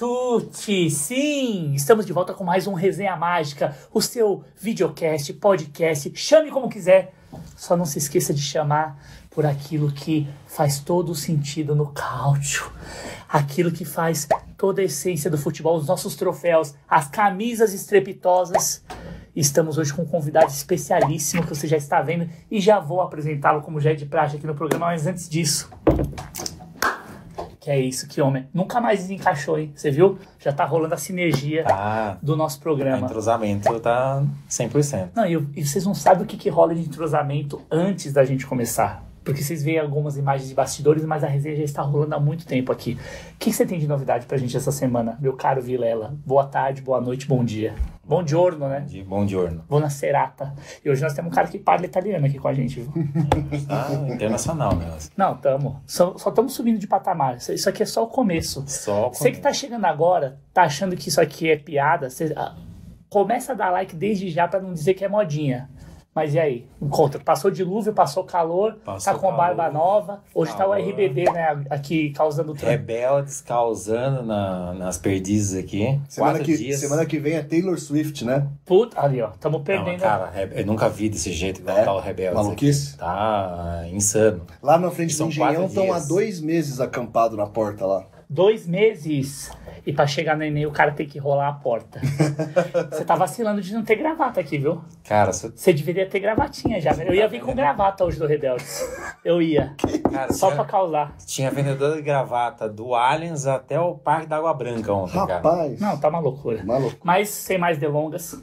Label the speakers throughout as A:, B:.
A: gente! Sim, estamos de volta com mais um Resenha Mágica, o seu videocast, podcast, chame como quiser, só não se esqueça de chamar por aquilo que faz todo o sentido no cálcio, aquilo que faz toda a essência do futebol, os nossos troféus, as camisas estrepitosas. Estamos hoje com um convidado especialíssimo que você já está vendo e já vou apresentá-lo como já é de praxe aqui no programa, mas antes disso, que é isso, que homem. Nunca mais desencaixou, hein? Você viu? Já tá rolando a sinergia
B: Tá.
A: do nosso
B: O
A: programa.
B: entrosamento tá 100%.
A: Não, e, eu- e vocês não sabem o que, que rola de entrosamento antes da gente começar. Porque vocês veem algumas imagens de bastidores, mas a resenha já está rolando há muito tempo aqui. O que, que você tem de novidade pra gente essa semana, meu caro Vilela? Boa tarde, boa noite, bom dia. Bom giorno, né?
B: De bom giorno.
A: Vou na serata. E hoje nós temos um cara que parla italiano aqui com a gente, viu?
C: Ah,
B: Tá internacional, né?
A: Não, tamo. Só estamos subindo de patamar. Isso- Isso aqui é só o começo.
B: Só com...
A: Você que tá chegando agora, tá achando que isso aqui é piada, você ah, começa a dar like desde já pra não dizer que é modinha. Mas e aí? Encontra. Passou dilúvio, passou calor,
B: Passou
A: tá com
B: calor.
A: barba nova. Hoje tá
B: Calor. É.
A: o RBD, né? Aqui causando trânsito.
B: Rebeldes causando na- nas perdizes aqui.
C: Semana
B: Quatro
C: que,
B: dias.
C: semana que vem é Taylor Swift, né?
A: Puta, ali ó, tamo
B: Não,
A: perdendo.
B: cara, Re- eu nunca vi desse jeito igual
C: É?
B: tá o Rebeldes.
C: Maluquice.
B: aqui. Tá insano.
C: Lá na frente
B: São
C: do Engenhão
B: quatro
C: estão há
B: dias.
C: dois meses acampado na porta lá.
A: Dois meses. E pra chegar no Enem, o cara tem que rolar a porta. Você tá vacilando de não ter gravata aqui, viu?
B: Cara, só,
A: Você deveria ter gravatinha já. né? Eu ia vir com gravata hoje do Rebeldes. Eu ia.
B: cara,
A: Só
B: tinha,
A: pra causar.
B: tinha vendedor de gravata do Aliens até o Parque da Água Branca ontem, cara.
C: Rapaz,
A: Não, tá uma loucura.
C: maluco.
A: Mas sem mais delongas.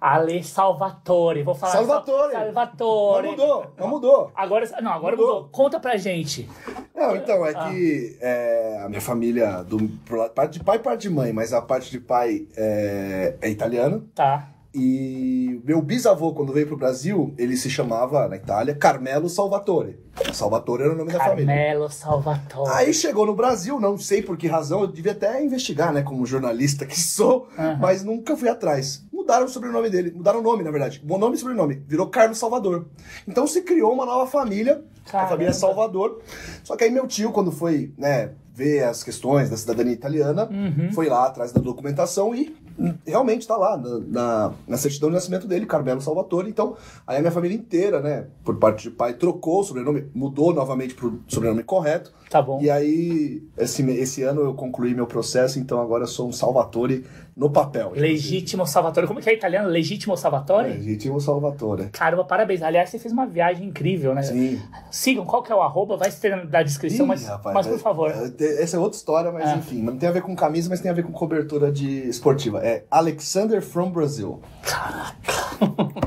A: Ale Salvatore, vou falar.
C: Salvatore! Não
A: Salvatore.
C: mudou, não mudou.
A: Agora, não, agora mudou.
C: Mudou.
A: Conta pra gente.
C: Não, então, é
A: Ah.
C: que é, a minha família, do, pro lado- parte de pai e parte de mãe, mas a parte de pai é, é italiana.
A: Tá.
C: E meu bisavô, quando veio pro Brasil, ele se chamava, na Itália, Carmelo Salvatore. Salvatore era o nome da família.
A: Carmelo Salvatore.
C: Aí chegou no Brasil, não sei por que razão, eu devia até investigar, né, como jornalista que sou,
A: Aham.
C: mas nunca fui atrás. Mudaram o sobrenome dele, mudaram o nome, na verdade. Bom nome e sobrenome, virou Carlos Salvador. Então se criou uma nova família,
A: Caramba.
C: a família Salvador. Só que aí meu tio, quando foi, né, ver as questões da cidadania italiana,
A: Uhum.
C: foi lá atrás da documentação e hum, realmente tá lá, na, na, na certidão de nascimento dele, Carmelo Salvatore. Então, aí a minha família inteira, né, por parte de pai, trocou o sobrenome, mudou novamente pro sobrenome correto.
A: Tá bom.
C: E aí, esse, me- esse ano eu concluí meu processo, então agora eu sou um Salvatore no papel.
A: Legítimo Salvatore. Como que é italiano? Legítimo Salvatore?
C: Legítimo Salvatore.
A: Caramba, parabéns. Aliás, você fez uma viagem incrível, né?
C: Sim.
A: Sigam, qual que é o arroba? Vai ter na descrição,
C: Ih,
A: mas,
C: rapaz,
A: é mas por favor.
C: é- Essa é outra história, mas
A: É.
C: enfim. Não tem a ver com camisa, mas tem a ver com cobertura de esportiva. É Alexander from Brazil.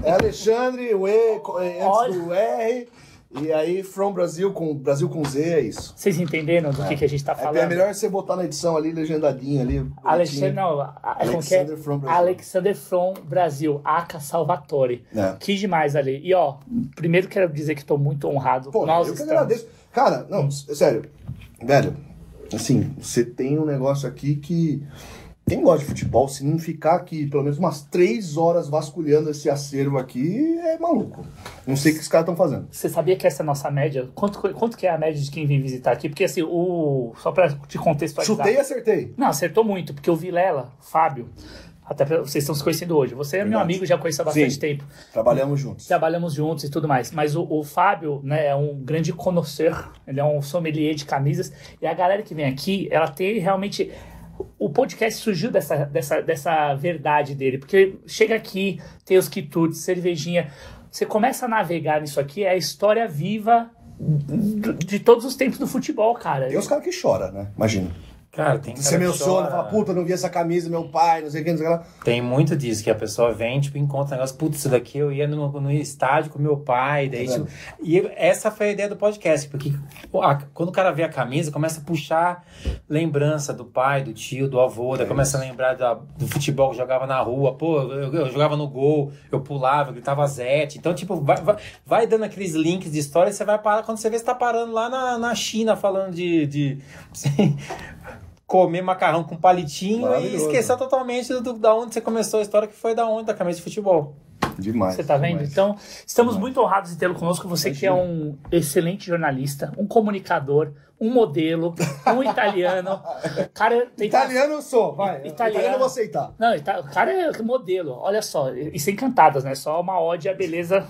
C: É Alexandre, o E co- é
A: Olha.
C: antes do R. E aí, from Brasil, com Brasil com Z, é isso.
A: Vocês entenderam do que, que a gente tá
C: É,
A: falando?
C: é melhor você botar na edição ali, legendadinho ali. bonitinho.
A: Alexandre, não, a- a- como que é?
C: Alexander from Brazil.
A: Alexander From Brasil, Aca Salvatore.
C: É.
A: Que demais ali. E ó, primeiro quero dizer que estou muito honrado.
C: Pô,
A: Nós
C: eu que
A: estamos. Hum.
C: agradeço. Cara, não, s- sério. Velho, assim, você tem um negócio aqui que. Quem gosta de futebol, se não ficar aqui pelo menos umas três horas vasculhando esse acervo aqui, é maluco. Não sei o que os caras estão fazendo.
A: Você sabia que essa é a nossa média? Quanto, quanto que é a média de quem vem visitar aqui? Porque assim, o. Só pra te contextualizar.
C: Chutei e acertei.
A: Não, acertou muito, porque o Vilela, Fábio, até pra- vocês estão se conhecendo hoje. Você é meu
C: Verdade.
A: amigo, já conheço há bastante
C: Sim.
A: tempo.
C: Trabalhamos juntos.
A: Trabalhamos juntos e tudo mais. Mas o, o Fábio, né, é um grande connoisseur, ele é um sommelier de camisas. E a galera que vem aqui, ela tem realmente. O podcast surgiu dessa, dessa, dessa verdade dele, porque chega aqui, tem os quitutes, cervejinha. Você começa a navegar nisso aqui, é a história viva do- de todos os tempos do futebol, cara.
C: Tem os caras que choram, né? Imagina.
B: Cara, tem
C: Você
B: cara
C: meu
B: que
C: sono,
B: chora.
C: fala, puta, não vi essa camisa, meu pai, não sei o que, não sei o que lá.
B: Tem muito disso, que a pessoa vem, tipo, encontra um negócio, putz, isso daqui eu ia no, no estádio com meu pai, daí,
C: Tá
B: tipo, E essa foi a ideia do podcast, porque a- quando o cara vê a camisa, começa a puxar lembrança do pai, do tio, do avô, daí
C: É
B: começa a lembrar da- do futebol que jogava na rua, pô, eu, eu jogava no gol, eu pulava, eu gritava Zete. Então, tipo, vai, vai, vai dando aqueles links de história e você vai parar, quando você vê, você tá parando lá na, na China falando de. de- Comer macarrão com palitinho e
C: Maravilhoso.
B: esquecer totalmente do, da onde você começou a história, que foi da onde, da camisa de futebol.
C: Demais.
A: Você tá vendo?
C: demais.
A: Então, estamos muito honrados de tê-lo conosco. Você que é um excelente jornalista, um comunicador, um modelo, um italiano. O cara tem
C: Italiano eu sou, vai.
A: Italiano.
C: Italiano eu vou aceitar.
A: Não, ele tá- o cara é modelo. Olha só, e sem cantadas, né? Só uma ode à beleza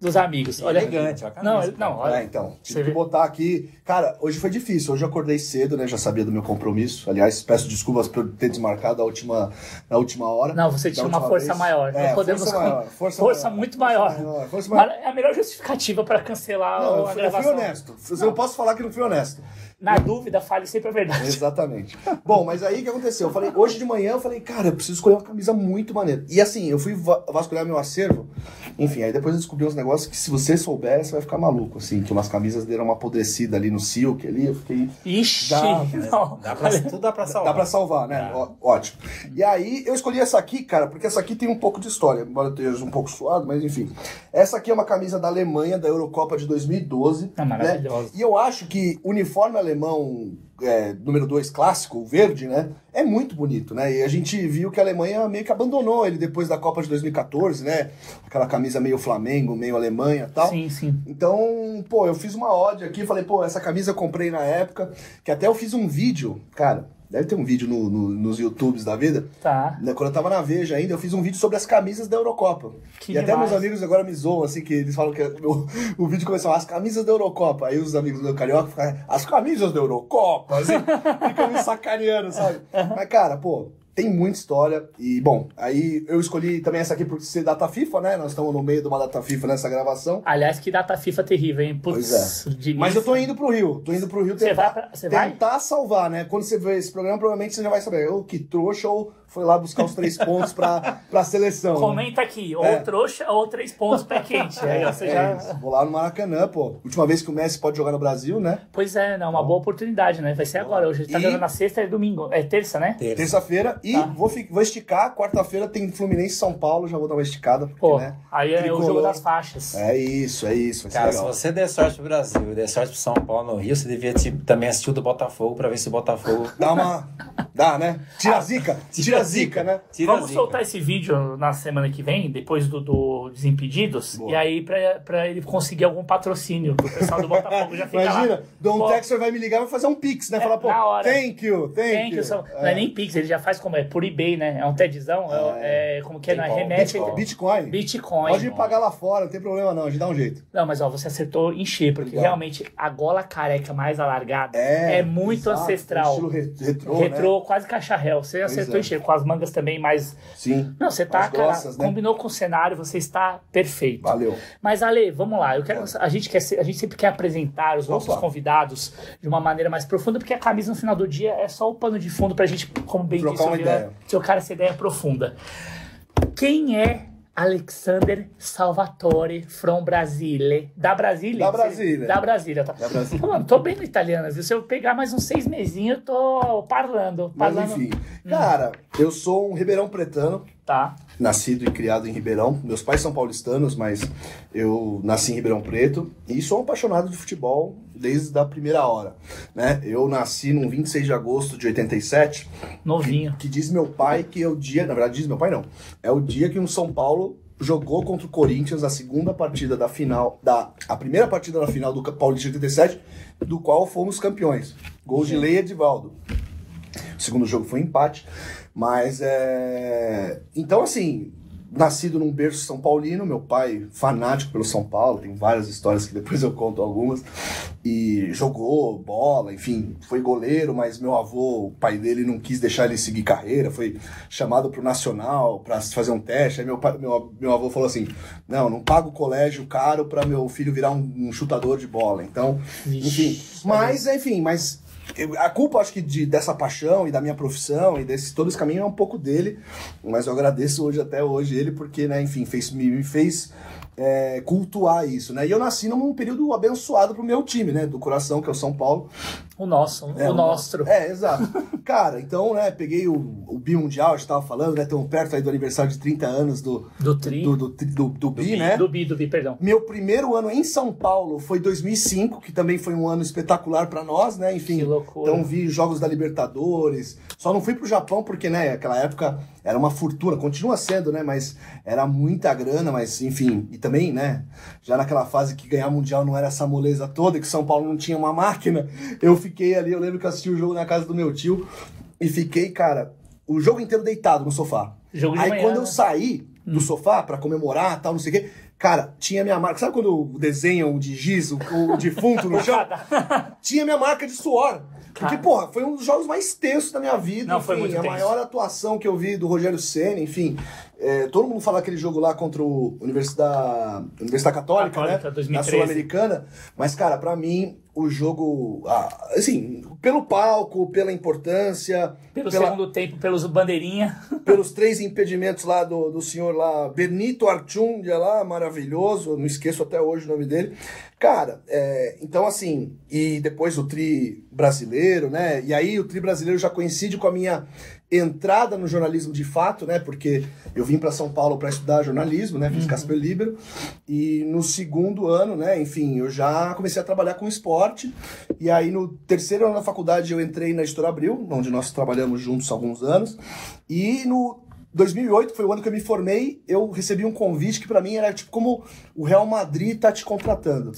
A: dos
C: É
A: amigos. Olha,
B: Elegante, ó, a camisa,
A: Não, ele- não,
C: Ah,
A: olha.
C: então,
A: Você
C: tive
A: vê.
C: que botar aqui. Cara, hoje foi difícil. Hoje eu acordei cedo, né? Já sabia do meu compromisso. Aliás, peço desculpas por ter desmarcado a última, na última hora.
A: Não, você
C: Da
A: tinha uma
C: última
A: força
C: vez.
A: maior.
C: É,
A: não podemos
C: força maior. Força, maior,
A: muito
C: força
A: maior.
C: força maior.
A: Mas É a melhor justificativa para cancelar
C: Não, eu
A: a
C: fui, eu fui
A: gravação.
C: honesto. Eu não posso falar que não fui honesto.
A: Na dúvida, fale sempre a verdade.
C: Exatamente. Bom, mas aí o que aconteceu? Eu falei, hoje de manhã eu falei, cara, eu preciso escolher uma camisa muito maneira. E assim, eu fui va- vasculhar meu acervo. Enfim, aí depois eu descobri uns negócios que se você souber, você vai ficar maluco, assim, que umas camisas deram uma apodrecida ali no silk ali, eu fiquei.
A: Ixi,
C: Dá,
A: não.
B: Dá pra, tudo dá pra salvar.
C: Dá pra salvar, né? Ó- ótimo. E aí eu escolhi essa aqui, cara, porque essa aqui tem um pouco de história, embora eu esteja um pouco suado, mas enfim. Essa aqui é uma camisa da Alemanha, da Eurocopa de 2012.
A: É
C: né?
A: maravilhosa.
C: E eu acho que o uniforme alemão é, número 2 clássico, o verde, né? É muito bonito, né? E a gente viu que a Alemanha meio que abandonou ele depois da Copa de 2014, né? Aquela camisa meio Flamengo, meio Alemanha e tal.
A: Sim, sim.
C: Então, pô, eu fiz uma ode aqui, falei, pô, essa camisa eu comprei na época, que até eu fiz um vídeo, cara, deve ter um vídeo no- no- nos YouTubes da vida,
A: Tá.
C: né, Quando eu tava na Veja ainda, eu fiz um vídeo sobre as camisas da Eurocopa.
A: Que
C: e até
A: demais.
C: meus amigos agora me zoam, assim, que eles falam que o, o vídeo começou as camisas da Eurocopa. Aí os amigos do Carioca ficaram, as camisas da Eurocopa, assim, ficam me sacaneando, sabe? Mas, cara, pô, tem muita história. E, bom, aí eu escolhi também essa aqui por ser data FIFA, né? Nós estamos no meio de uma data FIFA nessa gravação.
A: Aliás, que data FIFA terrível, hein? Putz,
C: Pois é.
A: Diniz.
C: Mas eu tô indo tá pro Rio, tô indo pro Rio
A: Você vai
C: tentar,
A: pra- você vai?
C: tentar salvar, né? Quando você vê esse programa, provavelmente você já vai saber, ô, que trouxa, ou foi lá buscar os três pontos pra, pra seleção. né?
A: Comenta aqui, ou
C: É.
A: trouxa ou três pontos pé quente. Aí você
C: É
A: já-
C: isso. Vou lá no Maracanã, pô. Última vez que o Messi pode jogar no Brasil, né?
A: Pois é, não, uma boa oportunidade, né? Vai ser agora. Hoje tá
C: E-
A: jogando na sexta e domingo. É terça, né?
B: Terça.
C: Terça-feira. E
A: Tá.
C: vou, fi- vou esticar. Quarta-feira tem Fluminense e São Paulo. Já vou dar uma esticada. Porque,
A: Pô,
C: né?
A: aí é o
C: Tricolor.
A: jogo das faixas.
C: É isso, é isso. Vai ser
B: Cara, se
C: legal.
B: você der sorte pro Brasil e der sorte pro São Paulo no Rio, você devia tipo, também assistir o do Botafogo pra ver se o Botafogo.
C: Dá uma. Dá, né? Tira a zica. Tira a zica, né?
B: Tira
A: Vamos soltar esse vídeo na semana que vem, depois do, do Desimpedidos,
C: Boa.
A: e aí pra, pra ele conseguir algum patrocínio pro pessoal do Botafogo já fica lá.
C: Imagina, Don
A: Pô, É
C: Textor vai me ligar e vai fazer um pix, né? Falar, pô,
A: na hora.
C: thank you, thank,
A: Thank you, so- Não é nem Pix, ele já faz como é, por eBay, né? É um TEDzão,
C: Ah,
A: é, é- como que é,
B: Tem
A: não é
B: como,
A: remete...
B: tem como.
C: Bitcoin.
A: Bitcoin.
C: Pode pagar lá fora, não tem problema não, a gente dá um jeito.
A: Não, mas ó, você acertou em cheio, porque
C: Obrigado.
A: realmente a gola careca mais alargada é, muito
C: exato,
A: ancestral.
C: Estilo re- retrô, né?
A: Retrô, quase cacharel. Você acertou
C: é.
A: em cheio, com as mangas também mais.
C: Sim.
A: Não, você tá,
C: Mais
A: cara,
C: grossas, né?
A: combinou com o cenário, você está perfeito.
C: Valeu.
A: Mas, Ale, vamos lá. Eu quero, a, gente quer, ser- a gente sempre quer apresentar os
C: Vamos
A: nossos
C: lá.
A: convidados de uma maneira mais profunda, porque a camisa no final do dia é só o pano de fundo pra gente, como bem
C: Trocar
A: disse,
C: uma
A: né,
C: ideia.
A: trocar essa ideia é profunda. Quem é Alexander Salvatore from Brasile? Da Brasília?
C: Da Brasília.
A: Da Brasília, tá.
C: Da Brasília.
A: Mano, tô bem no italiano, viu? Se eu pegar mais uns seis mesinhos, eu tô parlando.
C: Mas
A: parlando.
C: enfim.
A: Hum.
C: Cara, eu sou um ribeirão pretano,
A: Tá.
C: nascido e criado em Ribeirão. Meus pais são paulistanos, mas eu nasci em Ribeirão Preto e sou um apaixonado de futebol desde a primeira hora, né? Eu nasci num 26 de agosto de 87,
A: Novinho.
C: que diz meu pai que é o dia, na verdade diz meu pai não, é o dia que um São Paulo jogou contra o Corinthians a segunda partida da final da a primeira partida da final do Ca- Paulista de 87, do qual fomos campeões. Gol de Leia e Edivaldo. O segundo jogo foi um empate. Mas é. Então, assim, nascido num berço São Paulino, meu pai, fanático pelo São Paulo, tem várias histórias que depois eu conto algumas. E jogou bola, enfim, foi goleiro, mas meu avô, o pai dele, não quis deixar ele seguir carreira, foi chamado pro Nacional para fazer um teste. Aí meu, pai, meu, meu avô falou assim: não, não pago o colégio caro para meu filho virar um, um chutador de bola. Então,
A: Vixe,
C: enfim. Mas, enfim, mas eu- a culpa, acho que, de- dessa paixão e da minha profissão e desse todo esse caminho é um pouco dele. Mas eu agradeço hoje até hoje ele, porque, né, enfim, fez, me, me fez é, cultuar isso, né? E eu nasci num período abençoado pro meu time, né? Do coração, que é o São Paulo.
A: O nosso,
C: É,
A: o nosso.
C: É, exato. Cara, então, né, peguei o, o bimundial, a gente tava falando, né? Tão perto aí do aniversário de 30 anos do.
A: Do tri.
C: Do, do, tri- do, do bi, né?
A: Do Bi, do Bi, perdão.
C: Meu primeiro ano em São Paulo foi 2005, que também foi um ano espetacular para nós, né? Enfim,
A: Que loucura.
C: Então vi jogos da Libertadores. Só não fui pro Japão porque, né, aquela época era uma fortuna, continua sendo, né, mas era muita grana, mas enfim, e também, né, já naquela fase que ganhar mundial não era essa moleza toda, que São Paulo não tinha uma máquina. Eu fiquei ali, eu lembro que eu assisti o jogo na casa do meu tio e fiquei, cara, o jogo inteiro deitado no sofá.
A: Jogo de
C: Aí
A: manhã,
C: quando eu
A: né?
C: saí do sofá pra comemorar, tal, não sei o quê, cara, tinha minha marca. Sabe quando desenham de giz o, o defunto no chão? tinha minha marca de suor. Porque,
A: Cara.
C: porra, foi um dos jogos mais tensos da minha vida.
A: Não,
C: enfim,
A: foi muito
C: a
A: tenso.
C: maior atuação que eu vi do Rogério Senna, enfim. É, todo mundo fala aquele jogo lá contra o Universidade, Universidade Católica,
A: Católica,
C: né?
A: 2013.
C: Na Sul-Americana. Mas, cara, pra mim, o jogo, ah, assim, pelo palco, pela importância,
A: Pelo
C: pela,
A: segundo tempo, pelos bandeirinha.
C: pelos três impedimentos lá do, do senhor lá, Benito Archundia lá, maravilhoso, eu não esqueço até hoje o nome dele. Cara, é, então assim, e depois o tri brasileiro, né? E aí o tri brasileiro já coincide com a minha entrada no jornalismo de fato, né? Porque eu vim para São Paulo para estudar jornalismo, né? Fiz Casper Libero. E no segundo ano, né? Enfim, eu já comecei a trabalhar com esporte. E aí no terceiro ano da faculdade eu entrei na Editora Abril, onde nós trabalhamos juntos há alguns anos. E no 2008 foi o ano que eu me formei, eu recebi um convite que pra mim era tipo como o Real Madrid tá te contratando.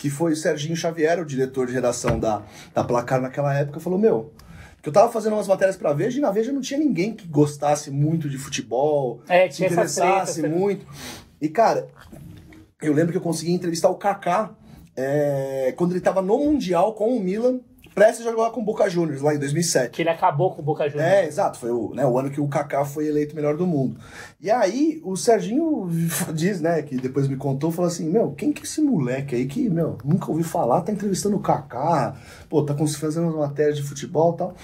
C: Que foi o Serginho Xavier, o diretor de redação da, da Placar naquela época, falou: Meu, que eu tava fazendo umas matérias pra Veja e na Veja não tinha ninguém que gostasse muito de futebol,
A: É,
C: se
A: tinha essas tretas.
C: interessasse
A: né?
C: muito. E cara, eu lembro que eu consegui entrevistar o Kaká é, quando ele tava no Mundial com o Milan, prestes a jogar com o Boca Juniors lá em 2007.
A: Que ele acabou com o Boca Juniors.
C: É, exato. Foi o, né, o ano que o Kaká foi eleito melhor do mundo. E aí, o Serginho diz, né, que depois me contou, falou assim, meu, quem que é esse moleque aí que, meu, nunca ouvi falar, tá entrevistando o Kaká, pô, tá com- fazendo umas matérias de futebol e tal.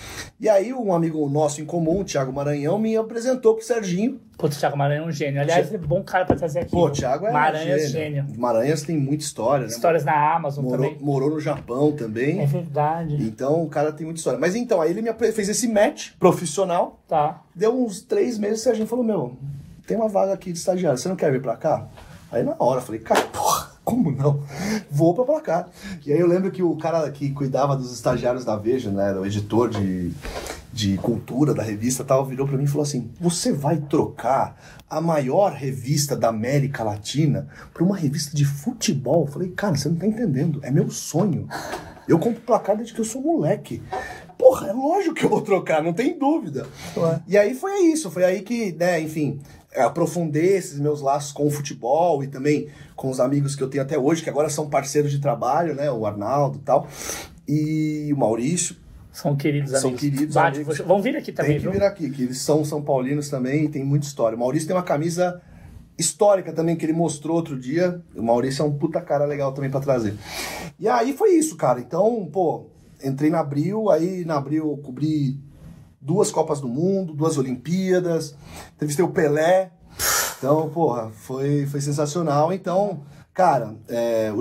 C: E aí, um amigo nosso em comum, o Thiago Maranhão, me apresentou pro Serginho.
A: Pô, o Thiago Maranhão é um gênio. Aliás, é bom cara pra trazer aqui.
C: Pô, o Thiago é
A: Maranhão é
C: gênio.
A: gênio.
C: Maranhas tem muita história, né?
A: Histórias na Amazon
C: Morou,
A: também.
C: morou no Japão
A: É
C: também.
A: verdade.
C: Então, o cara tem muita história. Mas então, aí ele me apre- fez esse match profissional.
A: Tá.
C: Deu uns três meses, o Serginho falou, meu, tem uma vaga aqui de estagiário, você não quer vir pra cá? Aí na hora eu falei, cara, porra, como não? Vou pra placar. E aí eu lembro que o cara que cuidava dos estagiários da Veja, né, era o editor de, de cultura da revista e tal, virou pra mim e falou assim, você vai trocar a maior revista da América Latina pra uma revista de futebol? Eu falei, cara, você não tá entendendo, é meu sonho. Eu compro placar desde que eu sou moleque. Porra, é lógico que eu vou trocar, não tem dúvida. E aí foi isso, foi aí que, né, enfim, aprofundei esses meus laços com o futebol e também com os amigos que eu tenho até hoje, que agora são parceiros de trabalho, né, o Arnaldo e tal, e o Maurício.
A: São queridos
C: São
A: amigos.
C: queridos
A: Bate,
C: amigos.
A: Vão vir aqui também,
C: tem que
A: viu?
C: vir aqui, que eles são são paulinos também e tem muita história. O Maurício tem uma camisa histórica também que ele mostrou outro dia. O Maurício é um puta cara legal também pra trazer. E aí foi isso, cara. Então, pô, entrei na Abril, aí na Abril eu cobri duas Copas do Mundo, duas Olimpíadas, entrevistei o Pelé. Então, porra, foi, foi sensacional. Então, cara, é, o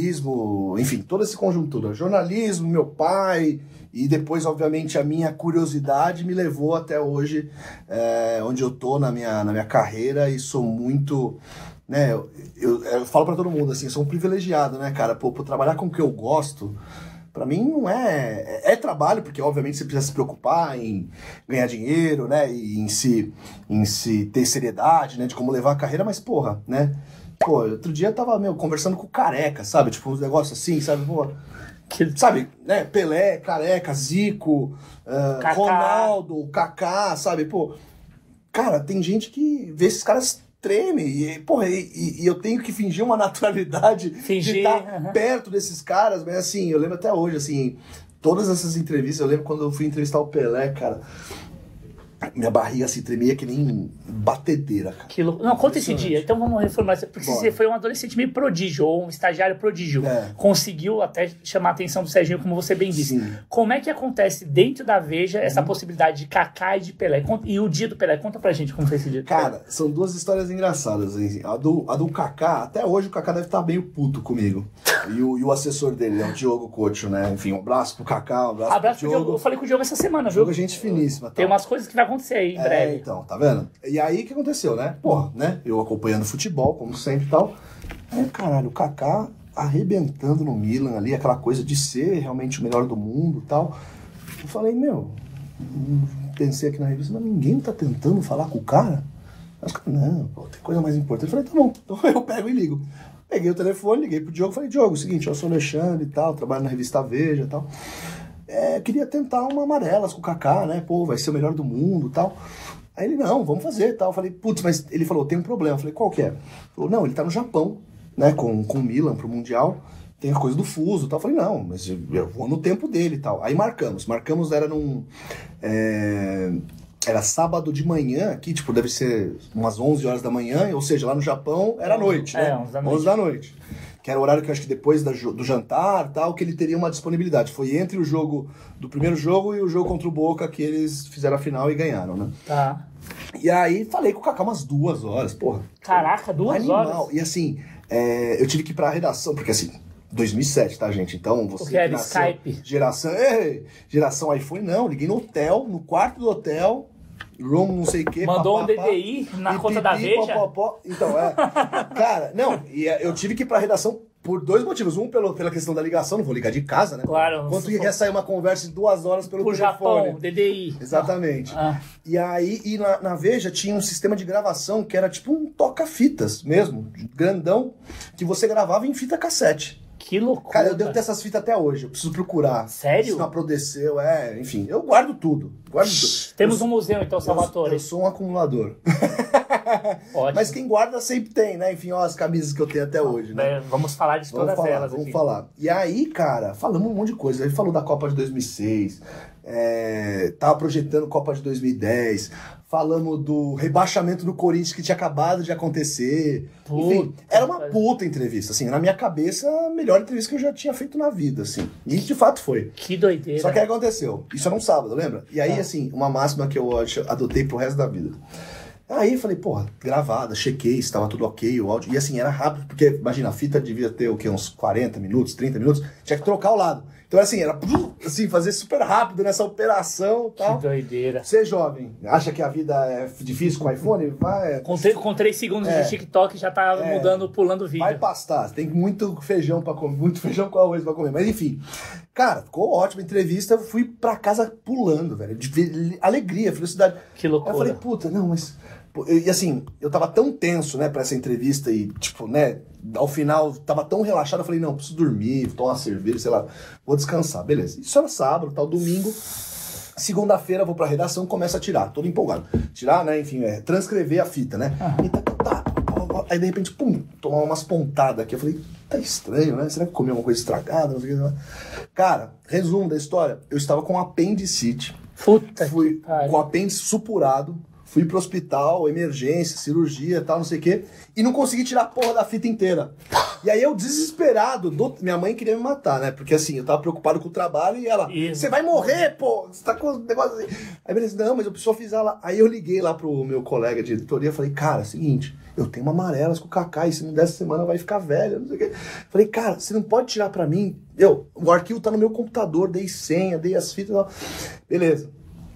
C: jornalismo, enfim, toda essa conjuntura. Jornalismo, meu pai, e depois, obviamente, a minha curiosidade me levou até hoje, é, onde eu tô na minha, na minha carreira, e sou muito. Né, eu, eu- eu falo pra todo mundo assim, eu sou um privilegiado, né, cara? Pô, por trabalhar com o que eu gosto, Pra mim não é, é. é trabalho, porque obviamente você precisa se preocupar em ganhar dinheiro, né? E em se, em se ter seriedade, né? De como levar a carreira, mas porra, né? Pô, outro dia eu tava, meu, conversando com o careca, sabe? Tipo, uns negócios assim, sabe? Pô,
A: Que-
C: sabe, né? Pelé, careca, Zico, ah,
A: Kaká.
C: Ronaldo, Kaká, sabe? Pô, cara, tem gente que vê esses caras treme e, porra, e, e- e eu tenho que fingir uma naturalidade
A: Fingir,
C: de estar
A: aham.
C: perto desses caras, mas assim, eu lembro até hoje, assim, todas essas entrevistas, eu lembro quando eu fui entrevistar o Pelé, cara, minha barriga se tremia que nem batedeira, cara.
A: Que louco. Não, conta esse dia. Então vamos reformular isso. Porque
C: Bora.
A: você foi um adolescente meio prodígio, ou um estagiário prodígio.
C: É.
A: Conseguiu até chamar a atenção do Serginho, como você bem disse.
C: Sim.
A: Como é que acontece dentro da Veja
C: Uhum.
A: essa possibilidade de Kaká e de Pelé? Conta- E o dia do Pelé? Conta pra gente como foi esse dia. do Pelé.
C: Cara, são duas histórias engraçadas. hein? A do, a do Kaká, até hoje o Kaká deve estar meio puto comigo. E o, e o assessor dele, é o Diogo Couto, né? Enfim, um abraço pro Kaká, um abraço,
A: abraço
C: pro
A: pro
C: Diogo.
A: Diogo. Eu falei com o Diogo essa semana, viu?
C: Diogo é gente finíssima.
A: Tem
C: tal.
A: umas coisas que vai acontecer aí em
C: É,
A: breve.
C: então, tá vendo? E aí, o que aconteceu, né? Porra, né? Eu acompanhando futebol, como sempre e tal. Aí, caralho, o Kaká arrebentando no Milan ali, aquela coisa de ser realmente o melhor do mundo e tal. Eu falei, meu, pensei aqui na revista, mas ninguém tá tentando falar com o cara? Mas, não, pô, tem coisa mais importante. Eu falei, tá bom, então eu pego e ligo. Peguei o telefone, liguei pro Diogo, falei, Diogo, é o seguinte, eu sou o Alexandre e tal, trabalho na revista Veja e tal. É, queria tentar uma amarelas com o Kaká, né? Pô, vai ser o melhor do mundo e tal. Aí ele, não, vamos fazer e tal. Eu falei, putz, mas ele falou, tem um problema. Eu falei, qual que é? Ele falou, não, ele tá no Japão, né, com, com o Milan pro Mundial. Tem a coisa do fuso e tal. Eu falei, não, mas eu, eu vou no tempo dele e tal. Aí marcamos. Marcamos, era num... é, era sábado de manhã aqui, tipo, deve ser umas 11 horas da manhã, ou seja, lá no Japão era noite, né?
A: É, 11 da noite.
C: 11 da noite. Que era o horário que eu acho que depois da jo- do jantar tal, que ele teria uma disponibilidade. Foi entre o jogo do primeiro jogo e o jogo contra o Boca que eles fizeram a final e ganharam, né?
A: Tá.
C: E aí falei com o Kaká umas duas horas, porra.
A: Caraca, duas
C: Animal.
A: horas.
C: E assim, é, eu tive que ir pra redação, porque assim, 2007, tá, gente? Então, você
A: Porque era
C: que nasceu-
A: Skype.
C: Geração, ei, geração iPhone, não. Liguei no hotel, no quarto do hotel, room não sei o quê.
A: Mandou um
C: pá, pá, pá.
A: DDI na
C: E
A: conta da
C: pipi, pó,
A: Veja?
C: pó, pó. Então, é. Cara, não, e é, eu tive que ir pra redação por dois motivos. Um, pelo, pela questão da ligação, não vou ligar de casa, né?
A: Claro,
C: Quanto
A: se
C: que
A: for-
C: ia sair uma conversa em duas horas pelo
A: Pro
C: telefone?
A: Japão, DDI.
C: Exatamente.
A: Ah,
C: E aí, e na, na Veja tinha um sistema de gravação que era tipo um toca-fitas mesmo, grandão, que você gravava em fita cassete.
A: que loucura.
C: Cara, eu devo ter essas fitas até hoje, eu preciso procurar.
A: Sério?
C: Se não aprodeceu, é, enfim, eu guardo tudo. Guardo tudo.
A: Temos um museu, então,
C: Eu,
A: Salvatore.
C: eu sou um acumulador.
A: Ótimo.
C: Mas quem guarda sempre tem, né? Enfim, ó, as camisas que eu tenho até hoje, né?
A: É, Vamos falar de
C: Vamos
A: todas
C: falar,
A: elas assim.
C: vamos
A: aqui.
C: falar. E aí, cara, falamos um monte de coisa. Aí falou da Copa de 2006, é, tava projetando Copa de 2010, falamos do rebaixamento do Corinthians que tinha acabado de acontecer. Enfim,
A: Puta
C: era uma
A: que
C: puta entrevista, assim. Na minha cabeça, a melhor entrevista que eu já tinha feito na vida, assim. E de fato foi.
A: Que doideira.
C: Só que é aí aconteceu. Isso era um sábado, lembra? E aí, assim, uma máxima que eu acho- adotei pro resto da vida. Aí eu falei, porra, gravada, chequei, estava tudo ok, o áudio. E assim, era rápido, porque imagina, a fita devia ter o quê? Uns 40 minutos, 30 minutos, tinha que trocar o lado. Então era assim, era pum, assim, fazer super rápido nessa operação e
A: Que
C: tal.
A: doideira.
C: Você é jovem, acha que a vida é difícil com o iPhone? Vai,
A: Com, tre- com três segundos
C: É.
A: de TikTok já tá
C: É.
A: mudando, pulando o vídeo.
C: Vai pastar, tem muito feijão para comer, muito feijão com arroz para comer. Mas enfim, cara, ficou ótima a entrevista. Eu fui pra casa pulando, velho. De ve- alegria, felicidade.
A: Que
C: Aí
A: loucura.
C: eu falei, puta, não, mas. pô, eu- E assim, eu tava tão tenso, né, pra essa entrevista e, tipo, né, ao final tava tão relaxado, eu falei, não, preciso dormir, vou tomar uma cerveja, sei lá, vou descansar, beleza. Isso era sábado, tal, domingo. Segunda-feira eu vou pra redação, começo a tirar, todo empolgado. Tirar, né, enfim, é, transcrever a fita, né? E tá, tá, tá, tá, tá, tá. Aí de repente, pum, tomar umas pontadas aqui. Eu falei, tá estranho, né? Será que eu comi alguma coisa estragada? Não sei o que. não sei o que. Cara, resumo da história, eu estava com um apendicite
A: Puta
C: fui
A: que pariu.
C: com o apêndice supurado, fui pro hospital, emergência, cirurgia, tal, não sei o quê, e não consegui tirar a porra da fita inteira. E aí eu desesperado, do- minha mãe queria me matar, né? Porque assim, eu tava preocupado com o trabalho e ela,
A: Isso.
C: você vai morrer, pô, você tá com um negócio assim. Aí beleza, não, mas eu preciso avisar lá. Aí eu liguei lá pro meu colega de editoria, e falei, cara, é o seguinte, eu tenho uma amarelas com o Kaká, e se não der essa semana vai ficar velha, não sei o quê. Falei, cara, você não pode tirar pra mim, eu, o arquivo tá no meu computador, dei senha, dei as fitas e tal. Beleza.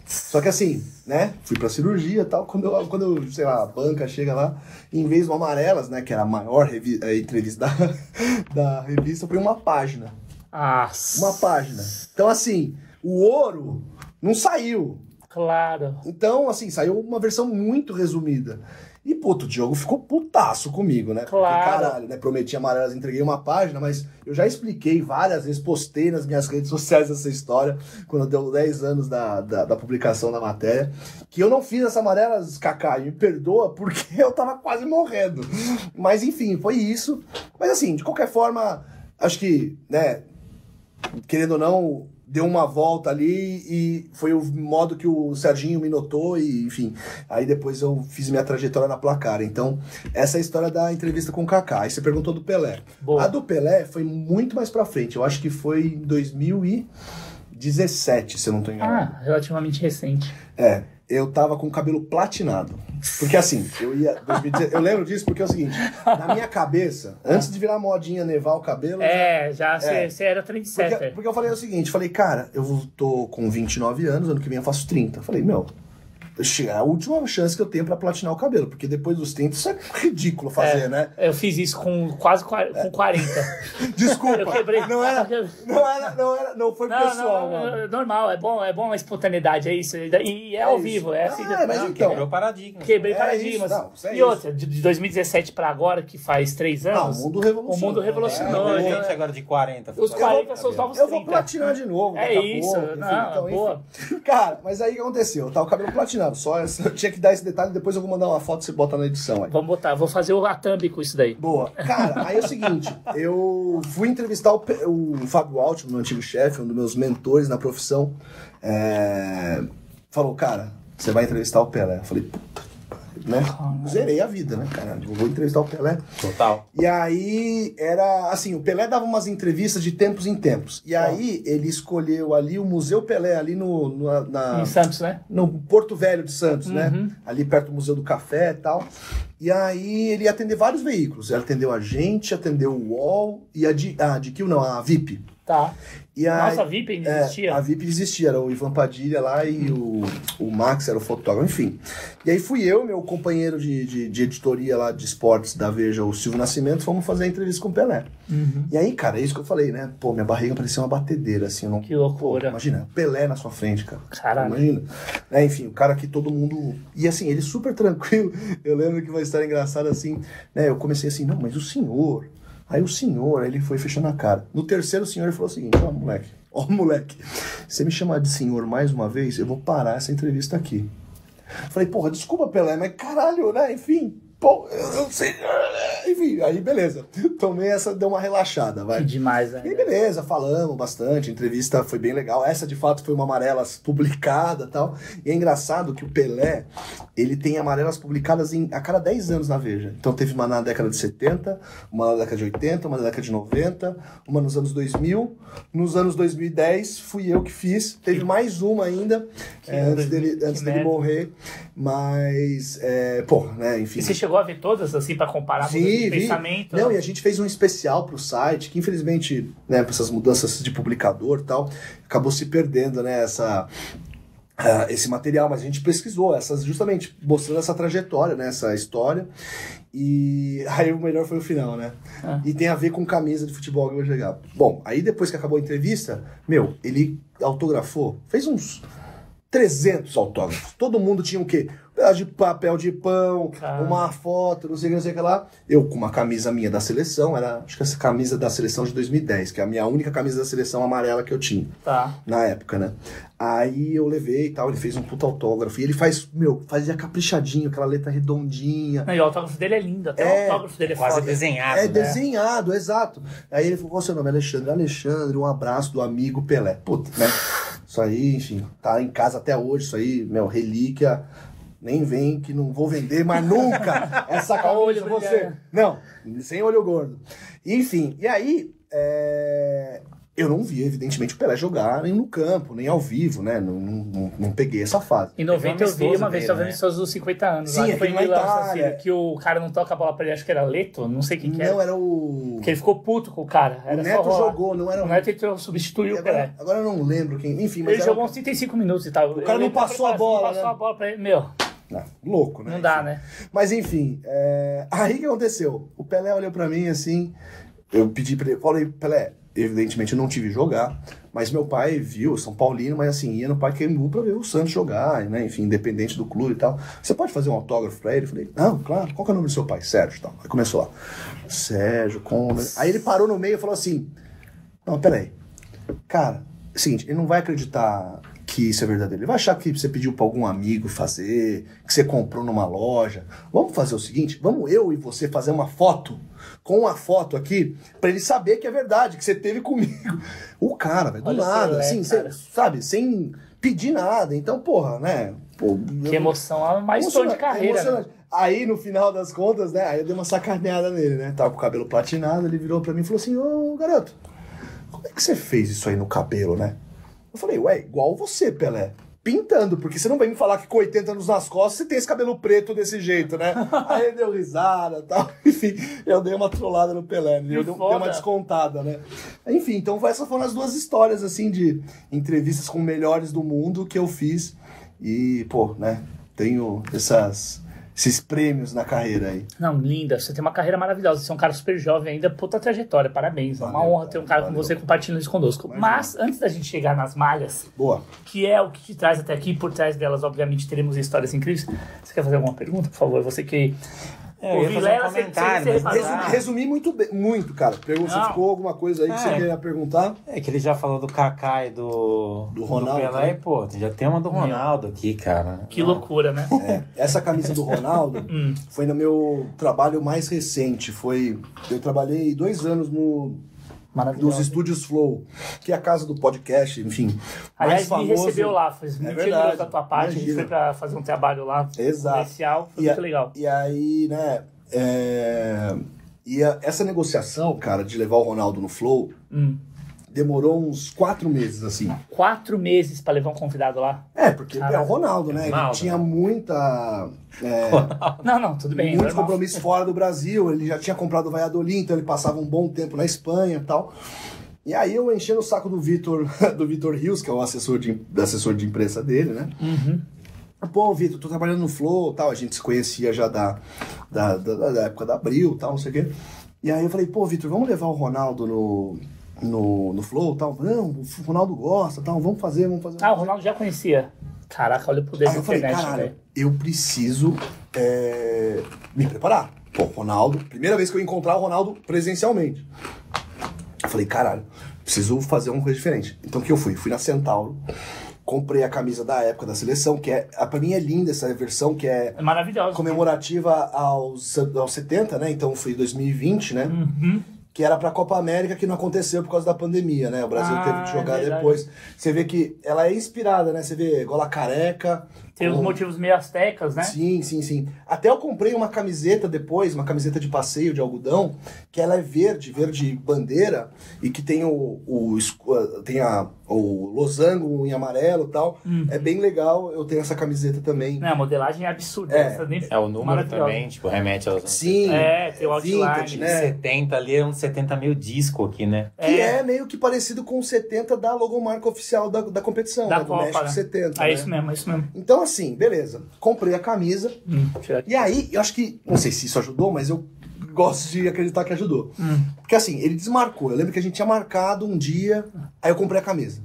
C: Só que assim, né? Fui pra cirurgia e tal. Quando, eu, quando eu, sei lá, a banca chega lá, em vez do Amarelas, né? Que era a maior revi- eh, entrevista da, da revista, foi uma página.
A: Ah,
C: Uma página. Então, assim, o ouro não saiu.
A: claro.
C: Então, assim, saiu uma versão muito resumida. E, puto, o Diogo ficou putaço comigo, né? Porque,
A: Claro.
C: caralho, né? Prometi amarelas, entreguei uma página, mas eu já expliquei várias vezes, postei nas minhas redes sociais essa história, quando deu 10 anos da, da, da publicação da matéria, que eu não fiz essa amarelas, Cacá, e me perdoa, porque eu tava quase morrendo. Mas, enfim, foi isso. Mas, assim, de qualquer forma, acho que, né, querendo ou não, deu uma volta ali e foi o modo que o Serginho me notou e, enfim, aí depois eu fiz minha trajetória na placar. Então, essa é a história da entrevista com o Kaká. Aí você perguntou do Pelé.
A: Boa.
C: A do Pelé foi muito mais pra frente. Eu acho que foi em 2017, se eu não tô enganado.
A: Ah, relativamente recente.
C: É, eu tava com o cabelo platinado. Porque assim, eu ia. 2017 eu lembro disso porque é o seguinte: na minha cabeça, antes de virar modinha nevar o cabelo, eu
A: É, já
C: É.
A: você era
C: porque,
A: 37.
C: porque eu falei o seguinte, falei, cara, eu vou- tô com 29 anos, ano que vem eu faço 30. Eu Falei, meu, che- é a última chance que eu tenho pra platinar o cabelo, porque depois dos 30 isso é ridículo fazer, né?
A: Eu fiz isso com quase qua- com 40.
C: Desculpa.
A: Eu quebrei.
C: É. Não era,
A: Eu-
C: não era, não era, não foi
A: Não,
C: pessoal,
A: não, não,
C: mano.
A: é normal, é bom, é bom a espontaneidade, é isso. E é, ao
C: isso.
A: vivo, é assim.
C: Ah, mas
B: Não,
C: então.
B: quebrou paradigma.
A: Quebrei
C: é
A: paradigmas.
C: isso, não, isso é
A: e
C: isso.
A: outra, de de 2017 pra agora, que faz três
C: Não,
A: anos,
C: Ah, o mundo revolucionou.
A: o mundo revolucionou.
B: É,
A: né?
B: gente agora de 40.
A: Os
B: Tá
A: 40
B: vendo?
A: são os novos
C: Eu vou
A: 30.
C: platinar de novo.
A: É
C: daqui a
A: isso,
C: pouco, enfim,
A: não,
C: então, enfim.
A: boa.
C: Cara, mas aí o que aconteceu? Tá o cabelo platinado. Só essa- eu tinha que dar esse detalhe, depois eu vou mandar uma foto e você bota na edição aí.
A: Vamos botar, vou fazer o Atambi com isso daí.
C: Boa. Cara, aí é o seguinte, eu fui entrevistar o, Pe- o Fábio Altman, meu antigo chefe, um dos meus mentores na profissão. é, Falou, cara, você vai entrevistar o Pelé. Eu falei, puta, né? Zerei a vida, né, cara? Eu vou entrevistar o Pelé.
B: Total.
C: E aí era assim, o Pelé dava umas entrevistas de tempos em tempos. E aí ele escolheu ali o Museu Pelé, ali no, no- na,
A: Em Santos, né?
C: no Porto Velho de Santos,
A: Uhum.
C: né? Ali perto do Museu do Café e tal. E aí ele ia atender vários veículos. Ele atendeu a gente, atendeu o UOL e a de, a de Kill, não, a VIP.
A: Tá.
C: E aí,
A: Nossa, a VIP ainda
C: é,
A: existia?
C: a VIP existia, era o Ivan Padilha lá e o, o Max era o fotógrafo, enfim. E aí fui eu, meu companheiro de, de, de editoria lá de esportes da Veja, o Silvio Nascimento, fomos fazer a entrevista com o Pelé.
A: Uhum.
C: E aí, cara, é isso que eu falei, né? Pô, minha barriga parecia uma batedeira, assim, eu não.
A: Que loucura.
C: Imagina, Pelé na sua frente, cara.
A: Caralho.
C: Imagina. Né, enfim, o cara que todo mundo. E assim, ele super tranquilo. Eu lembro que uma história engraçada assim, né? Eu comecei assim, não, mas o senhor. Aí o senhor, aí ele foi fechando a cara. No terceiro, o senhor ele falou o seguinte: ó, moleque, ó, moleque, você me chamar de senhor mais uma vez, eu vou parar essa entrevista aqui. Falei, porra, desculpa, Pelé, mas caralho, né? Enfim, pô, eu não sei. né, Enfim, aí beleza. Tomei essa, deu uma relaxada, vai.
A: Que demais, né?
C: E beleza, falamos bastante, a entrevista foi bem legal. Essa de fato foi uma amarelas publicada e tal. E é engraçado que o Pelé, ele tem amarelas publicadas em, a cada 10 anos na Veja. Então teve uma na década de 70, uma na década de 80, uma na década de 90, uma nos anos 2000. Nos anos 2010 fui eu que fiz. Teve mais uma ainda, eh,
A: ano
C: antes dele,
A: 2000,
C: antes
A: que
C: dele
A: merda.
C: morrer. Mas, é, pô, né, enfim.
A: E você chegou a ver todas, assim, pra comparar com o
C: Sim, vi.
A: pensamento?
C: Não, e a gente fez um especial pro site, que infelizmente, né, por essas mudanças de publicador e tal, acabou se perdendo, né, essa... ah, esse material, mas a gente pesquisou essas justamente mostrando essa trajetória, né, essa história. E aí o melhor foi o final, né?
A: Ah.
C: E tem a ver com camisa de futebol que eu vou chegar. Bom, aí depois que acabou a entrevista, meu, ele autografou, fez uns 300 autógrafos. Todo mundo tinha o quê? Um pedaço de papel de pão,
A: Cara.
C: uma foto, não sei o que, não sei o que lá. Eu com uma camisa minha da seleção, era acho que essa camisa da seleção de 2010, que é a minha única camisa da seleção amarela que eu tinha
A: Tá.
C: na época, né? Aí eu levei e tal, ele fez um puta autógrafo. E ele faz, meu, fazia caprichadinho, aquela letra redondinha.
A: Não, e o autógrafo dele é lindo, até
C: É,
A: o autógrafo dele é
B: Quase
A: foda.
B: desenhado,
C: É
B: né?
C: desenhado, exato. Aí ele falou: qual o seu nome? é Alexandre. Alexandre, um abraço do amigo Pelé. Puta, né? Isso aí, enfim, tá em casa até hoje, isso aí, meu, relíquia. Nem vem que não vou vender, mas nunca essa
A: Olho
C: camisa você.
A: brilhante.
C: Não, sem olho gordo. Enfim, e aí, é, eu não vi, evidentemente, o Pelé jogar nem no campo, nem ao vivo, né? Não, não- não- não peguei essa fase.
A: Em 90 eu vi
B: amistoso
A: uma vez,
B: dele,
A: talvez
B: né?
A: amistoso dos 50 anos.
C: Sim, é
A: lá, que
C: aquele
A: foi em
C: na
A: Milão, assim,
C: Itália.
A: que o cara não toca a bola pra ele, acho que era Leto, não sei quem que
C: Não,
A: era.
C: era o.
A: Porque ele ficou puto com o cara. Era
C: o
A: só
C: Neto
A: rolar.
C: jogou, não era
A: O
C: o
A: Neto entrou, substituiu o Pelé.
C: Agora, agora eu não lembro quem. Enfim, mas
A: Ele
C: era um
A: jogou uns 35 minutos e tal. O
C: cara não passou a
A: Não
C: bola,
A: passou
C: né?
A: a bola pra ele. Meu,
C: Ah, louco, né?
A: não dá,
C: Enfim.
A: né?
C: Mas enfim, é, aí que aconteceu? O Pelé olhou pra mim assim, eu pedi pra ele, falei, Pelé, evidentemente eu não tive jogar, mas meu pai viu, São Paulino, mas assim, ia no Parque Embu pra ver o Santos jogar, né? Enfim, independente do clube e tal. Você pode fazer um autógrafo pra ele? Eu falei, não, claro, qual que é o nome do seu pai? Sérgio e tal. Aí começou lá, Sérgio, como. Aí ele parou no meio e falou assim: Não, peraí. Cara, é o seguinte, ele não vai acreditar que isso é verdadeiro. Ele vai achar que você pediu pra algum amigo fazer, que você comprou numa loja. Vamos fazer o seguinte, vamos eu e você fazer uma foto com a foto aqui pra ele saber que é verdade, que você teve comigo. O cara, velho, do
A: Olha o
C: nada,
A: Pelé,
C: assim,
A: cara.
C: sem- sabe, sem pedir nada. Então, porra, né? Pô,
A: Que
C: eu-
A: emoção, a mais história de
C: Emocionante,
A: carreira. né?
C: emocionante. Aí, no final das contas, né? Aí eu dei uma sacaneada nele, né? Tava com o cabelo platinado, ele virou pra mim e falou assim: Ô, garoto, como é que você fez isso aí no cabelo, né? Eu falei, ué, igual você, Pelé. Pintando, porque você não vai me falar que com 80 anos nas costas você tem esse cabelo preto desse jeito, né? Aí ele deu risada e tal. Enfim, eu dei uma trollada no Pelé, né? eu dei, dei uma
A: foda.
C: descontada, né? Enfim, então foi- essas foram as duas histórias, assim, de entrevistas com melhores do mundo que eu fiz. E, pô, né? tenho essas, esses prêmios na carreira aí.
A: Não, linda. Você tem uma carreira maravilhosa. Você é um cara super jovem ainda. Puta trajetória. Parabéns. é uma
C: Valeu,
A: honra ter um cara
C: valeu.
A: como você compartilhando isso conosco.
C: Imagina.
A: Mas, antes da gente chegar nas malhas,
C: Boa.
A: que é o que te traz até aqui, por trás delas, obviamente, teremos histórias incríveis. Você quer fazer alguma pergunta, por favor? Você que.
B: É, eu ia
A: O
B: fazer um
A: Vilela, você-
B: comentário,
A: você-
B: mas
A: você-
C: Resumi,
B: Ah.
C: resumi muito bem, muito, cara. Pergunta se
A: Não.
C: ficou alguma coisa aí que
B: Ah,
C: você
B: é.
C: queria perguntar.
B: É que ele já falou do Kaká e do,
C: Do Ronaldo,
B: Pelé,
C: né?
B: e, pô, já tem uma do Ronaldo aqui, cara.
A: Que loucura, né?
C: Essa camisa do Ronaldo
A: Hum.
C: foi no meu trabalho mais recente. Foi. Eu trabalhei dois anos no, nos
A: Maravilhoso.
C: estúdios Flow, que é a casa do podcast, enfim.
A: Aliás,
C: mais
A: me
C: famoso.
A: recebeu lá. Foi muito generoso
C: verdade,
A: da tua parte. A gente
C: imagina.
A: foi pra fazer um trabalho lá.
C: Exato.
A: Comercial. Foi
C: E
A: muito
C: a-
A: legal.
C: E aí, né? é, E a- essa negociação, cara, de levar o Ronaldo no Flow,
A: Hum.
C: demorou uns quatro meses, assim.
A: Quatro meses pra levar um convidado lá.
C: É, porque
A: Caraca.
C: é o Ronaldo, né? Ele
B: Ronaldo.
C: tinha muita. é,
A: Não, não, tudo bem. é
C: muitos
A: normal.
C: compromissos fora do Brasil. Ele já tinha comprado o Valladolid, então ele passava um bom tempo na Espanha e tal. E aí eu enchendo o saco do Vitor, do Vitor Rios, que é o assessor de, do assessor de imprensa dele, né?
A: Uhum.
C: Pô, Vitor, tô trabalhando no Flow tal. A gente se conhecia já da, da, da- da época da Abril tal, não sei o quê. E aí eu falei, pô, Vitor, vamos levar o Ronaldo no, no, no Flow tal? Não, o Ronaldo gosta tal, vamos fazer, vamos fazer.
A: Ah, o Ronaldo já conhecia. Caraca, olha o poder
C: Aí
A: da
C: Ah, eu falei,
A: internet,
C: caralho,
A: velho.
C: eu preciso é, me preparar. Pô, Ronaldo, primeira vez que eu encontrar o Ronaldo presencialmente. Eu falei, caralho, preciso fazer uma coisa diferente. Então o que eu fui? Fui na Centauro, comprei a camisa da época da seleção, que é. a- Pra mim é linda essa versão, que é
A: É maravilhoso.
C: comemorativa aos, aos 70, né? Então foi 2020,
A: Hum.
C: né?
A: Uhum.
C: Que era pra Copa América que não aconteceu por causa da pandemia, né? O Brasil
A: Ah,
C: teve que
A: é
C: jogar
A: verdade.
C: depois. Você vê que ela é inspirada, né? Você vê gola careca.
A: Tem os
C: com-
A: motivos meio astecas, né?
C: Uhum. Sim, sim, sim. Até eu comprei uma camiseta depois, uma camiseta de passeio de algodão, que ela é verde, verde bandeira, e que tem o, o, escu- ah, tem a, o losango em amarelo e tal. É bem legal, eu tenho essa camiseta também.
A: Uhum. Né, a modelagem é absurda.
C: É,
A: essa nem-
B: É o número
A: maravilhosa.
B: também, tipo, remete aos anos
C: Sim,
A: É, tem o outline.
C: vintage,
B: Né? 70 ali, é uns 70 mil disco aqui, né?
C: Que é. meio que parecido com o 70 da logomarca oficial da, da competição,
A: Da
C: né? do
A: Copa,
C: México
A: né?
C: 70.
A: É
C: né?
A: isso mesmo, é isso mesmo.
C: Então, assim, beleza. Comprei a camisa,
A: Hum, tira aqui.
C: E aí, eu acho que, não sei se isso ajudou, mas eu gosto de acreditar que ajudou.
A: Hum.
C: Porque assim, ele desmarcou. Eu lembro que a gente tinha marcado um dia, aí eu comprei a camisa.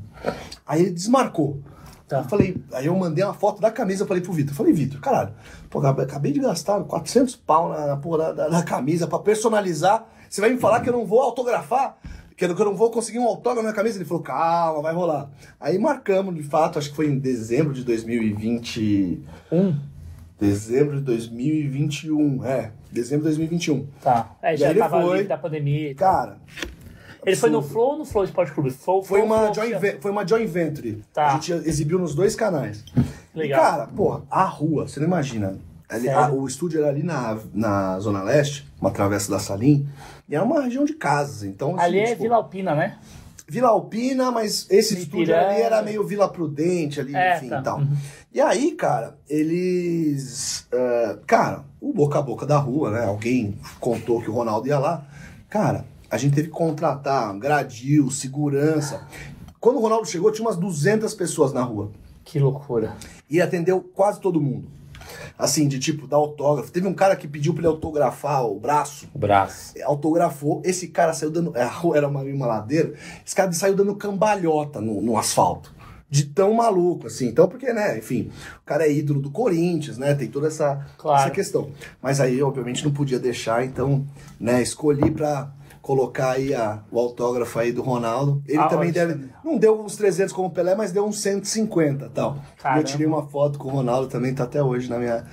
C: Aí ele desmarcou.
A: Tá.
C: Eu falei, aí eu mandei uma foto da camisa, eu falei pro Vitor. Eu falei, Vitor, caralho, pô, acabei- acabei de gastar 400 pau na, na porra da, da camisa pra personalizar. Você vai me falar que eu não vou autografar? Que eu que eu não vou conseguir um autógrafo na camisa? Ele falou, calma, vai rolar. Aí marcamos, de fato, acho que foi em dezembro de 2020. um. Dezembro de 2021, é. Dezembro de 2021.
A: Tá. É,
C: E
A: já
C: aí ele
A: tava
C: foi.
A: livre da pandemia. e tal.
C: Cara,
A: ele foi no
C: absurdo.
A: Flow ou no Flow Esporte Clube? Flow,
C: foi
A: Flow,
C: uma,
A: Flow,
C: joint,
A: Flow.
C: ve- foi uma joint venture.
A: é? Tá.
C: A gente exibiu nos dois canais.
A: Legal.
C: E, cara, porra, a rua, você não imagina. Ali-
A: Sério?
C: a- o estúdio era ali na, na Zona Leste, uma travessa da Salim, e era uma região de casas. Então, assim,
A: Ali é
C: tipo,
A: Vila Alpina, né?
C: Vila Alpina, mas esse
A: Ipiranga.
C: estúdio ali era meio Vila Prudente ali,
A: É,
C: enfim
A: tá.
C: e tal.
A: Uhum.
C: E aí, cara, eles. ah, cara, o boca a boca da rua, né? Alguém contou que o Ronaldo ia lá. Cara, a gente teve que contratar gradil, segurança. Quando o Ronaldo chegou, tinha umas 200 pessoas na rua.
A: Que loucura.
C: E atendeu quase todo mundo. Assim, de tipo, dar autógrafo. Teve um cara que pediu pra ele autografar o braço
B: O braço.
C: autografou, esse cara saiu dando. A rua era uma, uma ladeira, esse cara saiu dando cambalhota no, no asfalto. De tão maluco, assim. Então, porque, né, enfim, o cara é ídolo do Corinthians, né? Tem toda essa,
A: Claro.
C: essa questão. Mas aí, obviamente, não podia deixar, então, né, escolhi pra colocar aí a- o autógrafo aí do Ronaldo. Ele
A: Ah,
C: também
A: ótimo.
C: deve. Não deu uns 300 como o Pelé, mas deu uns 150 e tal. E
A: Caramba.
C: eu tirei uma foto com o Ronaldo também, tá até hoje na minha,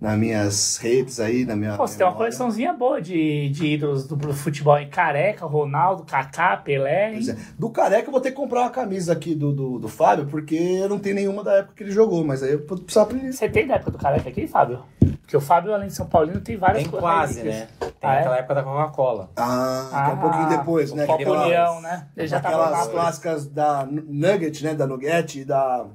C: nas minhas redes aí, na minha.
A: Pô, você tem uma
C: Ah, memória.
A: coleçãozinha boa de, de ídolos do futebol. hein? Careca, Ronaldo, Kaká, Pelé. hein?
C: Pois é. Do careca eu vou ter que comprar uma camisa aqui do, do, do Fábio, porque eu não tenho nenhuma da época que ele jogou, mas aí eu vou precisar pra ele.
A: Você tem da época do Careca aqui, é? Fábio? Porque o Fábio, além de São Paulino, tem várias
B: Tem
A: co-
B: quase, né?
A: raízes.
B: Tem
A: Ah, é?
B: aquela época da Coca-Cola.
C: Ah, que é
A: Ah,
C: um pouquinho depois,
A: o
C: né?
A: Copa
C: Aquela-
A: União, né? Ele já tava
C: aquelas
A: lá.
C: clássicas da N- Nugget, né? Da Nugget e da,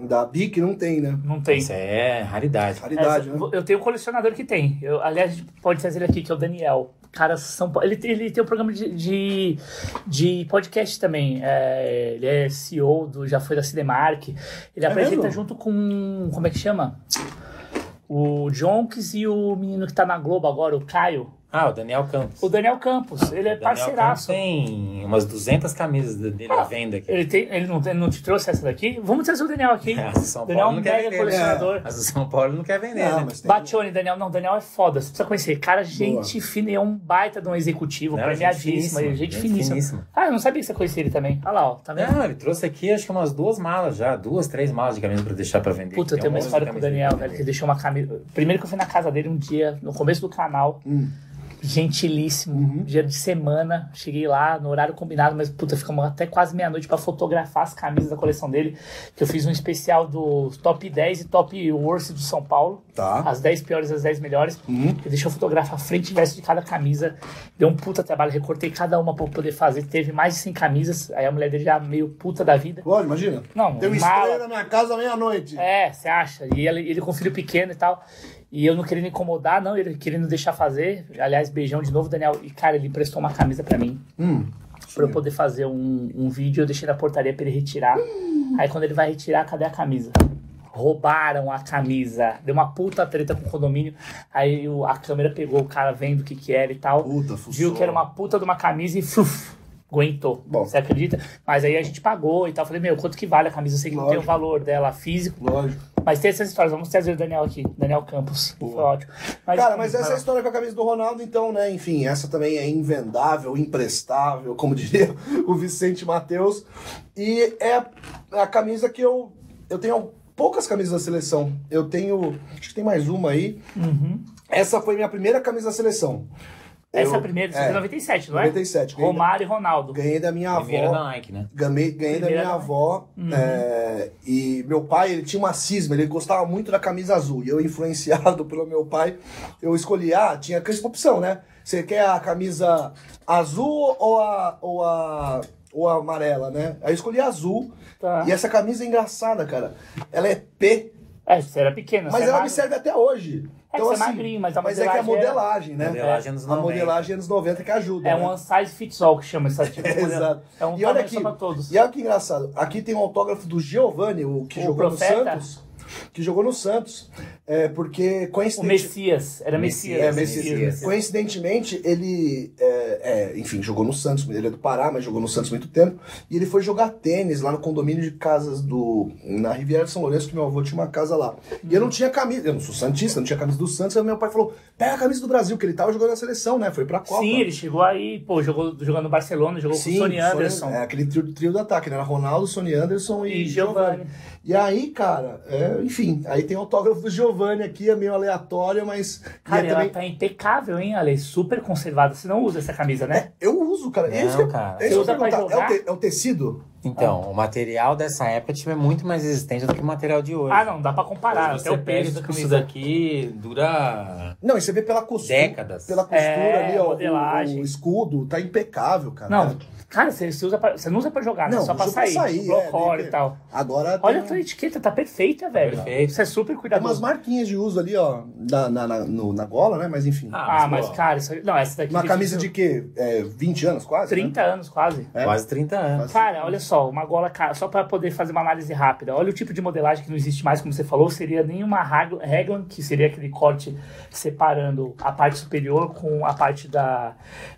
C: da Bic não tem, né?
A: Não tem.
B: Isso é raridade.
C: Raridade,
A: Essa-
C: né?
A: Eu tenho um colecionador que tem. Eu, aliás, a gente pode trazer ele aqui, que é o Daniel. Cara, São Paulo. Ele, ele tem um programa de, de, de podcast também. É, ele é CEO do Já Foi da Cinemark. Ele apresenta
C: mesmo?
A: junto com. Como é que chama? o Jonks e o menino que tá na Globo agora, o Caio.
B: Ah, o Daniel Campos.
A: O Daniel Campos, ele é
B: Daniel Ah, Campos
A: parceiraço.
B: tem umas 200 camisas dele à venda aqui.
A: Ele, tem, ele, não, ele não te trouxe essa daqui? Vamos trazer o Daniel aqui.
B: Mas o São
A: Daniel é
B: Paulo
A: um
B: não quer
A: mega
B: vender. né?
A: colecionador.
B: Mas o São Paulo não quer vender,
C: Não,
B: né?
C: mas tem-
A: Batione, Daniel, não, Daniel é foda, você precisa conhecer. Cara, gente fina, e é um baita de um executivo,
B: Não,
A: premiadíssimo, gente, gente finíssima. Ah, eu não sabia que você conhecia ele também. Olha lá, ó, tá vendo?
B: Não, ele trouxe aqui acho que umas duas malas já, duas, três malas de camisa pra deixar pra vender.
A: Puta, eu
B: Tem
A: tenho uma
B: um monte de
A: história com o
B: camisa
A: Daniel,
B: pra
A: velho, que
B: vender.
A: ele deixou uma camisa. Primeiro que eu fui na casa dele um dia, no começo do canal.
C: Hum.
A: Gentilíssimo, dia de semana. Cheguei lá no horário combinado, mas puta, ficamos até quase meia-noite pra fotografar as camisas da coleção dele. Que eu fiz um especial do top 10 e top worst do São Paulo.
C: Tá.
A: As 10 piores e as 10 melhores.
C: Uhum.
A: Ele deixou fotografar a frente e verso de cada camisa. Deu um puta trabalho, recortei cada uma pra eu poder fazer. Teve mais de 100 camisas. Aí a mulher dele já meio puta da vida.
C: Olha, imagina.
A: Não,
C: Tem um
A: mala.
C: estranho na minha casa à meia-noite.
A: É, você acha? E ele, ele com um filho pequeno e tal. E eu não querendo incomodar, não, ele querendo deixar fazer. Aliás, beijão de novo, Daniel. E, cara, ele emprestou uma camisa pra mim.
C: Hum.
A: Pra eu poder fazer um, um vídeo, eu deixei na portaria pra ele retirar. Aí quando ele vai retirar, cadê a camisa? Roubaram a camisa. Deu uma puta treta com o condomínio. Aí o- a câmera pegou o cara vendo o que que era e tal.
C: Puta, fuçou.
A: Viu que era uma puta de uma camisa e fuf, aguentou.
C: Bom.
A: Você acredita? Mas aí a gente pagou e tal. Falei, meu, quanto que vale a camisa? Eu sei que não tem o
C: Lógico.
A: valor dela físico.
C: Lógico.
A: Mas tem essas histórias, vamos trazer o Daniel aqui, Daniel Campos. Foi ótimo. Mas,
C: Cara, mas essa é a história com a camisa do Ronaldo, então, né? Enfim, essa também é invendável, imprestável, como diria o Vicente Matheus. E é a camisa que eu. Eu tenho poucas camisas da seleção. Eu tenho. Acho que tem mais uma aí.
A: Uhum.
C: Essa foi minha primeira camisa da seleção.
A: Essa é
C: Eu-
A: a primeira, de
C: é,
A: 97, não é?
C: 97. Ganhei, da-
A: Romário e Ronaldo.
C: ganhei da minha
B: Primeira
C: avó.
B: da Nike, né?
C: Ganhei, ganhei da
A: Primeira
C: minha
A: da- Uhum.
C: avó. é, e meu pai, ele tinha uma cisma, ele gostava muito da camisa azul. E eu, influenciado pelo meu pai, eu escolhi, ah, tinha essa opção, né? Você quer a camisa azul ou a, ou a, ou a amarela, né? Aí eu escolhi a azul.
A: Tá.
C: E essa camisa é engraçada, cara. Ela é P,
A: É, você era pequena.
C: mas
A: você
C: ela
A: era
C: me serve até hoje. Então,
A: É que você é magrinho, mas a
C: é que é
A: modelagem
C: a
A: era-
C: modelagem, né?
B: Modelagem anos
C: A
B: 90.
C: modelagem anos 90 que ajuda.
A: É
C: né?
A: um one size fits all que chama essa tipo de modelo.
C: Exato.
A: É um
C: e olha
A: tamanho
C: aqui,
A: só pra todos.
C: e olha que engraçado. Aqui tem um autógrafo do Giovanni, o que
A: O
C: jogou no
A: profeta?
C: Santos. Que jogou no Santos. É, porque
A: O
C: coincidentemente.
A: Messias, era Messias.
C: É,
B: Messias,
C: Messias.
B: Messias.
C: Coincidentemente, ele, é, é, enfim, jogou no Santos, ele é do Pará, mas jogou no Santos muito tempo. E ele foi jogar tênis lá no condomínio de casas do. na Riviera de São Lourenço, que meu avô tinha uma casa lá. E eu não tinha camisa, eu não sou Santista, não tinha camisa do Santos. Aí meu pai falou: pega a camisa do Brasil, que ele tava jogando na seleção, né? Foi pra Copa.
A: Sim, ele chegou aí, pô, jogou, jogou no Barcelona, jogou com o Sony Anderson.
C: É, aquele trio, trio do ataque, né? Era Ronaldo, Sony Anderson e,
A: E Giovani.
C: Giovanni. E aí, cara, é, enfim, aí tem o autógrafo do Giovanni aqui, é meio aleatório, mas.
A: Cara,
C: e é
A: ela
C: também-
A: tá impecável, hein, Ale? Super conservada. Você não usa essa camisa, né?
C: Eu uso, cara. é
B: Não,
C: isso que eu-
B: cara.
C: É, isso que eu
A: Você usa pra
C: perguntar. é, o
A: jogar?
C: te- é o tecido?
B: Então, o material dessa época tipo, é muito mais resistente do que o material de hoje.
A: Ah, não, dá pra comparar.
B: Hoje
A: Até
B: Você
A: o peso da
B: perde que isso
A: camisa.
B: daqui dura
C: Não, e você vê pela costura.
B: décadas.
C: Pela costura
A: É,
C: ali, ó. o-
A: modelagem.
C: O, escudo tá impecável, cara.
A: Não, cara, você, você usa pra- você não usa pra jogar, né?
C: Não,
A: só pra
C: usa
A: sair,
C: sair,
A: tipo, bloco
C: é,
A: hora
C: nem-
A: e tal.
C: Agora
A: Olha a
C: tem,
A: tua etiqueta, tá perfeita, velho.
B: perfeito.
A: Você é super
C: tem umas
A: cuidadoso.
C: marquinhas de uso ali, ó, na, na, na, no- na gola, né? Mas enfim.
A: Ah,
B: Ah,
A: mas,
B: mas, pô,
A: cara, isso aí- Não, essa daqui.
C: uma
A: tem
C: camisa de
A: vinte-
C: quê? É, 20 anos quase? né?
A: 30 anos quase.
C: É.
B: quase 30 anos.
A: Cara, olha só, uma gola cara, só pra poder fazer uma análise rápida. Olha o tipo de modelagem que não existe mais, como você falou, seria nenhuma rag- raglan, que seria aquele corte separando a parte superior com a parte da,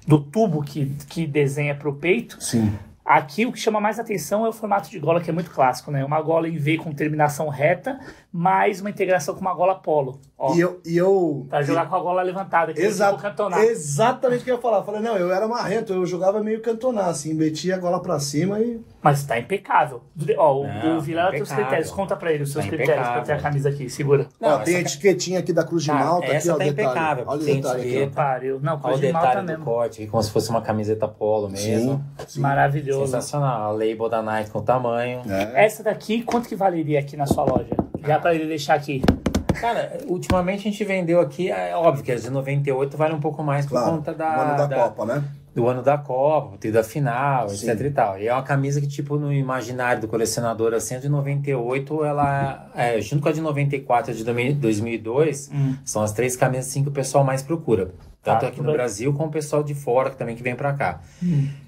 A: do tubo que, que desenha pro peito.
C: Sim.
A: Aqui o que chama mais atenção é o formato de gola, que é muito clássico, né? Uma gola em V com terminação reta, mais uma integração com uma gola polo. Ó,
C: E eu. E eu
A: pra jogar com a gola levantada, que é
C: Exato,
A: tipo cantonar.
C: exatamente o que eu ia falar. Eu falei, não, eu era marrento, eu jogava meio cantonar, assim, metia a gola pra cima e.
A: Mas tá impecável. Ó, o,
B: Não,
A: o Vilela
B: tá
A: tem os
B: impecável.
A: critérios. Conta pra ele os seus
B: Tá
A: critérios pra
B: impecável.
A: ter a camisa aqui, segura.
C: ó,
B: essa
C: tem a
B: ca-
C: etiquetinha aqui da Cruz de
B: Cara,
C: Malta, aqui,
B: essa
C: ó, o
B: tá
C: detalhe.
B: impecável,
C: Olha o
B: tem
C: detalhe aqui.
B: etiqueta.
A: Pariu. Não,
B: Olha
A: coisa
B: o
A: de malta
B: detalhe do
A: mesmo.
B: corte, como se fosse uma camiseta polo mesmo.
C: Sim, sim.
A: Maravilhoso.
B: Sensacional. A label da Nike com o tamanho.
C: É.
A: Essa daqui, quanto que valeria aqui na sua loja? Já pra ele deixar aqui.
B: Cara, ultimamente a gente vendeu aqui, é óbvio que as de 98 vale um pouco mais por
C: Claro,
B: conta da,
C: o ano da,
B: da-
C: Copa, né?
B: do ano da Copa, ter da final,
C: Sim.
B: etc e tal. E é uma camisa que, tipo, no imaginário do colecionador, assim, a de 98, ela, é, junto com a de 94 e a de 2002,
C: Hum.
B: são as três camisas assim, que o pessoal mais procura. Tanto
A: Tá, tudo
B: aqui no
A: bem. Hum.
B: Brasil, como o pessoal de fora que também que vem pra cá.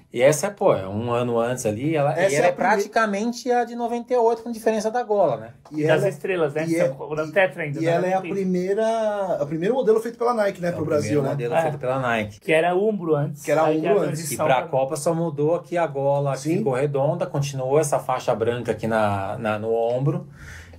B: E essa, pô, é um ano antes ali, ela,
C: Essa
B: e ela
C: é
B: é,
C: a primeira-
B: praticamente a de 98, com diferença da gola, né?
C: E
A: das
C: ela,
A: estrelas, né?
C: e é-
A: São- da Tetra ainda.
C: e
A: né?
C: ela é a primeira. O primeiro modelo feito pela Nike, né?
B: É o
C: Pro Brasil,
B: primeiro
C: né?
B: modelo
A: É.
B: feito pela Nike.
A: Que era Umbro antes.
C: Que era
A: aí
C: Umbro
A: a
C: antes.
B: E
A: transição
B: pra
A: pra-
B: Copa só mudou aqui a gola, aqui
C: Sim.
B: ficou redonda, continuou essa faixa branca aqui na, na- no ombro.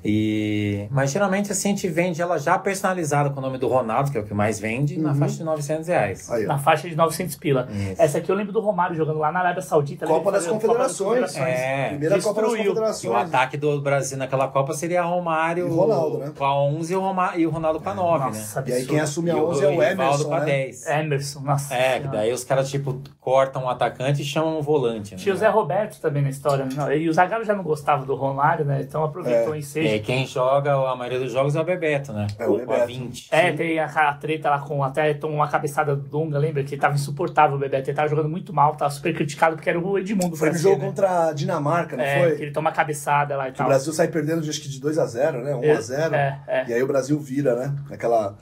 B: E... Mas geralmente assim, a gente vende ela já personalizada com o nome do Ronaldo, que é o que mais vende, na
C: Uhum.
B: faixa de 900 reais.
C: Aí, É, ó.
A: Na faixa de 900 pila.
B: Isso.
A: Essa aqui eu lembro do Romário jogando lá na Arábia Saudita. né?
C: Copa
A: Ele
C: das
A: fazia-
C: Confederações.
B: É.
C: Primeira Copa das
A: Destruiu.
B: E o
C: Confederações.
B: ataque do Brasil naquela Copa seria Romário
C: E Ronaldo, né?
B: com a 11 e o, Roma- e o Ronaldo com a 9, né?
A: Nossa,
C: E aí
A: absurdo.
C: quem assume a
B: E o
C: 11 é o
B: Rivaldo
C: Emerson,
B: com a
C: né?
B: 10.
A: Emerson, nossa.
B: É, que
A: senhora.
B: daí os caras, tipo, cortam o atacante e chamam o volante. Né?
A: Tinha o Zé Roberto também na história. né? Não, e o Zagallo já não gostava do Romário, né? Então aproveitou em
B: E
A: seja.
B: aí É, quem joga a maioria dos jogos é o Bebeto, né?
C: É o
B: Com a
C: Bebeto.
B: 20.
A: É, tem a, a treta lá com até tomou uma cabeçada do Dunga, lembra? Que ele tava insuportável, o Bebeto. Ele tava jogando muito mal, tava super criticado porque era o Edmundo
C: Foi no
A: francês,
C: jogo
A: né?
C: contra a Dinamarca, não
A: É,
C: foi?
A: que ele toma a cabeçada lá e
C: Que O
A: tal.
C: Brasil sai perdendo acho que de 2x0, né? 1x0.
A: É, é.
C: E aí o Brasil vira, né? Aquela.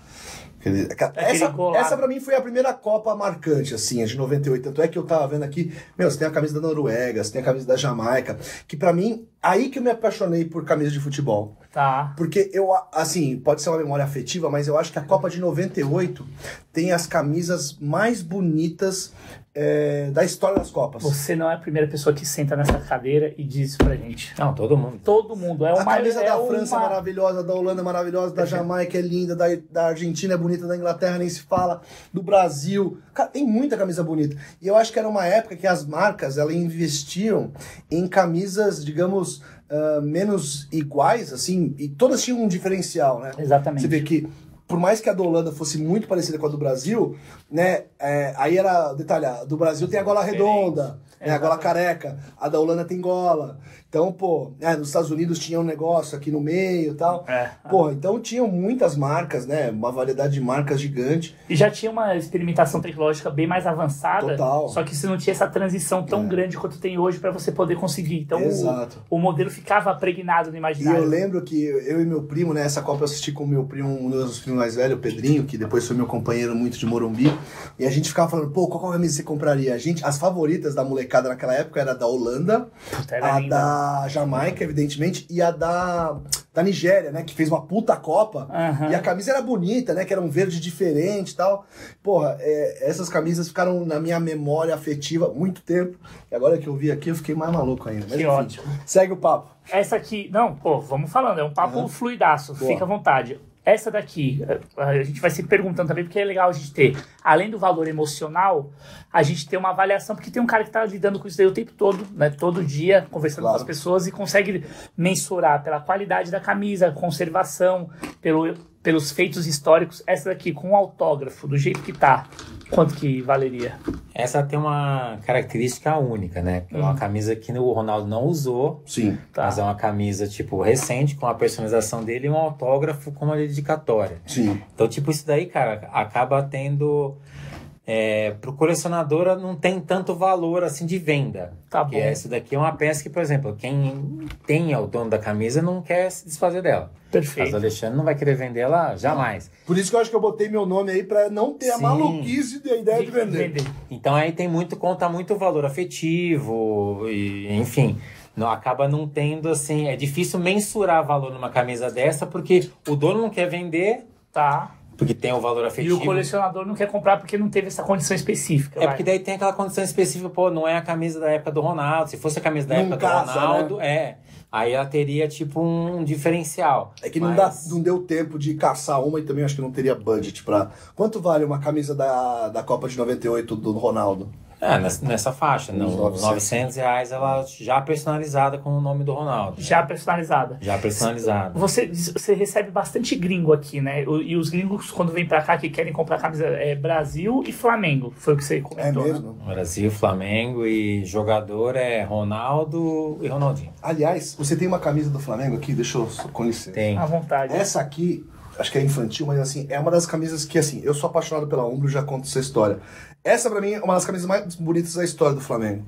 C: aquele- aquela-
A: Aquele
C: essa,
A: gol lá.
C: essa pra mim foi a primeira Copa marcante, assim, a de 98. Tanto é que eu tava vendo aqui, meu, você tem a camisa da Noruega, você tem a camisa da Jamaica, que pra mim, aí que eu me apaixonei por camisa de futebol.
A: Tá.
C: Porque eu, a- assim, pode ser uma memória afetiva, mas eu acho que a Copa de 98 tem as camisas mais bonitas é, da história das Copas.
A: Você não é a primeira pessoa que senta nessa cadeira e diz isso pra gente.
B: Não, todo mundo.
A: Todo mundo. É
C: A
A: uma
C: camisa
A: é
C: da França é
A: uma-
C: maravilhosa, da Holanda é maravilhosa, da Jamaica é linda, da, da Argentina é bonita, da Inglaterra nem se fala, do Brasil. Cara, tem muita camisa bonita. E eu acho que era uma época que as marcas elas investiam em camisas, digamos, ah, menos iguais, assim, e todas tinham um diferencial, né? Você
A: Exatamente.
C: vê que, por mais que a da Holanda fosse muito parecida com a do Brasil, né? é, aí era, detalhar, do Brasil tem a gola redonda, né, a gola careca, a da Holanda tem gola. Então, pô, né, nos Estados Unidos tinha um negócio aqui no meio e tal.
A: É.
C: Pô, então tinham muitas marcas, né? Uma variedade de marcas gigante.
A: E já tinha uma experimentação tecnológica bem mais avançada,
C: Total.
A: só que você não tinha essa transição tão
C: É.
A: grande quanto tem hoje para você poder conseguir. Então o,
C: Exato.
A: o modelo ficava pregnado no
C: E
A: imaginário.
C: eu lembro que eu e meu primo, né, essa Copa eu assisti com o meu primo, um dos meus primos mais velhos, o Pedrinho, que depois foi meu companheiro muito de Morumbi, e a gente ficava falando, pô, qual camisa você compraria? A gente, as favoritas da molecada naquela época era a da Holanda,
A: Puta, era
C: a
A: linda.
C: da Jamaica, evidentemente, e a da, da Nigéria, né? Que fez uma puta Copa.
A: Aham.
C: E a camisa era bonita, né? Que era um verde diferente e tal. Porra, é, essas camisas ficaram na minha memória afetiva há muito tempo. E agora que eu vi aqui, eu fiquei mais maluco ainda. Mas,
A: Que
C: enfim,
A: ótimo.
C: Segue o papo.
A: Essa aqui, não, pô, vamos falando, é um papo
C: Aham.
A: fluidaço,
C: Boa.
A: fica à vontade. Essa daqui, a a gente vai se perguntando também, porque é legal a gente ter, além do valor emocional, a gente ter uma avaliação, porque tem um cara que tá lidando com isso daí o tempo todo, né? Todo dia, conversando
C: Claro.
A: com as pessoas e consegue mensurar pela qualidade da camisa, conservação, pelo, pelos feitos históricos. Essa daqui, com um autógrafo, do jeito que tá, quanto que valeria?
B: Essa tem uma característica única, né? Que É uma camisa que o Ronaldo não usou,
C: Sim.
A: Hum. Tá.
B: mas é uma camisa, tipo, recente, com a personalização dele e um autógrafo com uma dedicatória.
C: Sim.
B: Então, tipo, isso daí, cara, acaba tendo. É, pro colecionador não tem tanto valor assim de venda.
A: Tá
B: Que
A: bom.
B: é, essa daqui é uma peça que, por exemplo, quem tem é o dono da camisa não quer se desfazer dela. Mas o
A: Perfeito.
B: Alexandre não vai querer vender ela jamais.
C: Por isso que eu acho que eu botei meu nome aí pra não ter a
B: Sim.
C: maluquice da ideia de vender.
B: Então aí tem muito, conta muito o valor afetivo, e, enfim. Não, acaba não tendo assim. É difícil mensurar valor numa camisa dessa, porque o dono não quer vender,
A: Tá.
B: porque tem o valor
A: E
B: afetivo.
A: o colecionador não quer comprar porque não teve essa condição específica.
B: É
A: vai.
B: porque daí tem aquela condição específica, pô, não é a camisa da época do Ronaldo. Se fosse a camisa da
C: Não
B: época
C: casa,
B: do Ronaldo, é. Aí ela teria, tipo, um diferencial.
C: É que não, dá,
B: Mas-
C: não deu tempo de caçar uma e também acho que não teria budget pra. Quanto vale uma camisa da, da Copa de 98 do Ronaldo?
B: É, nessa, nessa faixa. Não,
C: Uns
B: 900. 900 reais ela já personalizada com o nome do Ronaldo.
A: Já personalizada.
B: Já personalizada.
A: Você, você recebe bastante gringo aqui, né? O- E os gringos, quando vêm pra cá, que querem comprar camisa é Brasil e Flamengo. Foi o que você
C: É
A: comentou. né?
C: mesmo?
B: Brasil, Flamengo e jogador é Ronaldo e Ronaldinho.
C: Aliás, você tem uma camisa do Flamengo aqui? Deixa eu só- com licença.
B: Tem.
A: À vontade.
C: Essa aqui, acho que é infantil, mas assim, é uma das camisas que, assim, eu sou apaixonado pela Umbro, já conto essa história. Essa, pra mim, é uma das camisas mais bonitas da história do Flamengo.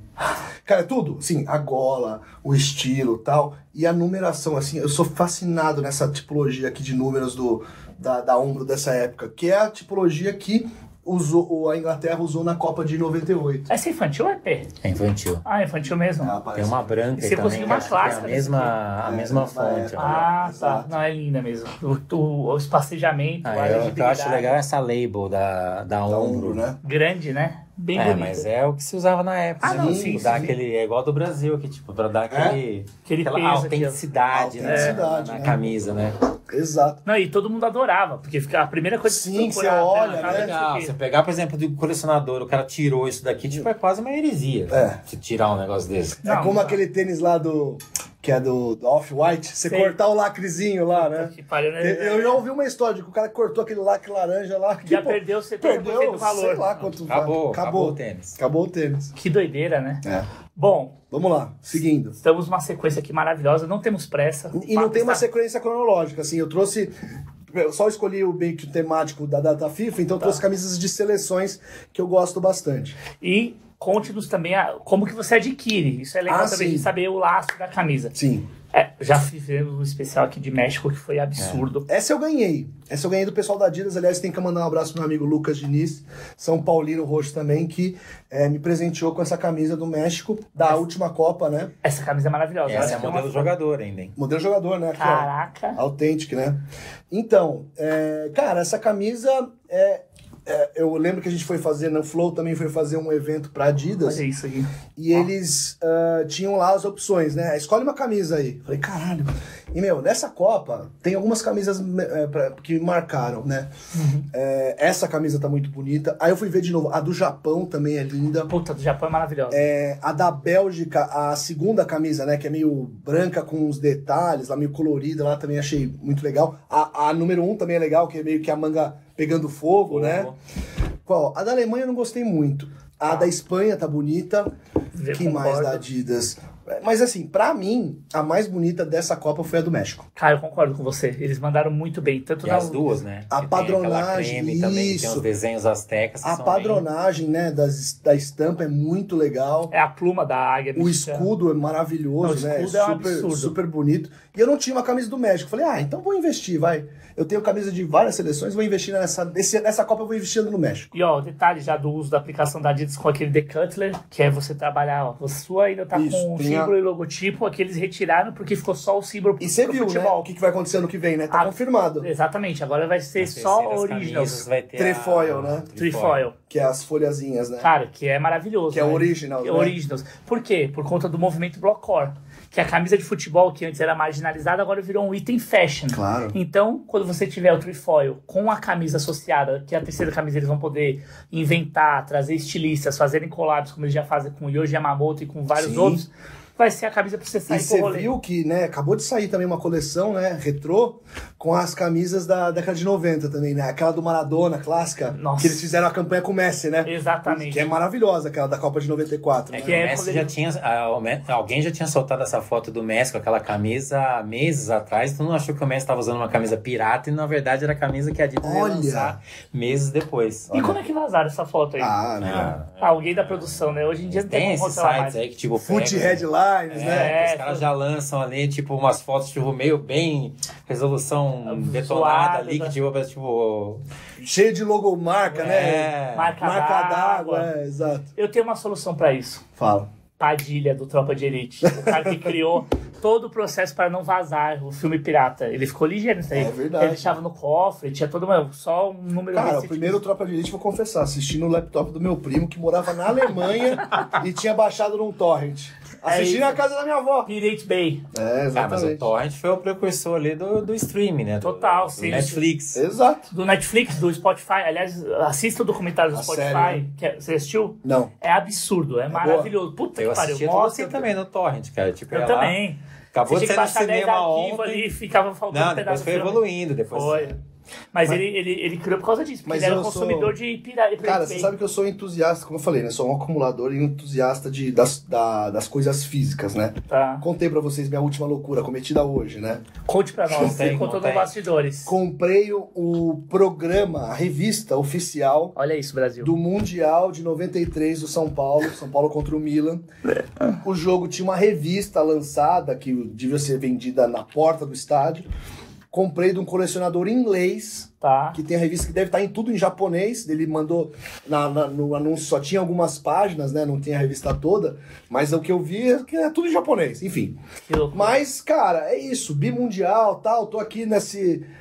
C: Cara, é tudo, assim, a gola, o estilo tal, e a numeração, assim, eu sou fascinado nessa tipologia aqui de números do, da, da Umbro dessa época, que é a tipologia que o usou, a Inglaterra usou na Copa de 98.
A: Essa é infantil ou é P?
B: É infantil.
A: Ah, infantil mesmo?
C: Ah, parece-
B: Tem uma branca
A: Você
B: e também.
A: conseguiu uma
B: acho que
A: clássica
B: tem a
A: desse
B: mesma, a
C: É,
B: mesma
C: mas
B: fonte.
C: é-
B: ó.
A: Ah, tá.
C: Exato.
A: Não, é linda mesmo. O, o, o espacejamento,
B: Ah,
A: a
B: eu, eu
A: legibilidade.
B: acho legal essa label da, da
C: Tá
B: ombro.
C: ombro, né?
A: Grande, né? Bem
B: É,
A: bonita.
B: mas é o que se usava na época.
A: Ah,
B: né?
A: não,
B: Tipo,
A: sim, É?
B: dar
C: sim,
B: aquele, é igual do Brasil, que tipo, pra dar aquele,
A: Aquele
B: aquela
A: peso aqui, ó.
B: autenticidade, né?
C: Autenticidade,
B: na
C: né?
B: camisa, né?
C: Exato.
A: Não, e todo mundo adorava, porque fica- a primeira coisa
C: Sim,
A: tu
C: você
A: procurava,
C: olha,
A: né?
B: Ah,
C: né?
B: legal. Você pegar, por exemplo, do colecionador, o cara tirou isso daqui, tipo, é quase uma heresia.
C: É.
B: Se tirar um negócio desse.
A: Não,
C: é como
A: não.
C: aquele tênis lá do. Que é do, do Off-White, você
A: Sei.
C: cortar o lacrezinho lá, né?
A: Que pariu, né?
C: Eu eu já ouvi uma história de que o cara cortou aquele lacre laranja lá. Que,
A: Já
C: pô,
A: perdeu 70%
C: perdeu,
A: do valor.
C: Sei lá quanto vale.
B: Acabou, acabou,
C: acabou.
B: o tênis.
C: Acabou o tênis.
A: Que doideira, né?
C: É.
A: Bom,
C: Vamos lá, seguindo.
A: estamos numa sequência aqui maravilhosa, não temos pressa.
C: E não
A: Papo
C: tem uma
A: está-
C: sequência cronológica, assim, eu trouxe. Eu só escolhi o meio que o temático da data FIFA,
A: Tá.
C: então eu trouxe camisas de seleções que eu gosto bastante.
A: E conte-nos também a- como que você adquire. Isso é legal
C: Ah,
A: também
C: sim.
A: de saber o laço da camisa.
C: Sim.
A: É, já fizemos um especial aqui de México que foi absurdo.
C: Essa eu ganhei. Essa eu ganhei do pessoal da Adidas. Aliás, tem que mandar um abraço pro meu amigo Lucas Diniz, São Paulino Roxo também, que eh, me presenteou com essa camisa do México, da última Copa, né?
A: Essa camisa é maravilhosa.
B: Essa
A: Acho
B: é
A: que uma-
B: modelo jogador ainda, hein?
C: Modelo jogador, né? Aqui, ó.
A: Caraca.
C: Autêntico, né? Então, é, cara, essa camisa é, é, Eu lembro que a gente foi fazer na Flow, também foi fazer um evento pra Adidas
A: Olha isso aqui.
C: e eles ah, tinham lá as opções, né? Escolhe uma camisa aí. Falei, caralho. E, meu, nessa Copa tem algumas camisas me- eh, pra- que me marcaram, né? Eh, essa camisa tá muito bonita. Aí eu fui ver de novo. A do Japão também é linda.
A: Puta, do Japão é maravilhosa.
C: É, a da Bélgica, a segunda camisa, né? Que é meio branca com uns detalhes, lá meio colorida, lá também achei muito legal. A, a número um também é legal, que é meio que a manga pegando fogo, né? Qual? A da Alemanha eu não gostei muito. A da Espanha tá bonita.
A: Eu
C: que mais
A: concordo.
C: da Adidas? Mas assim, pra mim, a mais bonita dessa Copa foi a do México.
A: Cara, eu concordo com você. Eles mandaram muito bem. Tanto
B: E
A: na-
B: as duas, né?
C: A
B: Que tem aquela
C: padronagem,
B: creme também, que tem
C: isso.
B: os desenhos aztecas. que
C: A
B: são
C: padronagem, né, das, da estampa é muito legal.
A: É a pluma da águia.
C: O
A: mexicana.
C: escudo é
A: Não, o
C: maravilhoso, né?
A: escudo é um absurdo.
C: super, super bonito. E eu não tinha uma camisa do México. Falei, ah, então vou investir, vai. Eu tenho camisa de várias seleções, vou investir nessa. Nesse, nessa Copa eu vou investindo no México.
A: E ó, detalhe já do uso da aplicação da Adidas com aquele decutler, que é você trabalhar, ó, a sua ainda tá
C: Isso,
A: com o
C: tem a-
A: símbolo e logotipo, aqueles retiraram porque ficou só o símbolo pro,
C: E você
A: pro
C: viu, né?
A: futebol.
C: O que, que vai acontecer ano que vem, né? Tá
A: Ah,
C: confirmado.
A: Exatamente, agora vai ser assim
B: Bem,
A: só
B: terceiras camisas,
A: originals.
B: vai ter a-
C: Trefoil, né?
A: Trifoil.
C: Que é as folhazinhas, né?
A: Cara, que é maravilhoso.
C: Que é
A: né?
C: original,
A: Que é
C: né?
A: originals. Por quê? Por conta do movimento blockcore. Que é a camisa de futebol, que antes era marginalizada, agora virou um item fashion.
C: Claro.
A: Então, quando você tiver o trifoil com a camisa associada, que é a terceira camisa eles vão poder inventar, trazer estilistas, fazerem collabs, como eles já fazem com o Yoji Yamamoto e com vários
C: Sim.
A: outros, vai ser a camisa pra você
C: E
A: sair pro
C: você
A: rolê.
C: viu que, né, acabou de sair também uma coleção, né, retrô, com as camisas da década de 90 também, né? Aquela do Maradona, clássica,
A: Nossa.
C: que eles fizeram a campanha com o Messi, né?
A: Exatamente.
C: Que é maravilhosa, aquela da Copa de 94.
B: É
C: né?
B: que
A: É,
B: o Messi
A: quando
B: já
A: ele-
B: tinha. ah, o Me- Alguém já tinha soltado essa foto do Messi com aquela camisa há meses atrás. Todo mundo achou que o Messi estava usando uma camisa pirata e na verdade era a camisa que a Adidas ia
C: Olha!
B: lançar meses depois.
A: E como é que vazaram essa foto aí?
C: Ah, né?
B: Ah,
A: Ah, Alguém da produção, né? Hoje em dia não tem,
B: tem
A: como
B: esses
A: controlar
B: sites
A: mais.
B: aí que tipo.
C: Foot
B: pega-
C: Headlines, né?
B: É,
A: né?
B: que os caras já lançam ali, tipo, umas fotos, tipo, meio bem resolução
A: Zoada,
B: detonada ali,
A: né?
B: que tipo, parece, tipo.
C: Cheio de logomarca, né?
B: é,
A: Marca,
C: Marca
A: d'água.
C: d'água, é, exato.
A: Eu tenho uma solução pra isso.
C: Fala.
A: Padilha do Tropa de Elite. O cara que criou todo o processo para não vazar o filme pirata. Ele ficou ligeiro nisso aí.
C: É verdade.
A: Ele deixava no cofre, tinha todo uma, só um número
C: Cara, o
A: restritivo.
C: primeiro Tropa de Elite, vou confessar, assisti no laptop do meu primo, que morava na Alemanha e tinha baixado num torrent. Assisti
A: isso.
C: na casa da minha avó.
A: Pirate Bay.
C: É,
B: Cara, É Ah, mas o Torrent foi o precursor ali do, do streaming, né? Do-
A: Total,
B: do
A: sim.
B: Netflix.
C: Exato.
A: Do Netflix, do Spotify. Aliás, assista o documentário do
C: A série, né?
A: Spotify. que é- você assistiu?
C: Não.
A: É absurdo, é, maravilhoso. Puta
B: Eu
A: que pariu.
B: assisti tudo
A: Mostra.
B: assim também no Torrent, cara. Tipo,
A: Eu
B: ia lá,
A: também.
B: Acabou
A: Você
B: de
A: tinha que
B: sair
A: baixar
B: no
A: 10
B: cinema
A: arquivos
B: ontem.
A: ali e ficava faltando
B: Não,
A: um pedaço
B: depois
A: do
B: foi
A: filme.
B: evoluindo. Depois...
A: Foi. Mas, Ele, ele, ele criou por causa disso, porque
C: Mas
A: ele era um
C: eu sou-
A: consumidor de pirata.
C: Cara, você sabe que eu sou entusiasta, como eu falei, né? Sou um acumulador e entusiasta de, das, da- das coisas físicas, né?
A: Tá.
C: Contei pra vocês minha última loucura cometida hoje, né?
A: Conte pra nós,
B: Não
A: você
B: tem, não
A: contou nos
B: tem.
A: bastidores.
C: Comprei o, o programa, a revista oficial
A: Olha isso, Brasil.
C: do Mundial de 93 do São Paulo, São Paulo contra o Milan. O jogo tinha uma revista lançada que devia ser vendida na porta do estádio. Comprei de um colecionador inglês,
A: Tá.
C: que tem a revista que deve estar em tudo em japonês. Ele mandou na, na- no anúncio, só tinha algumas páginas, né? Não tinha a revista toda, mas o que eu vi é que é tudo em japonês. Enfim.
A: Que louco.
C: Mas, cara, é isso, bimundial, tal, tô aqui nessa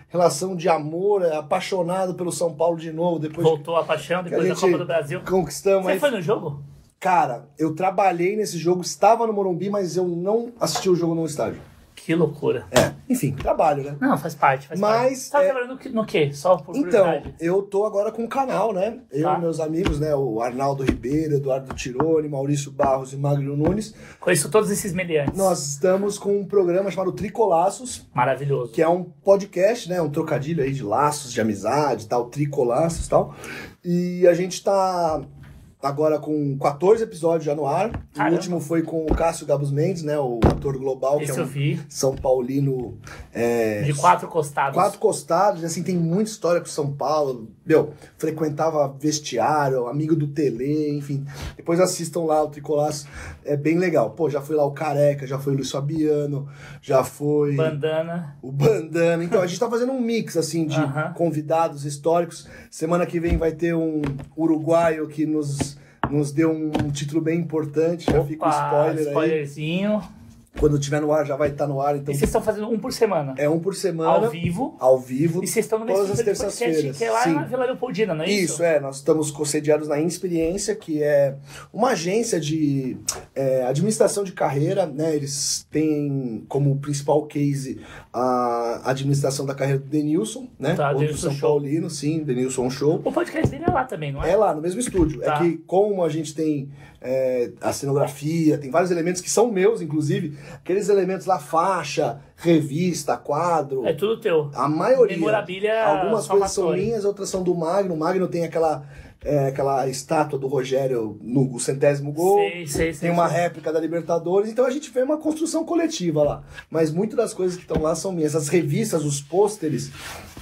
C: relação de amor, é, apaixonado pelo São Paulo de novo, depois que
A: Voltou a paixão
C: que
A: depois
C: a
A: da
C: gente-
A: Copa do Brasil.
C: conquistamos
A: Você
C: aí.
A: foi no jogo?
C: Cara, eu trabalhei nesse jogo, estava no Morumbi, mas eu não assisti o jogo no estádio.
A: Que loucura.
C: É, enfim, trabalho, né?
A: Não, faz parte, faz
C: Mas,
A: parte. Tá
C: é-
A: trabalhando no que- no quê? Só por
C: Então,
A: curiosidade.
C: eu tô agora com o canal, né? Eu
A: Tá.
C: e meus amigos, né? O Arnaldo Ribeiro, Eduardo Tironi, Maurício Barros e Magno Nunes.
A: Conheço todos esses meliantes.
C: Nós estamos com um programa chamado Tricolaços,
A: Maravilhoso.
C: que é um podcast, né? Um trocadilho aí de laços, de amizade e tal, tricolaços e tal. E a gente tá agora com 14 episódios já no ar. O
A: Caramba.
C: último foi com o Cássio Gabos Mendes, né? O ator global, que
A: Esse
C: é
A: eu
C: um
A: vi.
C: São Paulino. é,
A: De quatro costados.
C: Quatro costados, assim, tem muita história com São Paulo. Meu, frequentava vestiário, amigo do Tele, enfim. Depois assistam lá o Tricolaço, é bem legal. Pô, já foi lá o Careca, já foi o Luiz Fabiano, já foi.
A: Bandana.
C: O Bandana. Então, a gente tá fazendo um mix, assim, de
A: Aham.
C: convidados históricos. Semana que vem vai ter um uruguaio que nos, nos deu um título bem importante. Já fica o
A: Opa,
C: spoiler aí. Então,
A: spoilerzinho.
C: Quando tiver no ar, já vai estar no ar. Então,
A: E vocês estão fazendo um por semana.
C: é um por semana,
A: ao vivo.
C: ao vivo.
A: E vocês estão numa
C: todas as
A: estrutura de podcast
C: terças-feiras,
A: que é lá
C: sim.
A: na Vila Leopoldina, não é isso?
C: Isso, é. Nós estamos concediados na Inexperiência, que é uma agência de é, administração de carreira, né? Eles têm como principal case a administração da carreira do Denilson, né?
A: Tá,
C: Outro
A: Denilson
C: São
A: Show.
C: Paulino, sim, Denilson Show.
A: O podcast dele é lá também, não é?
C: É lá, no mesmo estúdio.
A: Tá.
C: É que como a gente tem é, a cenografia, tem vários elementos que são meus, inclusive, aqueles elementos lá, faixa, revista, quadro,
A: É tudo teu.
C: a maioria.
A: Memorabilia
C: Algumas coisas são
A: Salvatore.
C: minhas, outras são do Magno. O Magno tem aquela, é, aquela estátua do Rogério no centésimo gol.
A: Sei, sei, sei.
C: Tem uma
A: sei.
C: réplica da Libertadores, então a gente vê uma construção coletiva lá. Mas muitas das coisas que estão lá são minhas. As revistas, os pôsteres,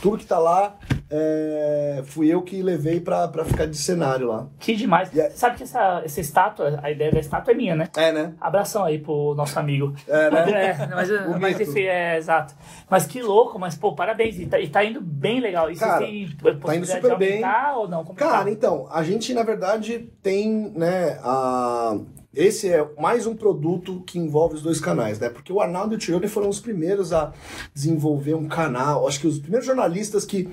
C: tudo que tá lá, é, fui eu que levei pra, pra ficar de cenário lá.
A: Que demais.
C: E é-
A: Sabe que essa, essa estátua, a ideia da estátua é minha, né?
C: É, né?
A: Abração aí pro nosso amigo.
C: É, né?
A: É, mas,
C: O
A: mas
C: mito.
A: enfim, é exato. Mas que louco, mas pô, parabéns. E tá, e tá indo bem legal. E vocês
C: Cara, tá
A: têm possibilidade
C: super
A: de
C: bem.
A: aumentar ou não? Como que
C: Cara,
A: tá?
C: então, a gente na verdade tem, né, a... esse é mais um produto que envolve os dois canais, né? Porque o Arnaldo e o Tirone foram os primeiros a desenvolver um canal, acho que os primeiros jornalistas que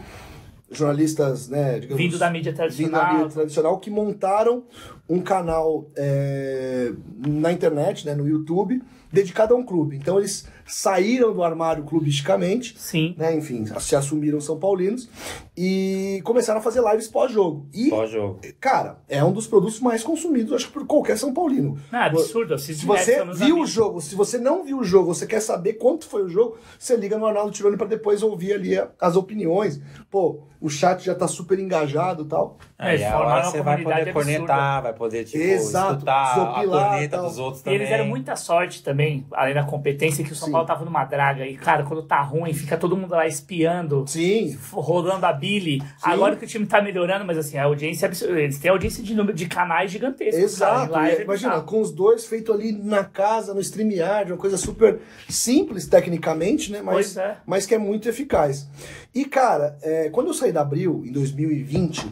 C: jornalistas, né, digamos,
A: vindo da mídia
C: vindo da mídia
A: tradicional.
C: tradicional que montaram um canal é, na internet, né, no YouTube, dedicado a um clube. Então eles saíram do armário clubisticamente
A: Sim.
C: né, enfim, se assumiram São Paulinos e começaram a fazer lives pós-jogo. E,
B: Pós-jogo.
C: cara, é um dos produtos mais consumidos, acho que por qualquer São Paulino.
A: Não, é absurdo. Se,
C: Se você viu o jogo, se você não viu o jogo, você quer saber quanto foi o jogo, você liga no Arnaldo Tironi para depois ouvir ali a- as opiniões. Pô, o chat já tá super engajado e tal.
A: É,
B: Aí
A: eles
B: a
A: formaram
B: hora
A: uma
B: você vai
A: comunidade
B: poder cornetar, vai poder, tipo,
C: Exato,
B: escutar
C: desopilar,
B: a corneta
C: tal.
B: dos outros
A: E
B: também.
A: eles deram muita sorte também, além da competência, que o São
C: Sim.
A: Paulo tava numa draga. E, cara, quando tá ruim, fica todo mundo lá espiando,
C: Sim,
A: rolando a Billy. Agora que o time tá melhorando, mas assim, a audiência é absurda. Eles têm audiência de número de canais gigantescos.
C: Exato,
A: cara, em live
C: e
A: é
C: imagina,
A: bizarro.
C: com os dois feito ali na casa, no StreamYard, uma coisa super simples tecnicamente, né? Mas,
A: Pois é.
C: mas que é muito eficaz. E, cara, é, quando eu saí da Abril, em 2020,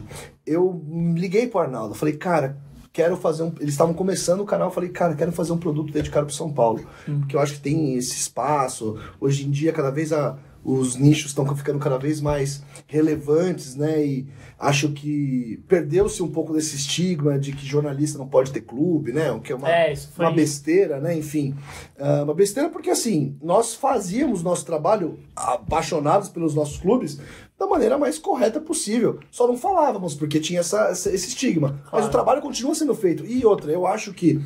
C: eu liguei pro Arnaldo, falei, cara, quero fazer um... Eles estavam começando o canal, eu falei, cara, quero fazer um produto dedicado pro São Paulo, porque eu acho que tem esse espaço, hoje em dia, cada vez a... Os nichos estão ficando cada vez mais relevantes, né? E acho que perdeu-se um pouco desse estigma de que jornalista não pode ter clube, né? O que é uma,
A: É, isso foi.
C: uma besteira, né? Enfim, ah, uma besteira porque assim nós fazíamos nosso trabalho apaixonados pelos nossos clubes da maneira mais correta possível. Só não falávamos porque tinha essa- essa- esse estigma. Mas
A: Claro.
C: o trabalho continua sendo feito. E outra, eu acho que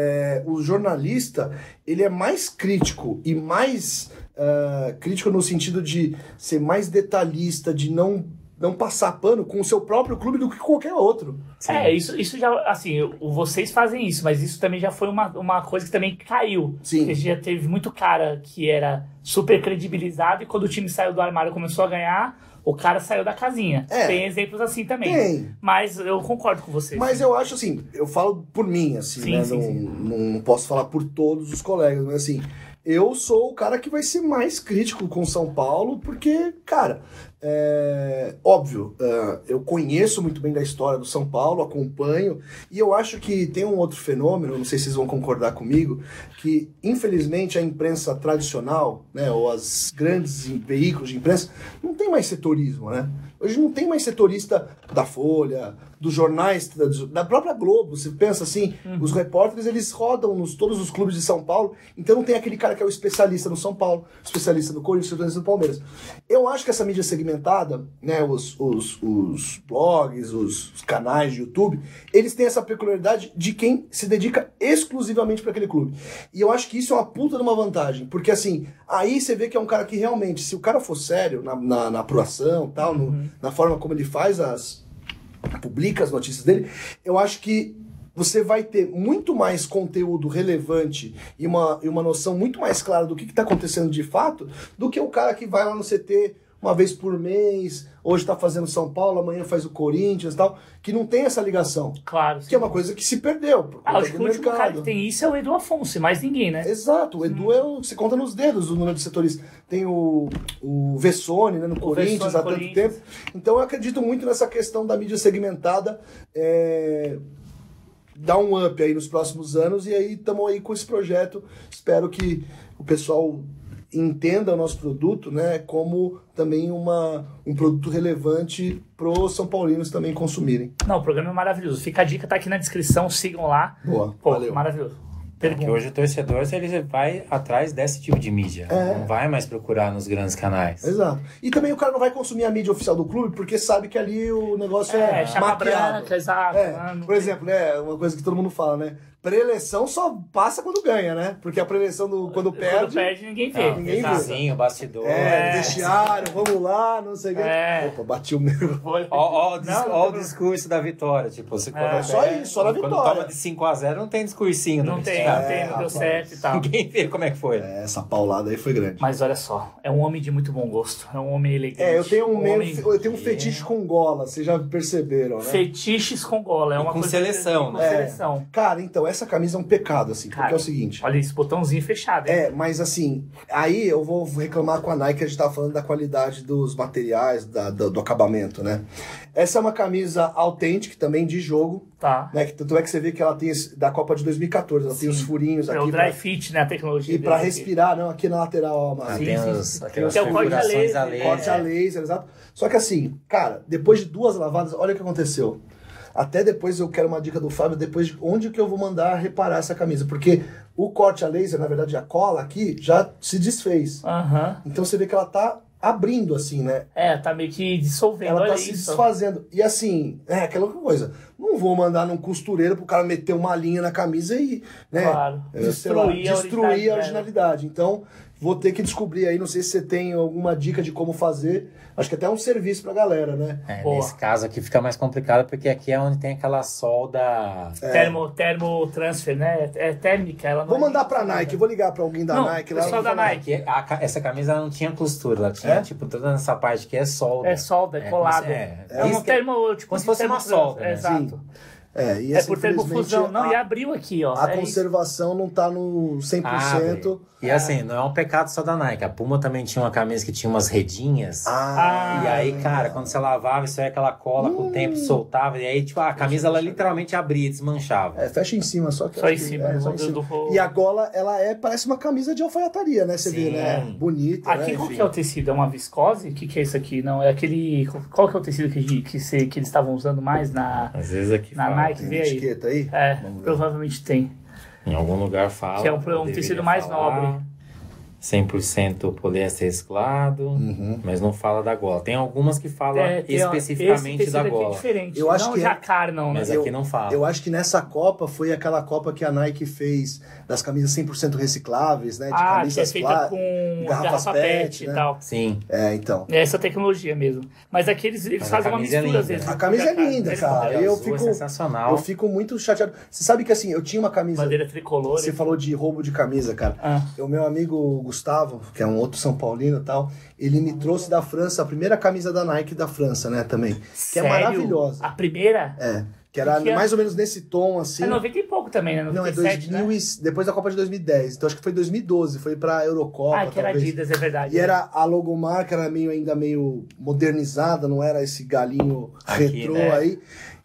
C: eh, o jornalista ele é mais crítico e mais ah, crítico no sentido de ser mais detalhista, de não não passar pano com o seu próprio clube do que qualquer outro.
B: Sim.
A: É, isso, isso já, assim, o- vocês fazem isso, mas isso também já foi uma, uma coisa que também caiu.
C: Sim.
A: Porque já teve muito cara que era super credibilizado e quando o time saiu do armário e começou a ganhar, o cara saiu da casinha.
C: É.
A: Tem exemplos assim também.
C: Tem.
A: Mas eu concordo com vocês.
C: Mas é eu acho assim, eu falo por mim, assim,
A: Sim,
C: né?
A: sim,
C: não,
A: sim.
C: não posso falar por todos os colegas, mas assim, eu sou o cara que vai ser mais crítico com São Paulo, porque, cara, é óbvio, é, eu conheço muito bem da história do São Paulo, acompanho, e eu acho que tem um outro fenômeno, não sei se vocês vão concordar comigo, que infelizmente a imprensa tradicional, né, ou as grandes veículos de imprensa, não tem mais setorismo, né? Hoje não tem mais setorista da Folha, dos jornais, da, da própria Globo. Você pensa assim, os repórteres eles rodam nos todos os clubes de São Paulo, então não tem aquele cara que é o especialista no São Paulo, especialista no Corinthians, especialista no Palmeiras. Eu acho que essa mídia segmentada, né, os, os, os blogs, os, os canais de YouTube, eles têm essa peculiaridade de quem se dedica exclusivamente para aquele clube. E eu acho que isso é uma puta de uma vantagem, porque assim, aí você vê que é um cara que realmente, se o cara for sério na, na, na apuração, tal, no,
A: Uhum.
C: na forma como ele faz as publica as notícias dele, eu acho que você vai ter muito mais conteúdo relevante e uma, e uma noção muito mais clara do que está acontecendo de fato do que o cara que vai lá no CT uma vez por mês, hoje está fazendo São Paulo, amanhã faz o Corinthians e tal, que não tem essa ligação.
A: Claro. sim.
C: Que é uma coisa que se perdeu por
A: Ah,
C: conta
A: acho que
C: do
A: o último cara
C: mercado.
A: que tem isso é o Edu Afonso, e mais ninguém, né?
C: Exato, o Edu é o- se conta nos dedos o número de setores. Tem o, o Vessone né, no Corinthians
A: Vessone,
C: há tanto
A: Corinthians.
C: tempo. Então eu acredito muito nessa questão da mídia segmentada é, dar um up aí nos próximos anos e aí estamos aí com esse projeto. Espero que o pessoal entenda o nosso produto né, como também uma, um produto relevante para os São Paulinos também consumirem.
A: Não, o programa é maravilhoso. Fica a dica, tá aqui na descrição, sigam lá.
C: Boa,
A: Pô,
C: valeu.
A: maravilhoso.
B: Porque
A: Pergunta.
B: hoje o torcedor ele vai atrás desse tipo de mídia.
C: É.
B: Não vai mais procurar nos grandes canais.
C: Exato. E também o cara não vai consumir a mídia oficial do clube porque sabe que ali o negócio é,
A: É, chapa
C: maquiado.
A: branca, exato.
C: É,
A: Ah, não
C: por
A: tem-
C: exemplo, né, uma coisa que todo mundo fala, né? Preleção só passa quando ganha, né? Porque a preleção do,
A: Quando
C: quando perde,
A: perde, ninguém vê.
B: Não,
C: ah, ninguém
A: exato.
C: vê.
B: vizinho, bastidor.
C: é,
A: É.
C: vestiário, vamos lá, não sei o quê.
A: É.
C: Opa, bati o meu.
B: Ó, ó, o dis-
A: Não, não
B: ó o
A: tô-
B: discurso da vitória. Tipo, você quando
A: É.
C: Só isso, só na
B: quando
C: vitória.
B: toma de 5x0, não tem discursinho. no
A: Não tem, é. Tá.
B: vestiário.
A: não tem, não deu
C: É, rapaz.
A: certo e tal.
B: Ninguém vê como é que foi.
C: É, Essa paulada aí foi grande.
A: Mas olha só, é um homem de muito bom gosto. É um homem elegante.
C: É, eu tenho um, meio,
A: homem-
C: eu tenho um fetiche com gola, vocês já perceberam, né?
A: Fetiches com gola. É
B: E
A: uma
B: com
A: coisa
B: seleção,
A: com
C: né?
A: seleção.
C: Cara, então, essa camisa é um pecado, assim, porque
A: Cara.
C: é o seguinte.
A: Olha esse botãozinho fechado. hein?
C: É, mas assim, aí eu vou reclamar com a Nike, a gente tava falando da qualidade dos materiais, da- do, do acabamento, né? Essa é uma camisa autêntica também de jogo,
A: Tá.
C: né? Que tanto é que você vê que ela tem esse- da Copa de 2014, ela tem os furinhos
A: É
C: aqui
A: o
C: pra-
A: dry fit, né? A tecnologia.
C: e para
A: dele.
C: respirar, não, aqui na lateral, ó, Mari.
A: Sim,
B: Ah, tem
A: sim,
B: as-
A: sim.
B: aquelas
A: Que é o corte a
B: configurações
A: laser,
B: a
A: né?
C: corte a laser, exato. Só que assim, cara, depois de duas lavadas, olha o que aconteceu. Até depois eu quero uma dica do Fábio, depois de onde que eu vou mandar reparar essa camisa, porque o corte a laser, na verdade, a cola aqui já se desfez.
A: Aham.
C: Então você vê que ela tá abrindo assim, né?
A: É, tá meio que dissolvendo.
C: Ela
A: olha
C: tá se
A: isso.
C: desfazendo. E assim, é aquela coisa. Não vou mandar num costureiro pro cara meter uma linha na camisa e, né?
A: Claro.
C: eh, sei lá,
A: Destruir a
C: destruir a
A: originalidade.
C: originalidade. Então, vou ter que descobrir aí. Não sei se você tem alguma dica de como fazer. Acho que até é um serviço pra galera, né?
B: É,
A: Boa.
B: nesse caso aqui fica mais complicado, porque aqui é onde tem aquela solda.
C: É.
A: Termo, termo transfer, né? É térmica. Ela não
C: Vou
A: é-
C: mandar pra Nike, vou ligar pra alguém da
A: Não,
C: Nike lá.
A: pessoal da
C: Falar,
A: Nike.
B: Aqui, Ah, é a ca- essa camisa ela não tinha costura, ela tinha,
C: É?
B: tipo, toda essa parte que é solda.
A: É solda, é colado.
B: É,
A: É,
B: é isso
A: um
B: que é-
A: termo, tipo,
B: como se
A: de
B: fosse uma
A: termo
B: solda,
A: transfer,
B: né?
A: Exato.
C: É, e
A: É
C: essa,
A: por termofusão.
C: infelizmente,
A: Não,
C: a-
A: e abriu aqui, ó.
C: A
A: É isso. Ah,
C: conservação não tá no 100%.
B: Abre. E assim, não é um pecado só da Nike. A Puma também tinha uma camisa que tinha umas redinhas.
A: Ah,
B: e
C: é.
B: aí, cara, quando você lavava, isso aí é aquela cola com o tempo
A: Hum.
B: soltava. E aí, tipo, a camisa ela literalmente abria e desmanchava.
C: É, fecha em cima, só que
A: Só
C: acho
A: em
C: que-
A: cima,
C: é,
A: né?
C: só em
A: Do-
C: cima.
A: do-
C: E a gola, ela é, parece uma camisa de alfaiataria, né? Você vê,
B: Sim.
C: né? Bonita,
A: Aqui
C: né?
A: qual
C: Enfim.
A: que é o tecido? É uma viscose? O que, que é isso aqui? Não, é aquele. Qual que é o tecido que, que, se- que eles estavam usando mais na,
B: Às vezes aqui
A: na
B: fala,
A: Nike?
C: Tem
A: Vê aí.
C: etiqueta aí?
A: É,
C: Vamos ver.
A: provavelmente tem.
B: Em algum lugar fala.
A: Que é um- um
B: deveria
A: tecido mais nobre.
B: 100% poliéster reciclado,
C: Uhum.
B: mas não fala da gola. Tem algumas que falam
A: É, tem, ó,
B: especificamente
A: esse tecido
B: da
A: aqui É
B: gola,
A: diferente.
C: Eu acho
A: não
C: que é-
A: jacar, não, né?
B: mas
C: eu-
B: aqui não fala.
C: Eu acho que nessa Copa foi aquela Copa que a Nike fez das camisas 100% recicláveis, né? De
A: ah, que é
C: camisas
A: feita
C: plá-
A: com
C: garrafa
A: garrafa
C: pet,
A: pet
C: né?
A: e tal.
B: Sim.
C: É, então.
A: É essa tecnologia mesmo. Mas aqui eles, eles
B: Mas a
A: fazem uma
B: camisa é
A: mistura
B: linda,
A: às vezes.
B: né?
C: A camisa é linda, cara.
B: Bandeira
C: Eu
B: azul é
C: fico-
B: sensacional.
C: Eu fico muito chateado. Você sabe que assim, eu tinha uma camisa.
A: Bandeira tricolor.
C: Você falou de roubo de camisa, cara.
A: Ah.
C: O meu amigo Gustavo, que é um outro São Paulino e tal, ele me trouxe da França a primeira camisa da Nike da França, né, também. Que é
A: Sério?
C: maravilhosa.
A: A primeira?
C: É. Que Que era
A: Que ano?
C: mais ou menos nesse tom, assim.
A: É 90 e pouco também, né?
C: Não, é
A: 97,
C: 2000
A: né?
C: e... depois da Copa de 2010. Então acho que foi 2012, foi pra Eurocopa,
A: Ah, que era
C: talvez.
A: Adidas, é verdade.
C: E era a logomarca era meio ainda meio modernizada, não era esse galinho
B: Aqui,
C: retrô
B: né?
C: aí,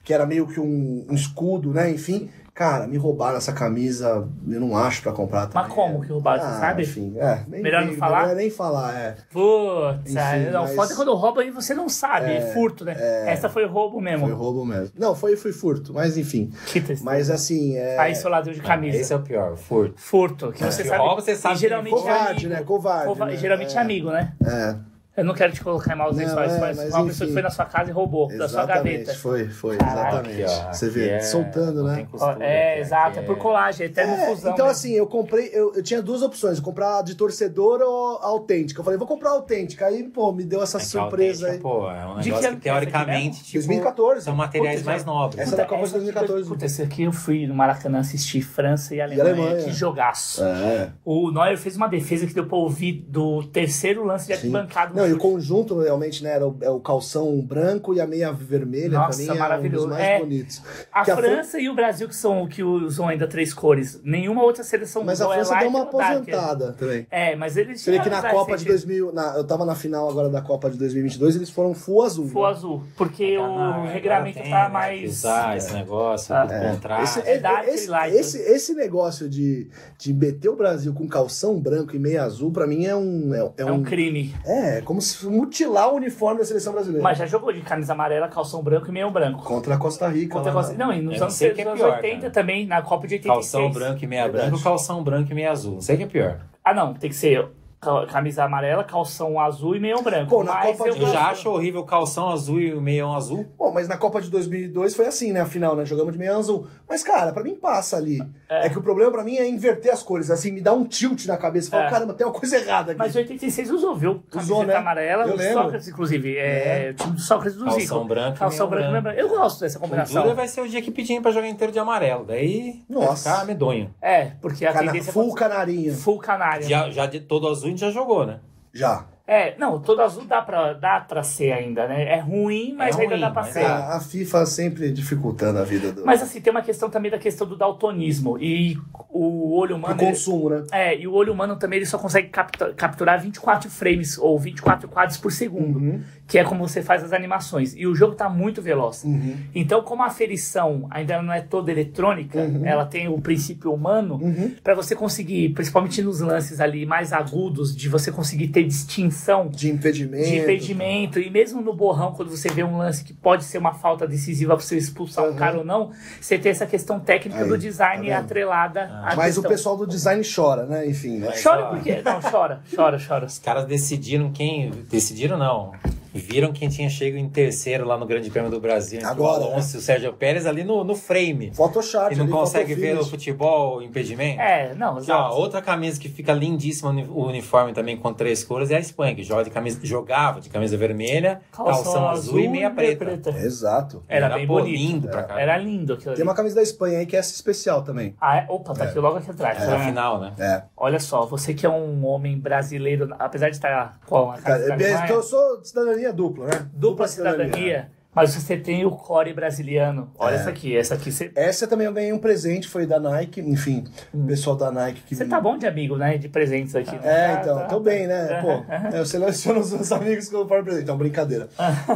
C: que era meio que um, um escudo, né? Enfim, cara, me roubaram essa camisa, eu não acho pra comprar também.
A: Mas como que roubaram, você
C: Ah,
A: sabe?
C: Enfim, é, nem,
A: Melhor não
C: nem-
A: falar?
C: melhor nem falar, é.
A: Putz,
C: Enfim,
A: ah, não,
C: mas-
A: foda é quando rouba e você não sabe, é furto, né? Essa foi roubo mesmo.
C: Foi roubo mesmo. Não, foi, foi furto, mas enfim.
A: Que tristeza.
C: Mas assim, é.
A: tá Aí seu ladrão de camisa.
B: Esse é o pior, o furto.
A: Furto, que você
B: Que
A: sabe.
B: É, rouba, você sabe
A: e
B: que
A: geralmente é
C: Covarde,
A: amigo.
C: né? Covarde.
A: Cova-
C: né?
A: Geralmente é amigo, né?
C: É,
A: Eu não quero te colocar em maus
C: Não,
A: lençóis,
C: é,
A: mas
C: mas
A: uma pessoa
C: enfim.
A: que foi na sua casa e roubou da sua
C: exatamente.
A: gaveta.
C: Foi, foi,
A: Caraca,
B: Aqui,
C: exatamente.
B: ó,
C: Você
B: aqui
C: vê,
B: é-
C: soltando,
B: não
C: né?
B: tem costura,
A: é,
B: aqui
A: exato, é por colagem, é
C: É,
A: termofusão.
C: então,
A: né?
C: assim, eu comprei, eu, eu tinha duas opções, comprar a de torcedor ou a autêntica. Eu falei, vou comprar a autêntica. Aí, pô, me deu essa
B: É que
C: surpresa
B: autêntica,
C: aí.
B: Pô, é um
A: De
B: negócio
A: que
B: que,
A: ano que é essa aqui
B: teoricamente, tipo,
C: 2014.
B: são materiais
A: Puta,
B: mais né?
A: já-
B: nobres.
C: Essa
A: Puta,
C: da Copa de
A: essa aqui foi-
C: 2014.
A: Puta, esse aqui eu fui no Maracanã assistir França e Alemanha.
C: Alemanha.
A: Que
B: um
A: jogaço.
C: É.
A: O Neuer fez uma defesa que deu pra ouvir do terceiro lance de arquibancada.
C: Não, e o conjunto realmente, né? Era o, é o calção branco e a meia vermelha
A: Nossa,
C: também é um dos
A: maravilhoso.
C: mais
A: É.
C: bonitos.
A: a
C: que a Fran-
A: França e o Brasil que são que usam ainda três cores. Nenhuma outra seleção
C: Mas a
A: usou, é
C: França
A: lá
C: deu
A: e
C: uma
A: tem o Darker.
C: aposentada também.
A: É, mas é eles
C: Você vê que na
A: tiveram
C: Copa de
A: recente-
C: 2000, na- eu tava na final agora da Copa de 2022, eles foram full azul.
A: Full
C: né?
A: azul, porque
B: Ah, não,
A: o
B: agora
A: regramento
B: tem,
A: tá
B: né, que
A: mais
B: Usar esse negócio,
A: Ah,
B: o
C: É.
B: contrato.
C: Esse,
A: é dark
C: esse,
A: light.
C: esse, esse negócio de, de meter o Brasil com calção branco e meia azul, pra mim é um. É, é
A: é
C: um,
A: um crime.
C: é, é como se mutilar o uniforme da seleção
B: É.
C: brasileira.
A: Mas já jogou de camisa amarela, calção branco e meio branco.
C: Contra a Costa Rica.
A: Contra
C: lá
A: Costa-
C: na-
A: Não, e nos
B: Eu não
A: anos,
B: sei o que é
A: anos
B: pior,
A: 80
B: cara.
A: também, na Copa de 86.
B: Calção branco e meia
C: Verdade.
B: branca, ou calção branco e meia azul. Não sei o que é pior.
A: Ah, não, tem que ser ca- camisa amarela, calção azul e meio branco.
C: Pô, na
A: Mas
C: Copa
A: eu
C: de-
B: Eu
A: gosto.
B: já acho horrível o calção azul e o meião azul.
C: Bom, mas na Copa de 2002 foi assim, né? A final, né? Jogamos de meia azul. Mas, cara, pra mim passa ali. É, que o problema pra mim é inverter as cores. Assim, me dá um tilt na cabeça. Fala,
A: É.
C: caramba, tem uma coisa errada aqui.
A: Mas 86 usou, viu? Camiseta
C: Usou, né?
A: amarela,
C: Eu
A: o
C: lembro.
A: Sócrates, inclusive. É, o time do Sócrates do
B: Calção
A: Zico.
B: branco e
A: Calção
B: meio
A: branco. e meio branco. Eu gosto dessa combinação.
B: Honduras vai ser o dia que pedirem pra jogar inteiro de amarelo. Daí
C: Nossa.
B: vai ficar medonho.
A: É, porque a
C: Cana-
A: tendência é
C: full canarinho.
A: full canária.
B: Já, já de todo azul a gente já jogou, né?
C: Já.
A: É, não, todo azul dá pra, dá pra ser ainda, né? É ruim, mas
B: É
A: ainda
B: ruim,
A: dá pra
B: mas
A: ser.
B: dá.
C: A, a FIFA sempre dificultando a vida do.
A: Mas assim, tem uma questão também da questão do daltonismo. E o olho
C: do
A: humano. ele-
C: consumo, né?
A: é, e o olho humano também ele só consegue capta- capturar 24 frames ou 24 quadros por segundo,
C: Uhum.
A: que é como você faz as animações. E o jogo tá muito veloz.
C: Uhum.
A: Então, como a aferição ainda não é toda eletrônica,
C: Uhum.
A: ela tem o princípio humano, pra você conseguir, principalmente nos lances ali mais agudos, de você conseguir ter distinção
C: De impedimento.
A: de impedimento. E mesmo no borrão, quando você vê um lance que pode ser uma falta decisiva para você expulsar
C: Aham.
A: um cara ou não, você tem essa questão técnica
C: Aí,
A: do design
C: tá vendo?
A: atrelada
B: Ah.
A: à
C: Mas o
A: questão.
C: pessoal do design chora, né? Enfim, né?
A: Chora por quê? Não, chora, chora, chora.
B: Os caras decidiram quem. Decidiram não. Viram quem tinha chego em terceiro lá no Grande Prêmio do Brasil. entre
C: Agora, Tá,
B: o Alonso e o Sérgio Pérez ali no, no frame.
C: Photoshop.
B: E não
C: ali,
B: consegue ver o
C: photofinish.
B: futebol, o impedimento?
A: É, não,
B: Aqui, ó,
A: exato.
B: outra camisa que fica lindíssima uni- o uniforme também com três cores é a Espanha, que joga de camisa, jogava de camisa vermelha, calção, azul e meia preta.
C: Exato.
B: É.
A: Era bem
B: pô,
A: bonito.
B: lindo pra caralho.
A: Era lindo aquilo ali.
C: Tem uma camisa da Espanha aí que é essa especial também.
A: Ah, é- opa, tá aqui logo aqui atrás.
B: Era
A: tá?
B: a final, né?
C: É.
A: Olha só, você que é um homem brasileiro, apesar de estar com a
C: Cara,
A: camisa
C: é
A: da
C: bem-
A: Alemanha,
C: eu sou de cidadania dupla, né?
A: dupla cidadania, mas você tem o core brasiliano.
C: É.
A: Olha essa aqui, essa aqui você
C: Essa também eu ganhei um presente, foi da Nike, enfim, o pessoal da Nike que
A: Hum. Você
C: me-
A: tá bom de amigo, né? De presentes aqui. né?
C: Uhum. É,
A: Tá,
C: então,
A: tá,
C: tô
A: tá.
C: bem, né? Pô, eu seleciono os meus amigos que eu falo presente, então, brincadeira.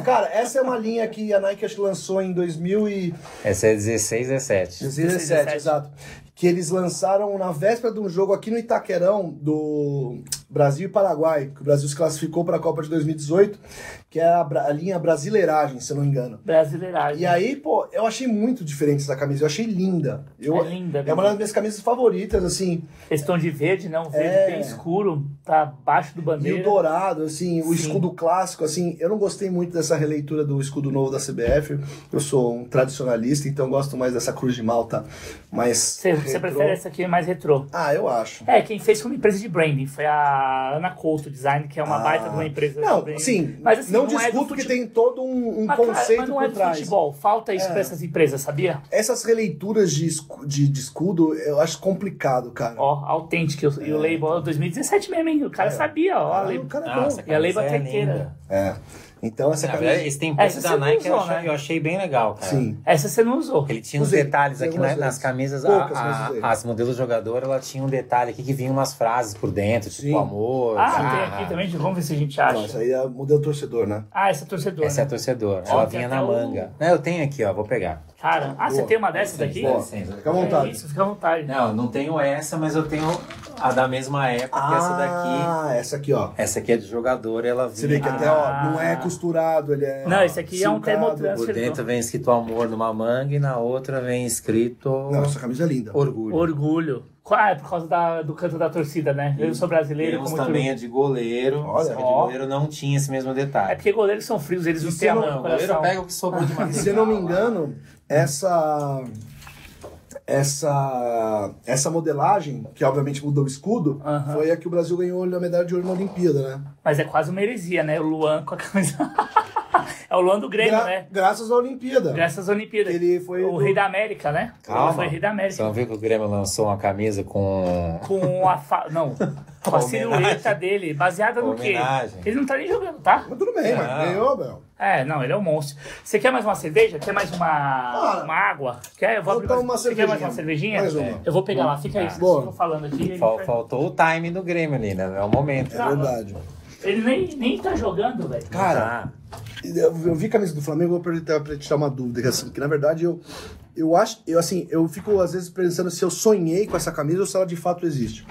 C: Cara, essa é uma linha que a Nike acho que lançou em 2000 e...
B: Essa é 16, 17.
A: é
C: 17, exato. Que eles lançaram na véspera de um jogo aqui no Itaquerão do Brasil e Paraguai, que o Brasil se classificou para a Copa de 2018, que é a, bra- a linha Brasileiragem, se eu não me engano.
A: Brasileiragem.
C: E aí, pô, eu achei muito diferente essa camisa, eu achei linda. Eu,
A: É linda,
C: É
A: né?
C: uma das minhas camisas favoritas, assim,
A: Questão de verde, né? Um verde
C: É.
A: bem escuro, tá abaixo do
C: meio
A: bandeira.
C: dourado, assim, o
A: Sim.
C: escudo clássico, assim. Eu não gostei muito dessa releitura do escudo novo da CBF. Eu sou um tradicionalista, então gosto mais dessa cruz de malta, mas.
A: Você, você prefere essa aqui mais retrô?
C: Ah, eu acho.
A: É, quem fez foi uma empresa de branding, foi a Ana Couto Design, que é uma
C: Ah.
A: baita de uma empresa de
C: Não,
A: branding.
C: sim,
A: Mas, assim,
C: não,
A: não é do
C: discuto que
A: futebol.
C: tem todo um, um
A: Mas, cara,
C: conceito
A: mas não
C: por
A: é do
C: trás.
A: futebol, falta isso
C: É. Tá.
A: pra essas empresas, sabia?
C: Essas releituras de, escu- de, de escudo, eu acho complicado, cara.
A: Ó, autêntico, e o- e o label é 2017 mesmo, hein? O cara sabia, ó, a
C: Caralho,
A: label.
C: o cara é
B: Ah,
C: bom.
B: essa
A: E a Leiva
B: camisa é
A: Tranqueira.
B: linda.
C: É. Então essa
A: Ah,
B: Na verdade,
C: camisa.
B: esse template
A: Essa
B: da
A: você não
B: Nike eu
A: usou,
B: achei,
A: né?
B: eu achei bem legal, cara.
C: Sim.
A: Essa você não usou.
B: Ele tinha uns
C: Usei,
B: detalhes
C: usei
B: aqui na-
C: algumas
B: nas
C: vezes.
B: camisas.
C: Poucas,
B: a-
C: mas
B: a-
C: usei.
B: as modelos jogador, ela tinha um detalhe aqui que vinha umas frases por dentro, tipo
C: Sim.
B: amor.
A: Ah,
B: garra.
A: tem aqui também, vamos ver se a gente
C: Não, essa
A: acha.
C: aí é modelo torcedor, né?
A: Ah, essa é torcedora.
B: Essa é a
A: né?
B: torcedora.
A: Ó,
B: ela
A: tem
B: vinha
A: até
B: na
A: o-
B: manga. Não, eu tenho aqui, ó, vou pegar.
A: Cara, ah, você
C: Boa.
A: tem uma dessas daqui?
B: Dá
C: Boa.
B: licença.
C: Fica à vontade.
A: É isso, fica à vontade.
B: Não, não tenho essa, mas eu tenho a da mesma época,
A: é
B: que é essa daqui.
C: Ah, essa aqui, ó.
B: Essa aqui é de jogador, ela
C: Você
B: vinha.
C: vê que até, ó, não é costurado, ele é.
A: Ah. Não, esse aqui é um
C: silcado.
A: termotrans-
B: Por dentro vem escrito amor numa manga e na outra vem escrito
C: Não, essa camisa é linda.
B: orgulho.
A: Orgulho. Ah, é por causa da- do canto da torcida, né? Eu sou brasileiro,
B: Temos
A: como
B: também
A: tudo.
B: a de goleiro.
C: Olha.
B: Essa aqui de
A: Ó.
B: goleiro não tinha esse mesmo
A: É
B: detalhe.
A: porque goleiros são frios, eles não têm
B: é não,
A: amor no
B: o goleiro
A: coração.
B: pega o que sobrou de
C: E
B: material.
C: se eu não me engano, essa. Essa. Essa modelagem, que obviamente mudou o escudo,
A: Aham.
C: foi a que o Brasil ganhou a medalha de ouro na Olimpíada, né?
A: Mas é quase uma heresia, né? O Luan com a camisa. é o Luan do Grêmio,
C: Gra-
A: né?
C: Graças à Olimpíada.
A: Graças às Olimpíadas.
C: Ele foi
A: o
C: do-
A: rei da América, né?
B: Calma.
A: Ele foi rei da
B: Você
A: América.
B: não viu que o Grêmio lançou uma camisa com.
A: Com a fa... Não. Com a
B: Homenagem.
A: silhueta dele, baseada no quê?
B: Homenagem.
A: Ele não tá nem jogando, tá?
C: Mas tudo bem,
B: Não.
C: mas ganhou, Bel.
A: É, não, ele é um monstro. Você quer mais uma cerveja? Quer mais uma,
C: Ah,
A: uma água? Quer? Eu vou
C: eu
A: abrir
C: tomo
A: mais-
C: uma
A: Você quer mais uma cervejinha?
C: cervejinha. Mais uma.
A: Eu vou pegar lá, fica aí.
B: Ah,
A: Vocês
C: boa.
A: ficam falando aqui. ele
B: Fal-
A: vai-
B: faltou o time do Grêmio ali, né? É o momento.
C: É
A: Não.
C: verdade.
A: Ele nem, nem tá jogando, velho.
C: Cara,
B: Tá.
C: eu, eu vi camisa do Flamengo, eu vou perguntar pra te dar uma dúvida, que, assim, que na verdade eu, eu acho, eu assim, eu fico às vezes pensando se eu sonhei com essa camisa ou se ela de fato existe.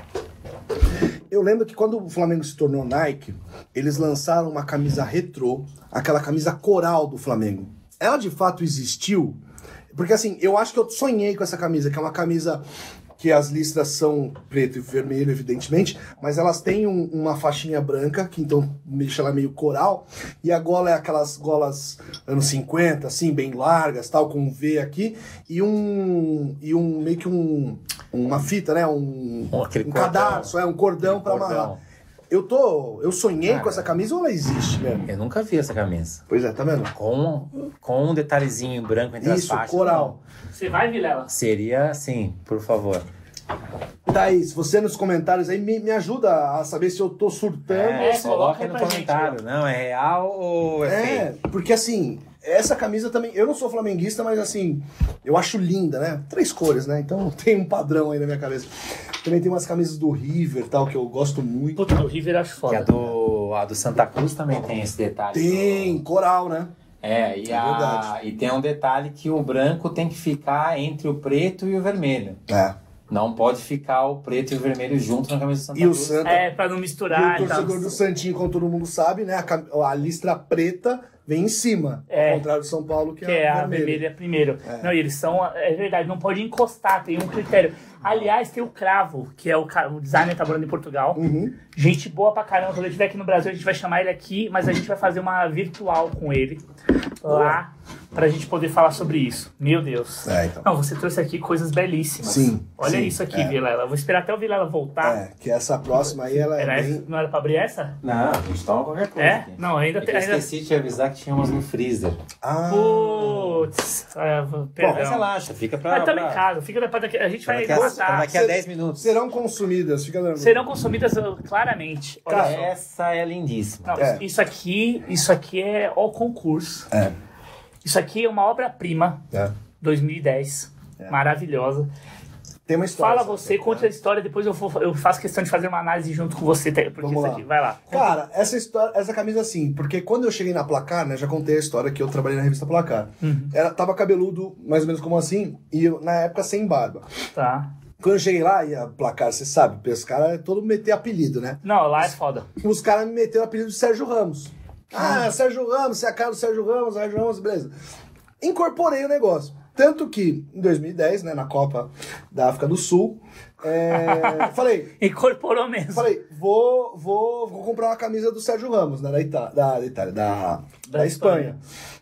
C: Eu lembro que quando o Flamengo se tornou Nike, eles lançaram uma camisa retrô, aquela camisa coral do Flamengo. Ela de fato existiu? Porque assim, eu acho que eu sonhei com essa camisa, que é uma camisa que as listras são preto e vermelho, evidentemente, mas elas têm um- uma faixinha branca, que então deixa ela meio coral, e a gola é aquelas golas anos 50, assim, bem largas, tal, com um V aqui, e um. e um meio que um. uma fita, né? Um,
B: Um- aquele
C: um
B: cordão.
C: cadarço, é um cordão pra
B: Cordão.
C: amarrar. Eu tô. Eu sonhei
B: Cara.
C: com essa camisa ou ela existe mesmo?
B: Eu nunca vi essa camisa.
C: Pois é, tá vendo?
B: Com, com um detalhezinho em branco entre as
C: Isso,
B: faixas.
C: coral.
A: Você vai, Vilela?
B: não. Seria assim, por favor.
C: Thaís, você nos comentários aí me, me ajuda a saber se eu tô surtando.
A: É, coloca
B: coloca
A: aí
B: aí no
A: pra gente,
B: comentário. não, é real ou é,
C: É,
B: fake?
C: porque assim, essa camisa também. Eu não sou flamenguista, mas assim, eu acho linda, né? Três cores, né? Então tem um padrão aí na minha cabeça. Também tem umas camisas do River tal, que eu gosto muito.
A: Puta, do River eu acho
B: Que
A: foda.
B: a do, a do Santa Cruz também tem esse detalhe.
C: Tem, coral, né?
B: É, e,
C: É
B: a,
C: verdade.
B: e tem um detalhe que o branco tem que ficar entre o preto e o vermelho.
C: É.
B: Não pode ficar o preto e o vermelho junto na camisa do Santa
C: E o
B: Cruz.
C: Santa.
A: É, pra não
C: E
A: misturar
C: o
A: e tal.
C: torcedor do Santinho, como todo mundo sabe, né? A, cam- a listra preta vem em cima.
A: É.
C: Ao contrário do São Paulo, que,
A: Que é a
C: vermelha.
A: vermelha primeiro. Não, e eles são. É verdade, não pode encostar, tem um critério. Aliás, tem o Cravo, que é o, ca- o designer tá morando em Portugal.
C: Uhum.
A: Gente boa pra caramba. Quando ele estiver aqui no Brasil, a gente vai chamar ele aqui, mas a gente vai fazer uma virtual com ele lá pra gente poder falar sobre isso. Meu Deus.
C: É, então.
A: Não, você trouxe aqui coisas belíssimas.
C: Sim,
A: Olha
C: sim,
A: isso aqui,
C: é.
A: Vilela. Eu Vou esperar até o Vilela voltar.
C: É, que essa próxima aí, ela
A: Era
C: é
A: essa-
C: bem...
A: Não era pra abrir essa?
B: Não, a gente toma qualquer coisa.
A: É?
B: aqui.
A: Não, ainda
B: É que
A: tem.
B: eu
A: Ainda...
B: esqueci de te avisar que tinha umas no freezer.
C: Ah,
A: Putz, é, perdão.
B: Mas relaxa, fica pra.
A: Mas tamo
B: pra-
A: em casa, fica pra daqui, a gente
B: pra
A: vai
B: daqui a, pra
A: matar.
B: daqui a
C: Ser-
B: 10 minutos.
C: serão consumidas, fica tranquilo.
A: Serão consumidas uh, claramente. Olha
C: Cara,
A: só.
B: Essa é lindíssima.
A: Não,
C: É.
A: isso aqui, isso aqui é o concurso.
C: É.
A: Isso aqui é uma obra-prima,
C: É.
A: 2010. Maravilhosa.
C: Tem uma É. história. né?
A: Fala
C: sabe?
A: você, conte a história, depois eu, vou- eu faço questão de fazer uma análise junto com você, tá? porque
C: Vamos
A: isso
C: lá.
A: aqui, vai lá.
C: Cara, essa história, essa camisa assim, porque quando eu cheguei na Placar, né, já contei a história que eu trabalhei na revista Placar.
A: Uhum.
C: Ela tava cabeludo, mais ou menos como assim, e eu, na época sem barba.
A: Tá.
C: Quando eu cheguei lá, e a Placar, você sabe, os caras é todo meter apelido, né?
A: Não, lá é foda.
C: os caras me meteram o apelido de Sérgio Ramos. Ah, Sérgio Ramos, você é a cara do Sérgio Ramos, Sérgio Ramos, beleza. Incorporei o negócio. Tanto que, em 2010, né, na Copa da África do Sul, é, falei,
A: Incorporou mesmo.
C: falei, vou, vou, vou comprar uma camisa do Sérgio Ramos, né, da, Ita da, da Itália, da,
A: Da
C: da
A: Espanha.
C: Espanha.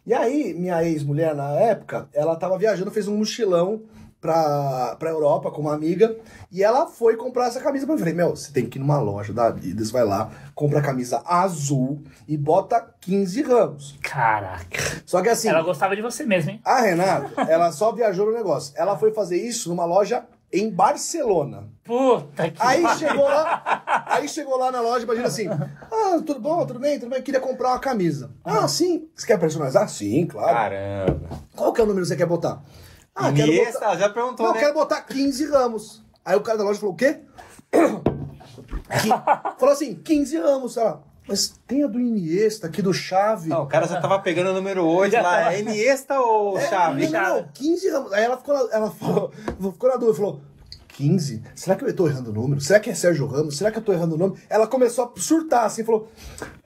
C: E aí, minha ex-mulher, na época, ela tava viajando, fez um mochilão pra, pra Europa com uma amiga, e ela foi comprar essa camisa pra mim. Eu falei, meu, você tem que ir numa loja da Adidas, vai lá, compra a camisa azul e bota 15 ramos.
A: Caraca.
C: Só que assim,
A: Ela gostava de você mesmo, hein?
C: a Renata, ela só viajou no negócio. Ela foi fazer isso numa loja em Barcelona.
A: Puta que
C: Aí chegou lá, aí chegou lá na loja, imagina assim: "Ah, tudo bom? Tudo bem? Tudo bem? Queria comprar uma camisa". "Ah, sim. Você quer personalizar?" "Sim, claro".
B: Ah. Caramba.
C: "Qual que é o número que você quer botar?" "Ah, quero
B: e
C: botar
B: essa, já perguntou,
C: Não, eu
B: né?
C: quero botar 15 ramos. Aí o cara da loja falou: "O quê?" Que- falou assim: "15 ramos". Ela: "Mas tem a do Iniesta aqui do Xavi".
B: Não, o cara já tava pegando o número 8
A: Já
B: lá.
A: tava.
B: É Iniesta ou
C: É,
A: Ah,
B: Chave?
C: não, não, não, 15 ramos. Aí ela ficou, na- ela falou, ficou na dúvida, falou. 15? Será que eu tô errando o número? Será que é Sérgio Ramos? Será que eu tô errando o nome? Ela começou a surtar, assim, falou.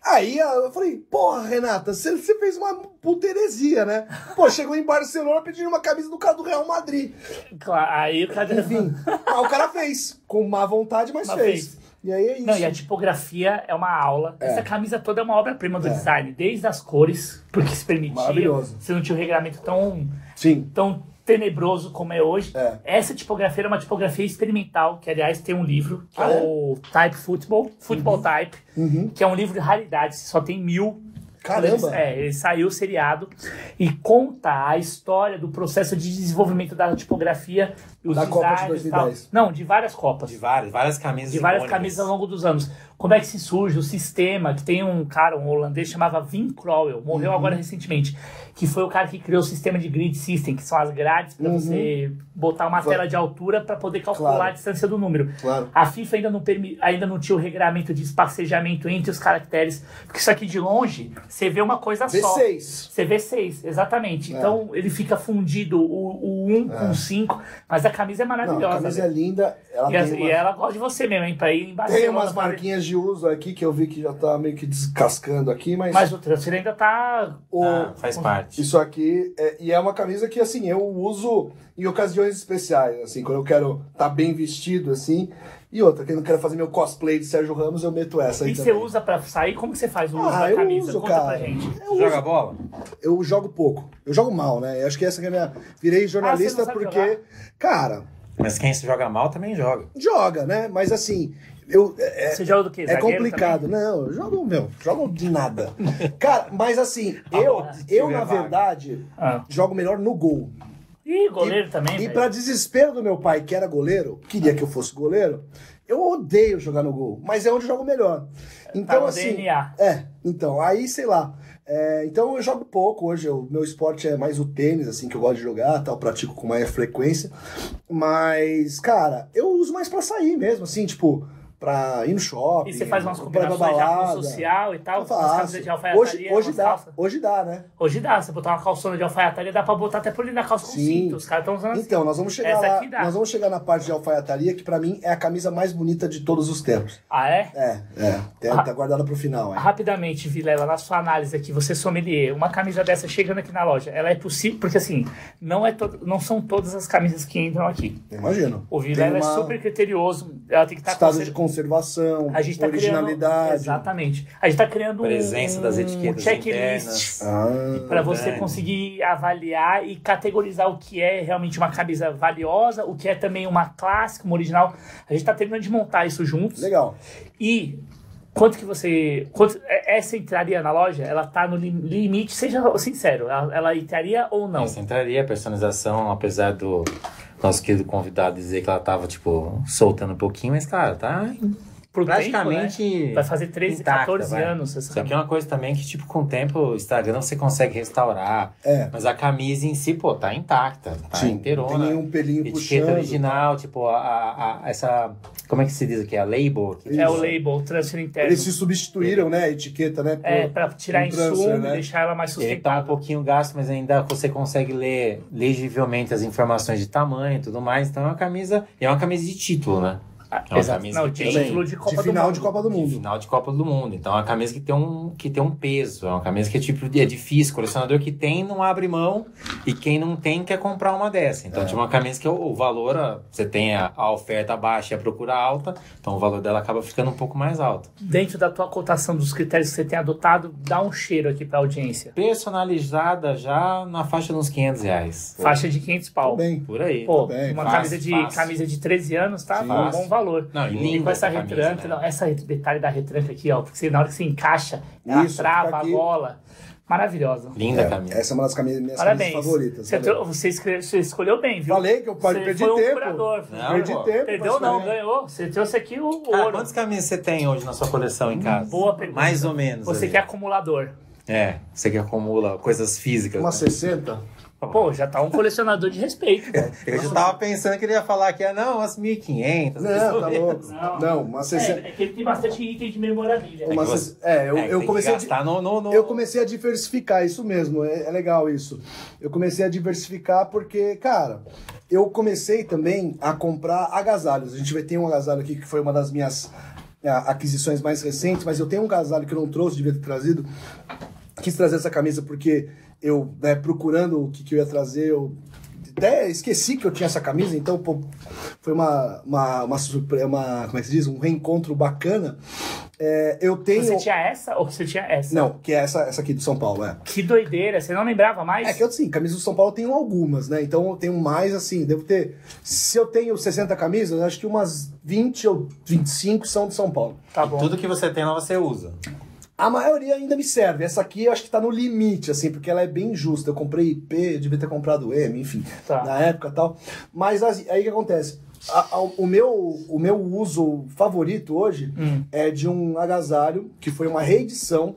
C: Aí a- eu falei, porra, Renata, você você fez uma puta heresia, né? Pô, chegou em Barcelona pedindo uma camisa do cara do Real Madrid.
A: Claro, Aí o cara.
C: Enfim, aí o cara fez. Com má vontade, mas,
A: Mas
C: fez.
A: fez.
C: E aí é isso.
A: Não, e a tipografia é uma aula. Essa camisa toda é uma obra-prima do
C: É.
A: design, desde as cores, porque se permitia.
C: Maravilhoso.
A: Você não tinha um regramento tão,
C: Sim.
A: tão tenebroso como é hoje.
C: É.
A: Essa tipografia era uma tipografia experimental, que aliás tem um livro, que
C: Ah,
A: é,
C: é?
A: o Type Football, Football Type,
C: Uhum.
A: que é um livro de raridades, só tem mil.
C: Caramba.
A: É, ele saiu seriado e conta a história do processo de desenvolvimento da tipografia, os
C: Da Copa de
A: designs e
C: 2010.
A: Tal. Não, de várias copas
B: De várias, várias camisas.
A: de várias
B: icônicas. Ah,
A: camisas ao longo dos anos. Como é que se surge o sistema que tem um cara, um holandês, chamava Vin Crowell,
C: Uhum.
A: morreu agora recentemente, que foi o cara que criou o sistema de grid system, que são as grades para
C: Uhum.
A: você botar uma
C: Claro.
A: tela de altura para poder calcular a
C: Claro.
A: distância do número.
C: Claro.
A: A FIFA ainda não, permi- ainda não tinha o regramento de espacejamento entre os caracteres, porque isso aqui de longe, você vê uma coisa só.
C: V6.
A: Você vê seis, exatamente.
C: É.
A: Então ele fica fundido o, o um com o cinco, mas a camisa é
C: Não,
A: maravilhosa.
C: a camisa
A: né?
C: é linda. Ela
A: E,
C: tem
A: as-
C: uma-
A: e ela gosta de você mesmo, hein? Pra ir em Barcelona.
C: Tem umas
A: pra ver.
C: marquinhas de uso aqui que eu vi que já tá meio que descascando aqui, mas,
A: Mas o transfer ainda tá.
C: o-
B: Ah, faz parte.
C: isso aqui é, e é uma camisa que assim eu uso em ocasiões especiais, assim, quando eu quero tá bem vestido assim. E outra, quem não quero fazer meu cosplay de Sérgio Ramos, eu meto essa aí
A: E você
C: também.
A: usa pra sair? Como que você faz o uso
C: Ah,
A: da
C: eu
A: camisa?
C: uso,
A: Conta pra
C: cara.
A: gente.
C: Eu,
B: Joga
C: uso-
B: bola?
C: eu jogo pouco. Eu jogo mal, né? Eu acho que essa que é a minha virei jornalista
A: Ah, sabe
C: porque
A: jogar?
C: cara,
B: Mas quem se joga mal também joga.
C: joga, né? Mas assim, eu
A: você joga do quê?
C: É
A: Zagueiro
C: complicado. Não, eu jogo, meu, jogo de nada. Cara, mas assim, eu,
B: bola, se
C: eu
B: tiver
A: é
C: na
B: vaga.
C: verdade,
A: também? Ah.
C: jogo melhor no gol.
A: Ih, goleiro também.
C: E
A: velho. Tá
C: pra desespero do meu pai, que era goleiro, queria que eu fosse goleiro, eu odeio jogar no gol, mas é onde eu jogo melhor. Então,
A: Tá no
C: assim.
A: DNA.
C: É, então, aí sei lá. É, então eu jogo pouco hoje, o meu esporte é mais o tênis, assim, que eu gosto de jogar, tal, pratico com maior frequência. Mas, cara, eu uso mais pra sair mesmo, assim, tipo, pra ir no shopping.
A: E você faz umas
C: pra ir
A: combinações
C: pra
A: já com
C: balada.
A: o social e tal.
C: Eu
A: com as camisas
C: faço.
A: de alfaiataria,
C: Hoje, hoje
A: umas
C: dá,
A: calças.
C: hoje dá, né?
A: Hoje dá. Você botar uma calçona de alfaiataria, dá pra botar até por dentro da calça com
C: Sim.
A: cinto. Os caras estão usando assim.
C: Então, nós vamos chegar
A: Essa
C: lá,
A: aqui dá.
C: nós vamos chegar na parte de alfaiataria, que pra mim é a camisa mais bonita de todos os tempos.
A: Ah, é?
C: É, é, tá, tá guardada pro final,
A: Ah.
C: é.
A: Rapidamente, Vilela, na sua análise aqui, você é sommelier, uma camisa dessa chegando aqui na loja, ela é possível, porque assim, não, é to- não são todas as camisas que entram aqui.
C: Imagino.
A: O Vilela
C: Tem uma-
A: é super criterioso, ela tem que estar
C: Estado de conservação,
A: Tá a gente tá Criando,
C: originalidade.
A: exatamente. A gente está criando um-
B: Presença das etiquetas
A: checklist
B: internas.
C: Ah,
A: para você
B: Verdade.
A: conseguir avaliar e categorizar o que é realmente uma camisa valiosa, o que é também uma clássica, uma original. A gente está terminando de montar isso juntos.
C: legal.
A: E quanto que você. quanto- é- essa entraria na loja? Ela tá no lim- limite, seja sincero, ela, ela entraria ou não?
B: Isso entraria a personalização, apesar do nosso querido convidado dizer que ela tava, tipo, soltando um pouquinho, mas, cara, tá
A: Pro tempo,
B: praticamente.
A: né? Vai fazer 13,
B: intacta,
A: 14
B: vai.
A: anos essa
B: Isso aqui
A: camisa.
B: é uma coisa também que, tipo, com o tempo, o Instagram você consegue restaurar.
C: É.
B: Mas a camisa em si, pô, tá intacta. Tá
C: Sim,
B: inteirona.
C: Não tem nenhum pelinho
B: Etiqueta
C: puxando.
B: original, tipo, a, a- a- essa. Como é que se diz aqui? A label? Que
A: É o
C: Isso.
A: label, o transfer interno.
C: Eles se substituíram, né? A etiqueta, né? por-
A: É, pra tirar
C: um transfer,
A: insumo
C: né?
A: e deixar ela mais
B: Ele tá um
A: sustentável.
B: pouquinho gasto, mas ainda você consegue ler legivelmente as informações de tamanho e tudo mais. Então é uma camisa. E é uma camisa de título, né?
A: Ah,
B: É uma
A: exato.
B: camisa
A: Não, de
B: que tem-
A: título de Copa
C: de
A: do
C: final
A: Mundo.
C: de Copa do
B: De
C: Mundo.
B: final de Copa do Mundo. Então é uma camisa que tem um, que tem um peso. É uma camisa que é tipo é difícil. Colecionador que tem não abre mão. E quem não tem quer comprar uma dessa.
A: É.
B: Então, tipo, uma camisa que o, o valor, a- você tem a, a oferta baixa e a procura alta. Então o valor dela acaba ficando um pouco mais alto.
A: Dentro da tua cotação dos critérios que você tem adotado, dá um cheiro aqui pra audiência.
B: Personalizada já na faixa de uns 500 reais.
A: Faixa de 500
C: Tudo
A: pau.
C: bem.
B: Por aí.
A: Pô,
C: Tudo Tá bem,
A: uma
B: fácil,
A: camisa, de,
B: fácil.
A: camisa de 13 anos, tá?
C: Sim.
A: Um bom valor.
B: Não, e
A: E
B: linda
A: com essa
B: essa camisa,
A: retranca,
B: né?
A: não, essa detalhe da retranca aqui, ó, porque você- na hora que você encaixa, ela
C: Isso,
A: trava
C: fica
A: a
C: aqui.
A: bola. Maravilhosa.
B: Linda
C: É,
B: camisa.
C: Essa é uma das camisas, minhas
A: Parabéns.
C: camisas favoritas.
A: Você,
C: valeu.
A: trou- você escre- você escolheu bem, viu?
C: Falei que eu
A: Você
C: perdi
A: foi um
C: tempo.
A: curador.
B: Não,
C: Perdi
B: pô.
C: tempo.
A: Perdeu
C: mas
A: não,
C: foi.
A: ganhou. Você trouxe aqui o
B: Cara,
A: ouro.
B: quantas Ah, camisas você tem hoje na sua coleção em casa?
A: Boa pergunta.
B: Mais ou menos.
A: Você
B: ali.
A: que é acumulador.
B: É, você que acumula coisas físicas.
C: Uma
B: né?
C: 60?
A: Pô, já tá um colecionador de respeito. pô.
B: Eu já tava pensando que ele ia falar que, ah, não, umas 1.500.
C: Não, tá
B: É
C: louco.
A: Não.
C: Não, uma 60.
A: É, é que ele tem bastante item de memorabilia.
C: Uma
B: que você-
C: 60 É, eu,
B: que tem
C: eu
B: que
C: comecei a. di-
B: gastar no, no, no...
C: Eu comecei a diversificar, isso mesmo, é, é legal isso. Eu comecei a diversificar porque, cara, eu comecei também a comprar agasalhos. A gente vai ter um agasalho aqui que foi uma das minhas é, aquisições mais recentes, mas eu tenho um agasalho que eu não trouxe, devia ter trazido. Quis trazer essa camisa porque eu, né, procurando o que, que eu ia trazer, eu até esqueci que eu tinha essa camisa, então pô, foi uma, uma, uma, surpre- uma- como é que se diz? Um reencontro bacana. É, eu tenho.
A: Você tinha essa ou você tinha essa?
C: Não, que é essa, essa aqui do São Paulo, é.
A: Que doideira, você não lembrava mais?
C: É que eu, assim, camisas do São Paulo eu tenho algumas, né? Então eu tenho mais, assim, devo ter. Se eu tenho 60 camisas, acho que umas 20 ou 25 são de São Paulo.
A: Tá
B: E
A: bom.
B: tudo que você tem lá você usa.
C: A maioria ainda me serve. Essa aqui eu acho que tá no limite, assim, porque ela é bem justa. Eu comprei IP, eu devia ter comprado M, enfim,
A: Tá.
C: na época e tal. Mas as- aí o que acontece? A- a- o, meu, o meu uso favorito hoje
A: Hum.
C: é de um agasalho, que foi uma reedição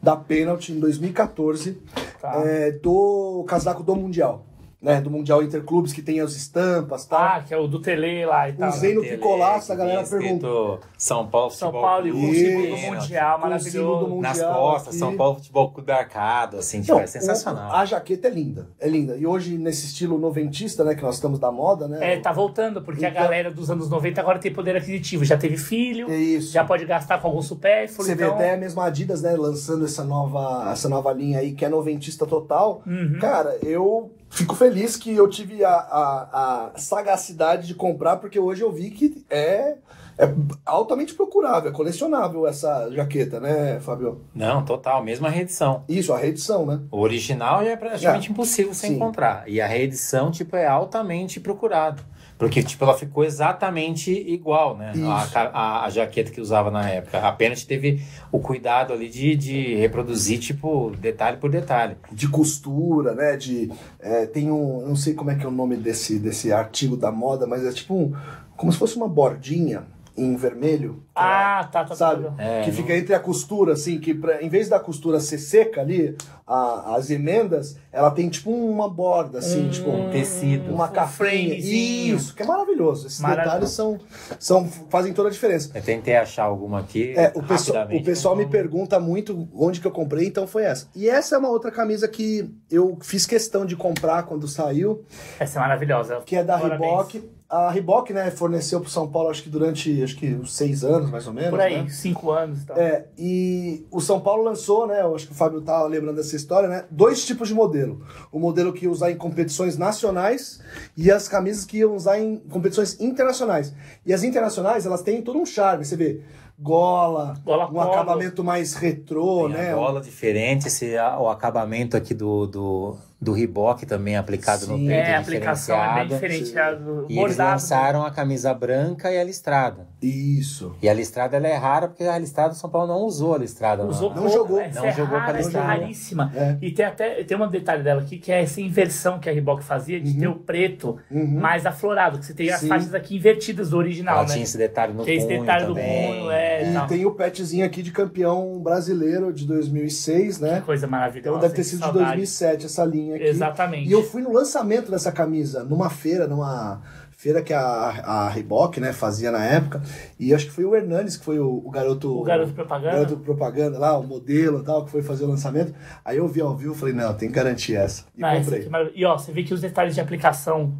C: da Penalty em 2014,
A: Tá.
C: é, do casaco do Mundial. Né, do Mundial Interclubes, que tem as estampas e tal.
A: Ah, que é o do Tele lá e tal. né?
C: Usei no
B: Tele,
C: picolaço, a
B: que
C: galera
B: tem escrito São Paulo
A: São
B: Futebol
A: Paulo e o
B: Clube,
A: símbolo do
C: Isso.
A: Mundial,
B: né?
C: Com o símbolo do
A: maravilhoso.
C: Mundial
B: Nas costas,
C: aqui.
B: São Paulo Futebol Clube Arcado, assim, tipo,
C: Não,
B: é sensacional.
C: Então, o- a jaqueta é linda, é linda. E hoje, nesse estilo noventista, né, que nós estamos da moda, né?
A: É, tá voltando, porque a
C: Então-
A: galera dos anos 90 agora tem poder aquisitivo. Já teve filho,
C: É isso.
A: já pode gastar com algum supérfluo.
C: Você vê
A: então...
C: até mesmo a Adidas, né, lançando essa nova, essa nova linha aí, que é noventista total.
A: Uhum.
C: Cara, eu fico feliz que eu tive a, a- a sagacidade de comprar, porque hoje eu vi que é, é altamente procurável, é colecionável essa jaqueta, né, Fabio?
B: Não, total, mesma reedição.
C: Isso, a reedição, né?
B: O original já é praticamente impossível você
C: Sim.
B: encontrar. E a reedição, tipo, é altamente procurada. Porque, tipo, ela ficou exatamente igual, né?
C: Isso.
B: A, ca- a- a jaqueta que usava na época. Apenas teve o cuidado ali de, de reproduzir, tipo, detalhe por detalhe.
C: de costura, né? De é, tem um, eu não sei como é que é o nome desse desse artigo da moda, mas é tipo um, como se fosse uma bordinha em vermelho. que
A: Ah, tá, tá,
C: é,
A: tá.
C: sabe?
A: tá.
B: É,
C: que
B: não-
C: fica entre a costura, assim, que pra, em vez da costura ser seca ali, a- as emendas, ela tem tipo uma borda, assim, tipo
B: Um tecido.
C: uma
A: Hum. Um
C: cafrinha.
A: framezinho.
C: Isso, que é maravilhoso. Esses
A: Maravilhoso.
C: detalhes são, são fazem toda a diferença.
B: Eu tentei achar alguma aqui.
C: É, o pessoal,
B: rapidamente, né?
C: o
A: né?
C: pessoal
B: mas
C: me
A: Então,
B: não-
C: pergunta muito onde que eu comprei, então foi essa. E essa é uma outra camisa que eu fiz questão de comprar quando saiu,
A: Essa é maravilhosa.
C: que é da
A: Parabéns.
C: Reebok. A Reebok, né, forneceu pro São Paulo, acho que durante, acho que uns seis anos, mais ou menos,
A: Por aí,
C: né?
A: cinco anos então. e tal.
C: É, e o São Paulo lançou, né? Eu acho que o Fábio tá lembrando dessa história, né? Dois tipos de modelo. O modelo que ia usar em competições nacionais e as camisas que iam usar em competições internacionais. E as internacionais, elas têm todo um charme. Você vê gola,
A: Gola
C: um
A: polo.
C: acabamento mais retrô,
B: Tem
C: né?
B: a bola diferente, esse, a- o acabamento aqui do, do, do Reebok também aplicado no
C: Sim.
B: peito.
A: É, a aplicação é bem
B: diferenciada.
A: diferente. da
C: Sim.
A: do
B: E eles
A: bordado.
B: lançaram a camisa branca e a listrada.
C: Isso.
B: E a listrada ela é rara porque a listrada o São Paulo não usou a listrada.
A: Usou
B: não.
C: Não
A: pouco,
C: jogou.
A: Essa
B: Não
A: é
B: jogou
A: rara,
B: pra
A: essa é
B: jogar.
A: raríssima.
C: É.
A: E tem até tem um detalhe dela aqui que é essa inversão que a Reebok fazia de ter o preto
C: Uhum.
A: mais aflorado, que você tem as
C: Sim.
A: faixas aqui invertidas do original,
B: Ela
A: né?
B: tinha esse detalhe no
A: Tem esse
B: punho
A: detalhe
B: também.
A: do punho, é.
C: E
A: tal.
C: tem o petzinho aqui de campeão brasileiro de 2006,
A: Que
C: né?
A: coisa
C: Então
A: maravilhosa.
C: deve ter
A: que
C: sido de
A: saudade.
C: 2007 essa linha aqui.
A: Exatamente.
C: E eu fui no lançamento dessa camisa, numa feira, numa feira que a, a Reebok, né, fazia na época. E acho que foi o Hernanes que foi o, o garoto...
A: O garoto
C: o
A: propaganda.
C: garoto propaganda lá, o modelo e tal, que foi fazer o lançamento. Aí eu vi ao vivo e falei, não, tem que garantir essa. E
A: Ah, essa
C: comprei.
A: aqui é maravilhosa. e ó, você vê que os detalhes de aplicação,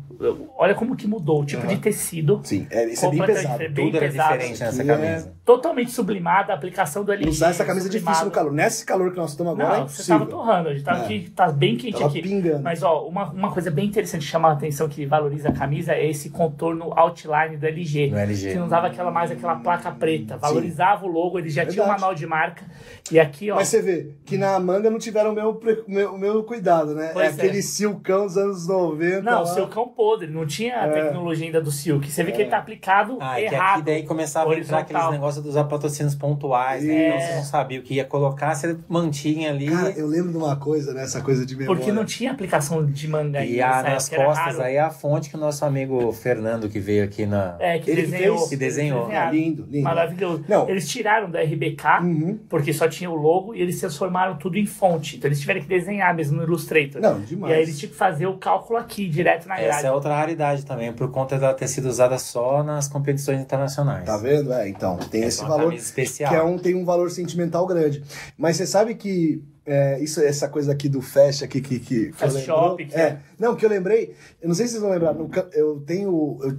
A: olha como que mudou o tipo
C: Aham.
A: de tecido,
C: Sim, é, isso é bem
A: Completamente
C: pesado.
A: diferente.
B: Tudo
A: bem
B: era
A: pesado.
B: diferente nessa
C: Aqui é
B: camisa.
A: totalmente sublimada, a aplicação do LG.
C: Usar essa camisa é difícil no
A: sublimado.
C: calor. Nesse calor que nós estamos agora, é
A: Não, você
C: impossível.
A: tava torrando, a gente tava
C: É.
A: aqui, tá bem quente
C: Tava
A: aqui.
C: pingando.
A: Mas ó, uma, uma coisa bem interessante que chama a atenção que valoriza a camisa é esse contorno outline do LG.
B: No LG.
A: Que não dava aquela, mais aquela placa preta. Valorizava o logo, ele já tinha um
C: Verdade.
A: manual de marca. E aqui, ó.
C: Mas você vê que na manga não tiveram o mesmo, pre- o mesmo- o mesmo cuidado, né?
A: Pois
C: é
A: é.
C: aquele silcão dos anos 90.
A: não,
C: tá lá.
A: o seu cão podre, não tinha a
C: É.
A: tecnologia ainda do Silk. Você vê que ele tá aplicado
B: Ah, é que aqui
A: errado.
B: daí começava a
A: horizontal. É.
B: entrar aqueles negócios dos patrocínios pontuais, né? Então você não sabia o que ia colocar, você mantinha ali.
C: Cara, eu lembro de uma coisa, né? Essa coisa de memória.
A: Porque não tinha aplicação de manga
B: E
A: ainda,
B: a-
A: sabe?
B: nas
A: Que era
B: costas
A: raro.
B: aí é a fonte que o nosso amigo Fernando que veio aqui na.
A: É, que
C: Ele
A: desenhou.
C: fez-
B: que desenhou.
A: desenharam.
C: Lindo, lindo.
A: Maravilhoso.
C: Não.
A: Eles tiraram da RBK,
C: Uhum.
A: porque só tinha o logo, e eles transformaram tudo em fonte. Então eles tiveram que desenhar mesmo no Illustrator.
C: Não,
A: tá. E
C: demais.
A: aí eles tinham que fazer o cálculo aqui, direto na grade.
B: Essa é outra raridade também, por conta dela ter sido usada só nas competições internacionais.
C: Tá vendo? É, então, tem
B: É
C: esse
B: uma
C: valor.
B: camisa especial.
A: Tá.
C: Que é um, tem um valor sentimental grande. Mas você sabe que é, isso, essa coisa aqui do Fast aqui que, que, que
A: Fast
C: eu lembro-
A: Shop, que
C: é. Não, que eu lembrei. Eu não sei se vocês vão lembrar. no ca- eu tenho. Eu,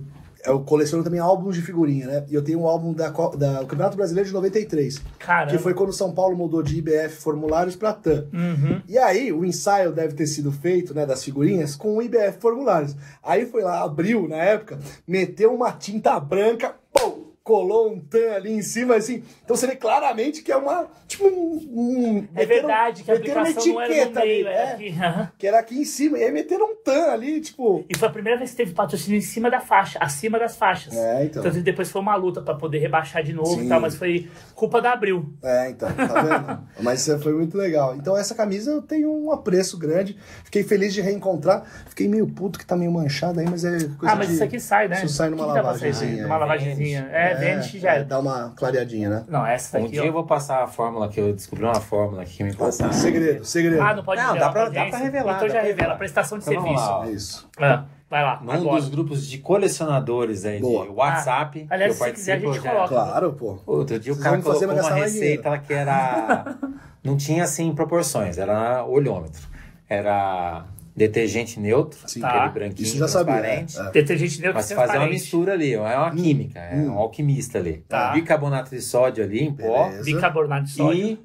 C: eu coleciono também álbuns de figurinha, né? E eu tenho um álbum da, co- da do Campeonato Brasileiro de 93.
A: Caramba.
C: Que foi quando o São Paulo mudou de IBF formulários pra TAM.
A: Uhum.
C: E aí, o ensaio deve ter sido feito, né, das figurinhas, com o IBF formulários. Aí foi lá, abriu na época, meteu uma tinta branca, pô, colou um tan ali em cima, assim. Então você vê claramente que é uma, tipo, um... um-
A: É
C: meteram-
A: verdade que a
C: meteram uma
A: aplicação não era no
C: etiqueta
A: meio,
C: ali,
A: era
C: é,
A: aqui. aham.
C: que era aqui em cima, e aí meteram um tan ali, tipo...
A: E foi a primeira vez que teve patrocínio em cima da faixa, acima das faixas.
C: É, então.
A: Tanto que depois foi uma luta pra poder rebaixar de novo
C: Sim.
A: e tal, mas foi culpa da Abril.
C: É, então, tá vendo? Mas isso foi muito legal. Então essa camisa eu tenho um apreço grande. Fiquei feliz de reencontrar. Fiquei meio puto que tá meio manchada aí, mas é coisa
A: ah, mas
C: de-
A: isso aqui sai, né?
C: Isso sai numa
A: O que que dá pra sair?
C: lavagemzinha,
A: Numa
C: é.
A: lavagemzinha. É, vende já.
C: é, dá uma clareadinha, né?
A: Não, essa
B: Um
A: daqui,
B: dia eu
A: Tá ó.
B: vou passar a fórmula que eu descobri uma fórmula aqui que me passaram.
C: Segredo, segredo.
A: Ah, não pode
B: Não,
A: revelar
B: dá pra-
A: audiência?
B: dá pra revelar,
A: Então
B: dá
A: já
B: pra
A: revela,
B: revelar.
A: prestação de
B: Então vamos
A: serviço.
B: lá, ó.
C: É isso.
A: Ah, vai lá,
B: Num
A: agora.
B: dos grupos de colecionadores aí
C: Boa.
B: de WhatsApp.
A: Ah, aliás,
B: que eu
A: se quiser, a gente
B: participo, já-
A: coloca.
C: Claro, pô.
B: Outro dia o
C: Vocês
B: cara
C: vão fazer,
B: colocou uma
C: mas gastar mais
B: receita que era. Não tinha assim proporções, era olhômetro. Era detergente neutro,
C: Sim.
B: aquele
A: Tá.
B: branquinho,
C: Isso eu já sabia. né?
B: transparente.
C: É. Hum,
A: Detergente neutro
B: Mas fazer uma
A: transparente.
B: mistura ali, é uma química, é um alquimista ali. Um
A: Tá.
B: Bicarbonato de sódio ali em pó
C: Beleza.
A: Bicarbonato de sódio.
B: e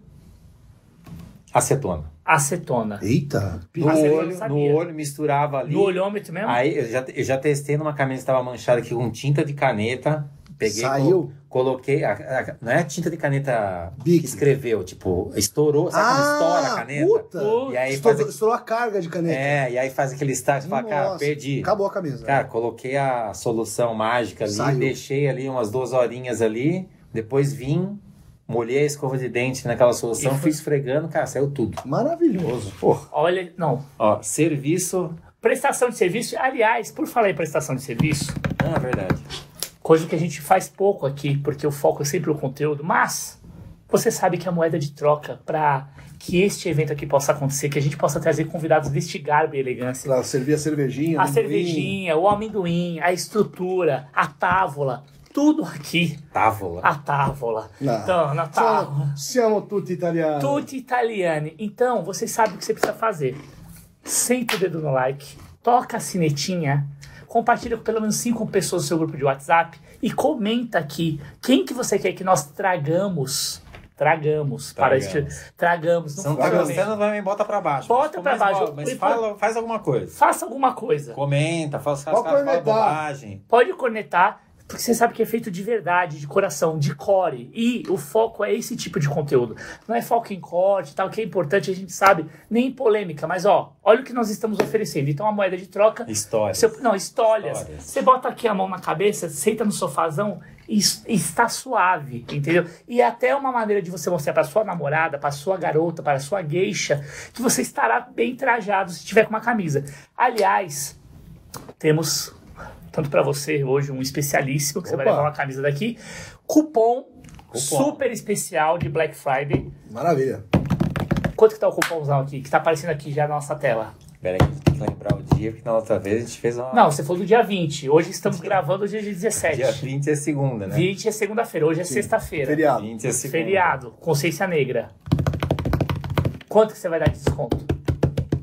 B: acetona.
A: Acetona.
C: Eita.
B: No
A: Acetona eu
B: olho, no
A: sabia.
B: olho, misturava ali.
A: No olhômetro mesmo?
B: Aí eu já, eu já testei numa camisa que estava manchada aqui com tinta de caneta. Peguei,
C: Saiu?
B: colo- coloquei. a- a- não é tinta de caneta
C: Bic. Ah,
B: que escreveu, tipo, estourou, sabe quando estoura a caneta? É,
C: Puta.
A: Putz.
B: E aí faz,
C: Estourou, estourou a carga de caneta.
B: é, e aí faz aquele start e fala, cara,
C: Nossa,
B: perdi.
C: Acabou a camisa.
B: É. Cara, coloquei a solução mágica ali,
C: Saiu.
B: deixei ali umas duas horinhas ali, depois vim, molhei a escova de dente naquela solução,
A: E foi-
B: fui esfregando, cara, saiu tudo.
C: Maravilhoso. Porra.
A: Olha, não.
B: Ó, serviço.
A: Prestação de serviço, aliás, por falar em prestação de serviço,
B: Ah, verdade.
A: coisa que a gente faz pouco aqui, porque o foco é sempre o conteúdo, mas você sabe que a moeda de troca para que este evento aqui possa acontecer, que a gente possa trazer convidados deste garbo e elegância,
C: Pra servir a cervejinha.
A: a
C: amendoim.
A: cervejinha, o amendoim, a estrutura, a távola, tudo aqui,
B: Távola. Tá
A: a távola.
C: Não.
A: Então, na távola.
C: Siamo, siamo tutti italiani.
A: Tutti italiani. Então, você sabe o que você precisa fazer. Senta o dedo no like, toca a sinetinha, compartilha com pelo menos cinco pessoas no seu grupo de WhatsApp e comenta aqui quem que você quer que nós tragamos. Tragamos. Para
B: Tragamos.
A: este, tragamos. Não
B: Você não tá
A: fala
C: Tragamos.
A: mesmo.
B: gostando, vai me bota pra baixo.
A: Bota
B: Ficou
A: pra
B: mais
A: baixo.
B: bo- Mas
A: E
B: fala, faz alguma coisa.
A: Faça alguma coisa.
B: Comenta, fala os caras
C: Qual é
B: falam
C: cornetar?
B: bobagem.
A: Pode cornetar, porque você sabe que é feito de verdade, de coração, de core. E o foco é esse tipo de conteúdo. Não é foco em corte e tal, que é importante, a gente sabe, nem em polêmica. Mas, ó, olha o que nós estamos oferecendo. Então, a moeda de troca...
B: História.
A: Você- não, histórias.
B: Histórias.
A: Você bota aqui a mão na cabeça, senta no sofazão e es- e está suave, entendeu? E é até uma maneira de você mostrar para sua namorada, para sua garota, para sua gueixa, que você estará bem trajado se tiver com uma camisa. Aliás, temos tanto para você hoje um especialíssimo, que você vai
C: Opa.
A: levar uma camisa daqui, cupom,
B: Cupom.
A: super especial de Black Friday.
C: Maravilha.
A: Quanto que tá o cupomzão aqui? Que tá aparecendo aqui já na nossa tela.
B: Peraí, tem que lembrar o dia, porque na outra vez a gente fez uma.
A: Não, você falou do dia 20. Hoje estamos gravando hoje é dia 17.
B: Dia 20 é segunda, né?
A: 20 é segunda-feira, hoje é sexta-feira.
C: Feriado.
B: 20 é segunda.
A: Feriado, consciência negra. Quanto que você vai dar de desconto?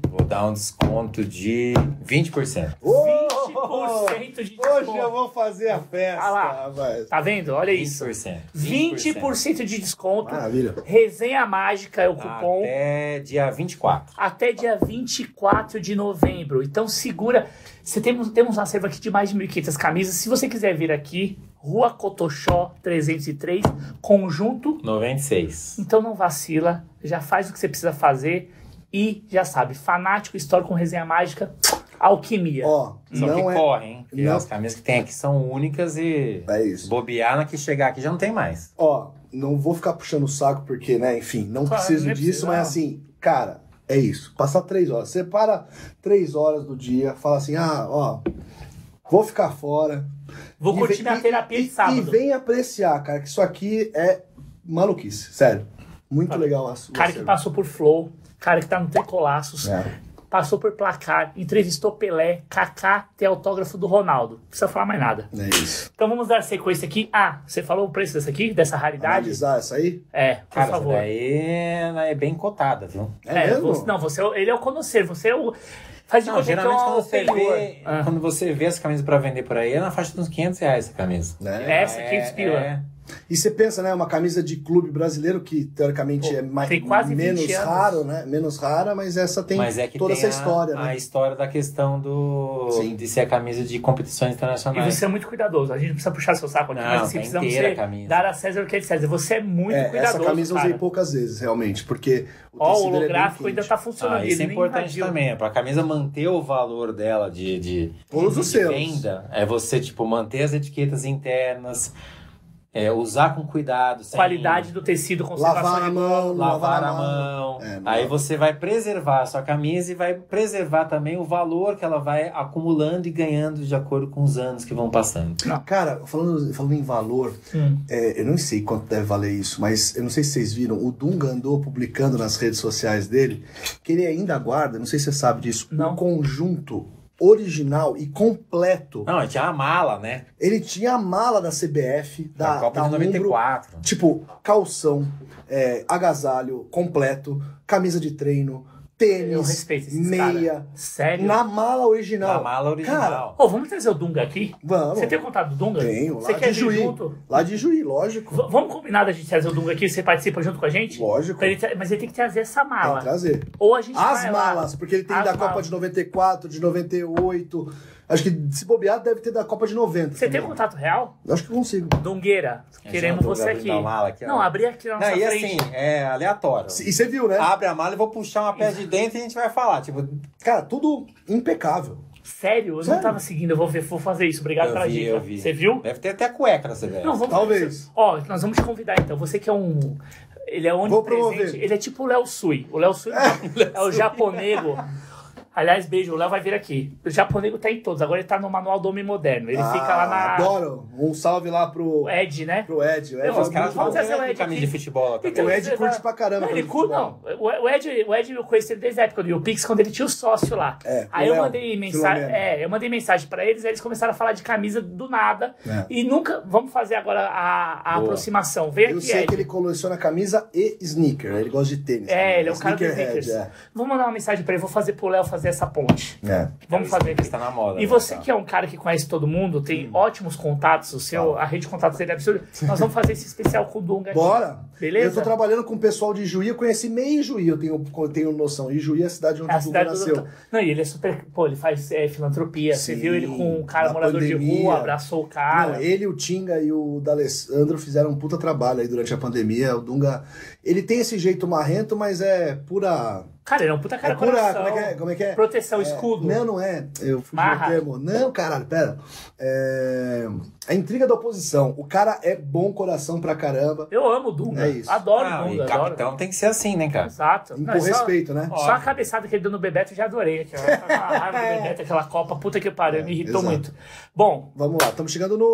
B: Vou dar um desconto de 20%.
C: Ô,
A: 20%. 20% de desconto.
C: Hoje eu vou fazer a festa.
A: Ah lá.
C: rapaz.
A: Tá vendo? Olha isso.
B: 20%.
A: 20% de desconto.
C: Maravilha.
A: Resenha Mágica é o cupom.
B: Até dia 24.
A: até dia 24 de novembro. Então segura. Você temos, temos um acervo aqui de mais de 1.500 camisas. Se você quiser vir aqui, Rua Cotoxó 303, conjunto.
B: 96.
A: Então não vacila, já faz o que você precisa fazer e já sabe, fanático histórico com resenha mágica, alquimia.
C: Ó,
B: Só
C: não
B: que
C: é.
B: corre, hein? Porque
C: não-
B: as camisas que tem aqui são únicas e
C: É isso.
B: bobear na que chegar aqui já não tem mais.
C: Ó, não vou ficar puxando o saco porque, né, enfim, não
A: Claro,
C: preciso
A: não é
C: disso,
A: preciso,
C: mas
A: não.
C: assim, cara, é isso. Passar três horas. Separa três horas do dia, fala assim, ah, ó, vou ficar fora.
A: Vou
C: E
A: curtir
C: vem-
A: minha
C: e-
A: terapia
C: e,
A: de sábado.
C: E vem apreciar, cara, que isso aqui é maluquice, sério. Muito
A: Cara,
C: legal a sua.
A: Cara que passou por Flow, cara que tá no
C: É.
A: Tricolaços, passou por placar, entrevistou Pelé, Kaká, tem autógrafo do Ronaldo. Não precisa falar mais nada.
C: É, é isso.
A: Então vamos dar sequência aqui. Ah, você falou o preço dessa aqui, dessa raridade?
C: Analisar essa aí?
A: É, por
B: Cara, essa
A: favor.
B: daí ela é bem cotada, viu?
A: É, você- não, você é o- ele é o conhecer, você é o. Faz de
B: Não,
A: conta que
B: geralmente
A: é um
B: quando você,
A: superior.
B: vê,
A: Ah.
B: quando você vê as camisas pra vender por aí, é na faixa de uns 500 reais essa camisa.
C: Né?
A: Essa, 500 pila.
B: É,
C: E você pensa, né, uma camisa de clube brasileiro que teoricamente
A: Pô,
C: é mais,
A: tem quase 20
C: menos
A: anos.
C: raro, né? Menos rara, mas essa tem
B: mas é que
C: toda
B: tem
C: essa
B: a-
C: história,
B: a,
C: né?
B: história da questão do
C: Sim.
B: de ser a camisa de competições
A: E
B: internacionais.
A: você é muito cuidadoso. A gente não precisa puxar seu saco aqui,
B: Não,
A: mas assim,
B: tá
A: precisamos
B: inteira
A: ser-
B: a camisa.
A: dar a César o que é de César. Você é muito
C: É,
A: cuidadoso.
C: essa camisa eu
A: cara.
C: usei poucas vezes, realmente, porque o
A: Ó, o
C: tecido ele é bem
A: holográfico ainda
C: quente.
A: tá funcionando.
B: Ah,
A: ele
B: isso é
A: nem
B: importante
A: invadiu.
B: também, é pra camisa manter o valor dela de, de,
C: Todos
B: de
C: os selos.
B: venda. É você, tipo, manter as etiquetas internas, é, usar com cuidado. sem-
A: Qualidade do tecido, conservação.
C: Lavar a mão,
B: lavar a mão.
C: É, não
B: aí
C: dá.
B: você vai preservar a sua camisa e vai preservar também o valor que ela vai acumulando e ganhando de acordo com os anos que vão passando.
C: Cara, falando, falando em valor,
A: Hum.
C: é, eu não sei quanto deve valer isso, mas eu não sei se vocês viram, o Dunga andou publicando nas redes sociais dele que ele ainda guarda, não sei se você sabe disso,
A: Não.
C: um conjunto original e completo.
B: Não, tinha a mala, né?
C: Ele tinha a mala da CBF, da,
B: Da, Copa
C: da
B: de
C: Umbro,
B: 94.
C: Tipo, calção, é, agasalho completo, camisa de treino,
A: Eu
C: tênis,
A: respeito esses
C: meia.
A: caras. Sério?
C: Na mala original.
B: Na mala original.
A: Ô, vamos trazer o Dunga aqui?
C: Vamos.
A: Você tem o contato do Dunga?
C: Tenho, lá
A: Você
C: de
A: quer vir
C: Juiz.
A: junto?
C: Lá de Juí, lógico.
A: V- vamos combinar da gente trazer o Dunga aqui? Você participa junto com a gente?
C: Lógico.
A: Pra ele tra- mas ele tem que trazer essa
C: Tem que
A: mala.
C: trazer.
A: Ou a gente
C: As
A: vai lá.
C: malas, porque ele tem
A: As
C: da Copa
A: malas.
C: de 94, de 98. Acho que se bobear, deve ter da Copa de 90.
A: Você tem
C: também.
A: contato real?
C: Eu Acho que eu consigo.
A: Dungueira, queremos
B: Já é um tô
A: você
B: abrindo
A: aqui.
B: a mala aqui, ó.
A: Não, abri aqui na nossa
B: Não, e
A: frente.
B: assim, é aleatório.
C: E você viu,
A: Ah.
C: né?
B: Abre a mala e vou puxar uma peça de dentro e a gente vai falar. Tipo,
C: Cara, tudo impecável.
A: Sério? Eu não
C: Sério?
A: tava seguindo, eu vou, ver- vou fazer isso. Obrigado
B: eu
A: pela
B: vi,
A: dica.
B: eu vi. É.
A: Você viu?
B: Deve ter até cueca nessa velha.
A: Não, vamos
C: Talvez.
A: Ó, nós vamos te convidar então. Você que é um. Ele é
C: Vou
A: onipresente.
C: promover.
A: Ele é tipo o Léo Sui. O Léo Sui é, o japonego. Aliás, beijo, o Léo vai vir aqui. O japonego tá em todos. Agora ele tá no manual do homem moderno. Ele fica lá na.
C: Ah, Adoro. Um salve lá pro,
A: O Ed, né?
C: pro Ed. O Ed,
A: Eu vou-
B: Os
C: é
B: caras
C: muito
A: vamos
B: falam
C: bom.
A: fazer- trazer o
B: tanto de
A: Ed
B: camisa de
A: aqui.
B: futebol. tá Também.
A: Então,
C: o Ed
A: você
C: curte
A: vai-
C: pra caramba.
A: Não, ele
C: pelo
A: cu,
C: futebol.
A: não. O o Ed, o Ed eu conheci ele desde a época do YouPix, quando ele tinha o sócio lá.
C: É,
A: aí
C: o
A: eu
C: Léo,
A: mandei mensagem.
C: Filomeno.
A: É, eu mandei mensagem pra eles, aí eles começaram a falar de camisa do nada.
C: É.
A: E nunca. Vamos fazer agora a, a
B: Boa.
A: aproximação. Vem
C: Eu
A: aqui,
C: sei
A: Ed.
C: que ele coleciona camisa e sneaker. Ele gosta de tênis.
A: É,
C: também.
A: ele é um cara do
C: Sneakerhead,
A: Sneakers. Vou mandar uma mensagem pra ele, vou fazer pro Léo fazer essa ponte.
C: É. é.
A: Vamos fazer aqui.
B: Está na moda.
A: E
B: né,
A: você
B: tá?
A: que é um cara que conhece todo mundo,
C: Hum.
A: tem ótimos contatos, o seu, a rede de contatos dele é absurda. Nós vamos fazer esse especial com o Dunga aqui.
C: Tá. Bora!
A: Beleza?
C: Eu tô trabalhando com o pessoal de Juí, eu conheci meio Juí, eu tenho, eu tenho noção. E Juí é a cidade onde
A: É a
C: o Gugu
A: cidade do
C: nasceu.
A: doutor- Não, e ele é super. Pô, ele faz é, filantropia. Você
C: Sim,
A: viu ele com um cara
C: na
A: morador de
C: pandemia.
A: rua, abraçou o cara.
C: Não, ele, o Tinga e o D'Alessandro fizeram um puta trabalho aí durante a pandemia. O Dunga, ele tem esse jeito marrento, mas é pura...
A: Cara, ele é um puta cara
C: é pura...
A: coração.
C: Como é que é? Como é que é?
A: Proteção,
C: É,
A: escudo.
C: Não, não é. Eu fugi do
A: Marra.
C: termo. Não, caralho, pera. É... A intriga da oposição. O cara é bom coração pra caramba.
A: Eu amo o Dunga.
C: É isso.
A: Adoro
B: Ah,
A: o Dunga.
B: e
A: Adoro.
B: capitão tem que ser assim, né, cara?
A: Exato. Não,
C: Impor
A: é só,
C: respeito, né?
A: só a cabeçada que ele deu no Bebeto, eu já adorei. Aquela, aquela raiva do Bebeto, aquela Copa, puta que pariu, me irritou
C: exato.
A: muito. Bom,
C: Vamos lá, estamos chegando no...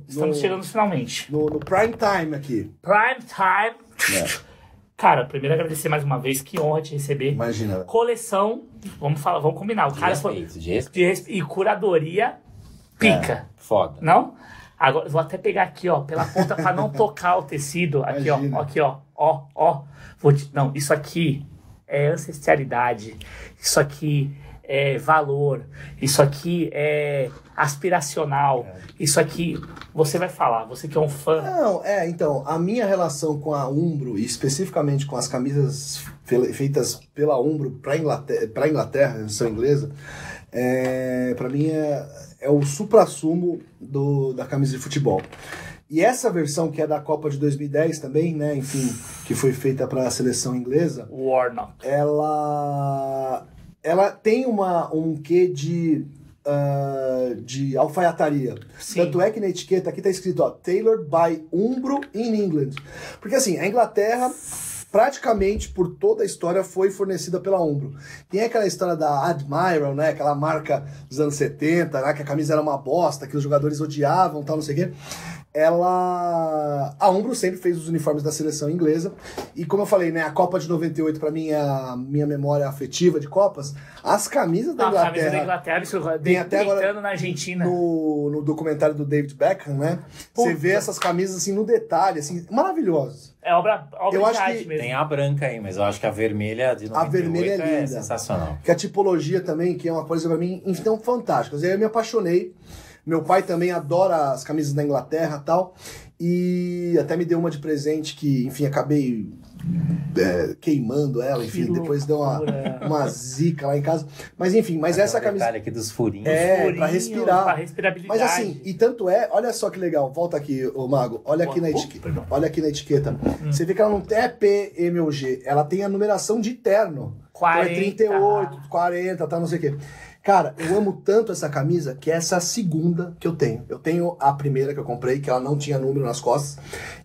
C: no-
A: estamos chegando finalmente.
C: no- no prime time aqui.
A: Prime time.
C: É.
A: Cara, primeiro agradecer mais uma vez, que honra te receber.
C: Imagina, velho.
A: Coleção, vamos falar, vamos combinar. O
B: De
A: cara foi,
B: respeito, de respeito.
A: de resp- e
C: É.
A: curadoria pica,
C: Tá.
B: Foda.
A: não? Agora vou até pegar aqui, ó, pela ponta pra não tocar o tecido, aqui, ó,
C: Imagina.
A: aqui, ó, ó, ó. Vou te- não, isso aqui é ancestralidade. Isso aqui é valor, isso aqui é aspiracional,
C: É.
A: isso aqui você vai falar, você que é um fã.
C: Não, é, então, a minha relação com a Umbro, e especificamente com as camisas fe- feitas pela Umbro para Inglaterra, pra Inglaterra, eu sou inglesa, é, para mim é, é o supra-sumo do- da camisa de futebol. E essa versão que é da Copa de 2010 também, né, enfim, que foi feita para a seleção inglesa,
A: Warnock.
C: ela ela tem uma um quê de ah, de alfaiataria.
A: Sim.
C: Tanto é que na etiqueta aqui tá escrito, ó, Tailored by Umbro in England. Porque assim, a Inglaterra praticamente por toda a história foi fornecida pela Umbro. Tem aquela história da Admiral, né, aquela marca dos anos 70, né, que a camisa era uma bosta, que os jogadores odiavam, tal, não sei o quê. Ela a Umbro sempre fez os uniformes da seleção inglesa. E como eu falei, né, a Copa de 98 para mim é a minha memória afetiva de copas, as camisas da
A: Ah, a camisa da
C: Inglaterra
A: Inglaterra, isso,
C: Tem até agora-
A: deitando na Argentina.
C: no, no documentário do David Beckham, né? Você
A: É. Puta.
C: vê essas camisas assim no detalhe, assim, maravilhosas.
A: É obra, obra
C: Eu
A: de
C: acho
A: arte
C: que é,
A: mesmo.
B: Tem a branca aí, mas eu acho que a vermelha de 98
C: A vermelha é linda.
B: sensacional.
C: Que a tipologia também, que é uma coisa pra mim, então fantástica. Eu me apaixonei. Meu pai também adora as camisas da Inglaterra e tal. E até me deu uma de presente que, enfim, acabei é, queimando ela, enfim,
A: Que
C: depois deu uma,
A: loucura. É,
C: uma zica lá em casa. Mas enfim, mas
B: Tem
C: essa
B: um
C: camisa.
B: detalhe aqui dos furinhos.
C: É,
A: Furinho,
C: pra respirar.
A: Pra respirabilidade.
C: Mas assim, e tanto é, olha só que legal, volta aqui, ô Mago, olha aqui na
A: Opa,
C: etiqueta. Olha aqui na etiqueta. Você vê que ela não é P, M ou G, ela tem a numeração de terno. Então é 38, 40, tá, não sei o quê. Cara, eu amo tanto essa camisa que essa é a segunda que eu tenho. Eu tenho a primeira que eu comprei, que ela não tinha número nas costas.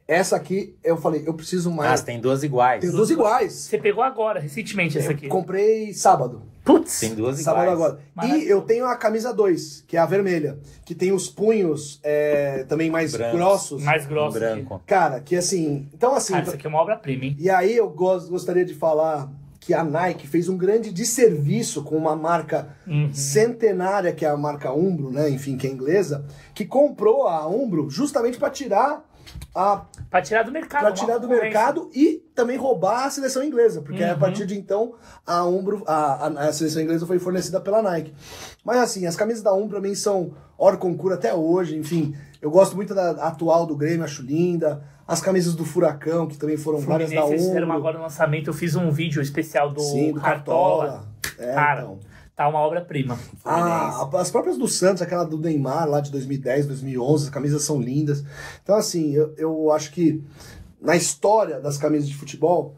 C: Essa aqui, eu falei, eu preciso
B: Mas
C: mais.
B: Ah, tem duas iguais.
C: Tem duas iguais.
A: Você pegou agora, recentemente, essa aqui.
C: Comprei sábado.
A: Putz!
B: Tem duas
C: Sábado
B: iguais.
C: agora. E
A: Maravilha.
C: eu tenho a camisa 2, que é a vermelha, que tem os punhos é, também mais
B: Brancos.
C: grossos.
A: Mais
B: Em
A: grossa. aqui.
B: Um branco.
C: Cara, que assim. Então, assim.
A: Cara, isso aqui é uma obra-prima, hein?
C: E aí eu gos- gostaria de falar que a Nike fez um grande desserviço com uma marca
A: Uhum.
C: centenária, que é a marca Umbro, né? Enfim, que é inglesa, que comprou a Umbro justamente para tirar a
A: Pra tirar do mercado.
C: para
A: uma
C: tirar do
A: concorrência.
C: mercado e também roubar a seleção inglesa, porque a
A: Uhum.
C: partir de então a Umbro, a, a- a seleção inglesa foi fornecida pela Nike. Mas assim, as camisas da Umbro pra mim são hora concura até hoje, enfim. Eu gosto muito da atual do Grêmio, acho linda. As camisas do Furacão, que também foram
A: O
C: várias
A: Fluminense
C: da
A: eles fizeram
C: Umbro.
A: agora o lançamento. Eu fiz um vídeo especial do,
C: Sim, do
A: Cartola.
C: Cartola. É,
A: Cara,
C: então.
A: Tá uma obra-prima.
C: Ah, as próprias do Santos, aquela do Neymar lá de 2010, 2011, as camisas são lindas. Então, assim, eu, eu acho que na história das camisas de futebol,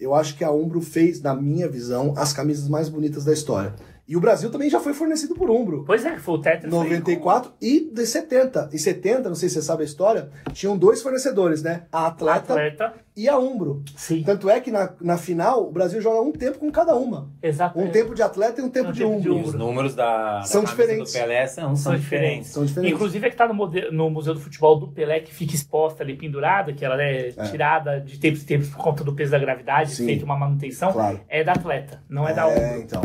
C: eu acho que a Umbro fez, na minha visão, as camisas mais bonitas da história. E o Brasil também já foi fornecido por Umbro.
A: Pois é, foi o Tetra. foi
C: 94 e de 70. E 70, não sei se você sabe a história, tinham dois fornecedores, né? A
A: com o
C: Atleta
A: Atleta.
C: e a Umbro.
A: Sim,
C: Tanto é que na, na final, o Brasil joga um tempo com cada uma. Um
A: exatamente.
C: tempo de atleta e um tempo
A: É. Um
C: de
A: tempo de
C: Umbro.
B: E os números da, da
C: São
B: camisa
C: diferentes.
B: do Pelé são, são
A: São
B: diferentes.
C: São diferentes.
A: Inclusive, é que tá no, mode- no Museu do Futebol do Pelé, que fica exposta ali, pendurada, que ela é, tirada de tempos em tempos por conta do peso da gravidade,
C: Sim.
A: feita uma manutenção,
C: Claro.
A: é da atleta, não é da
C: É,
A: Umbro.
C: então.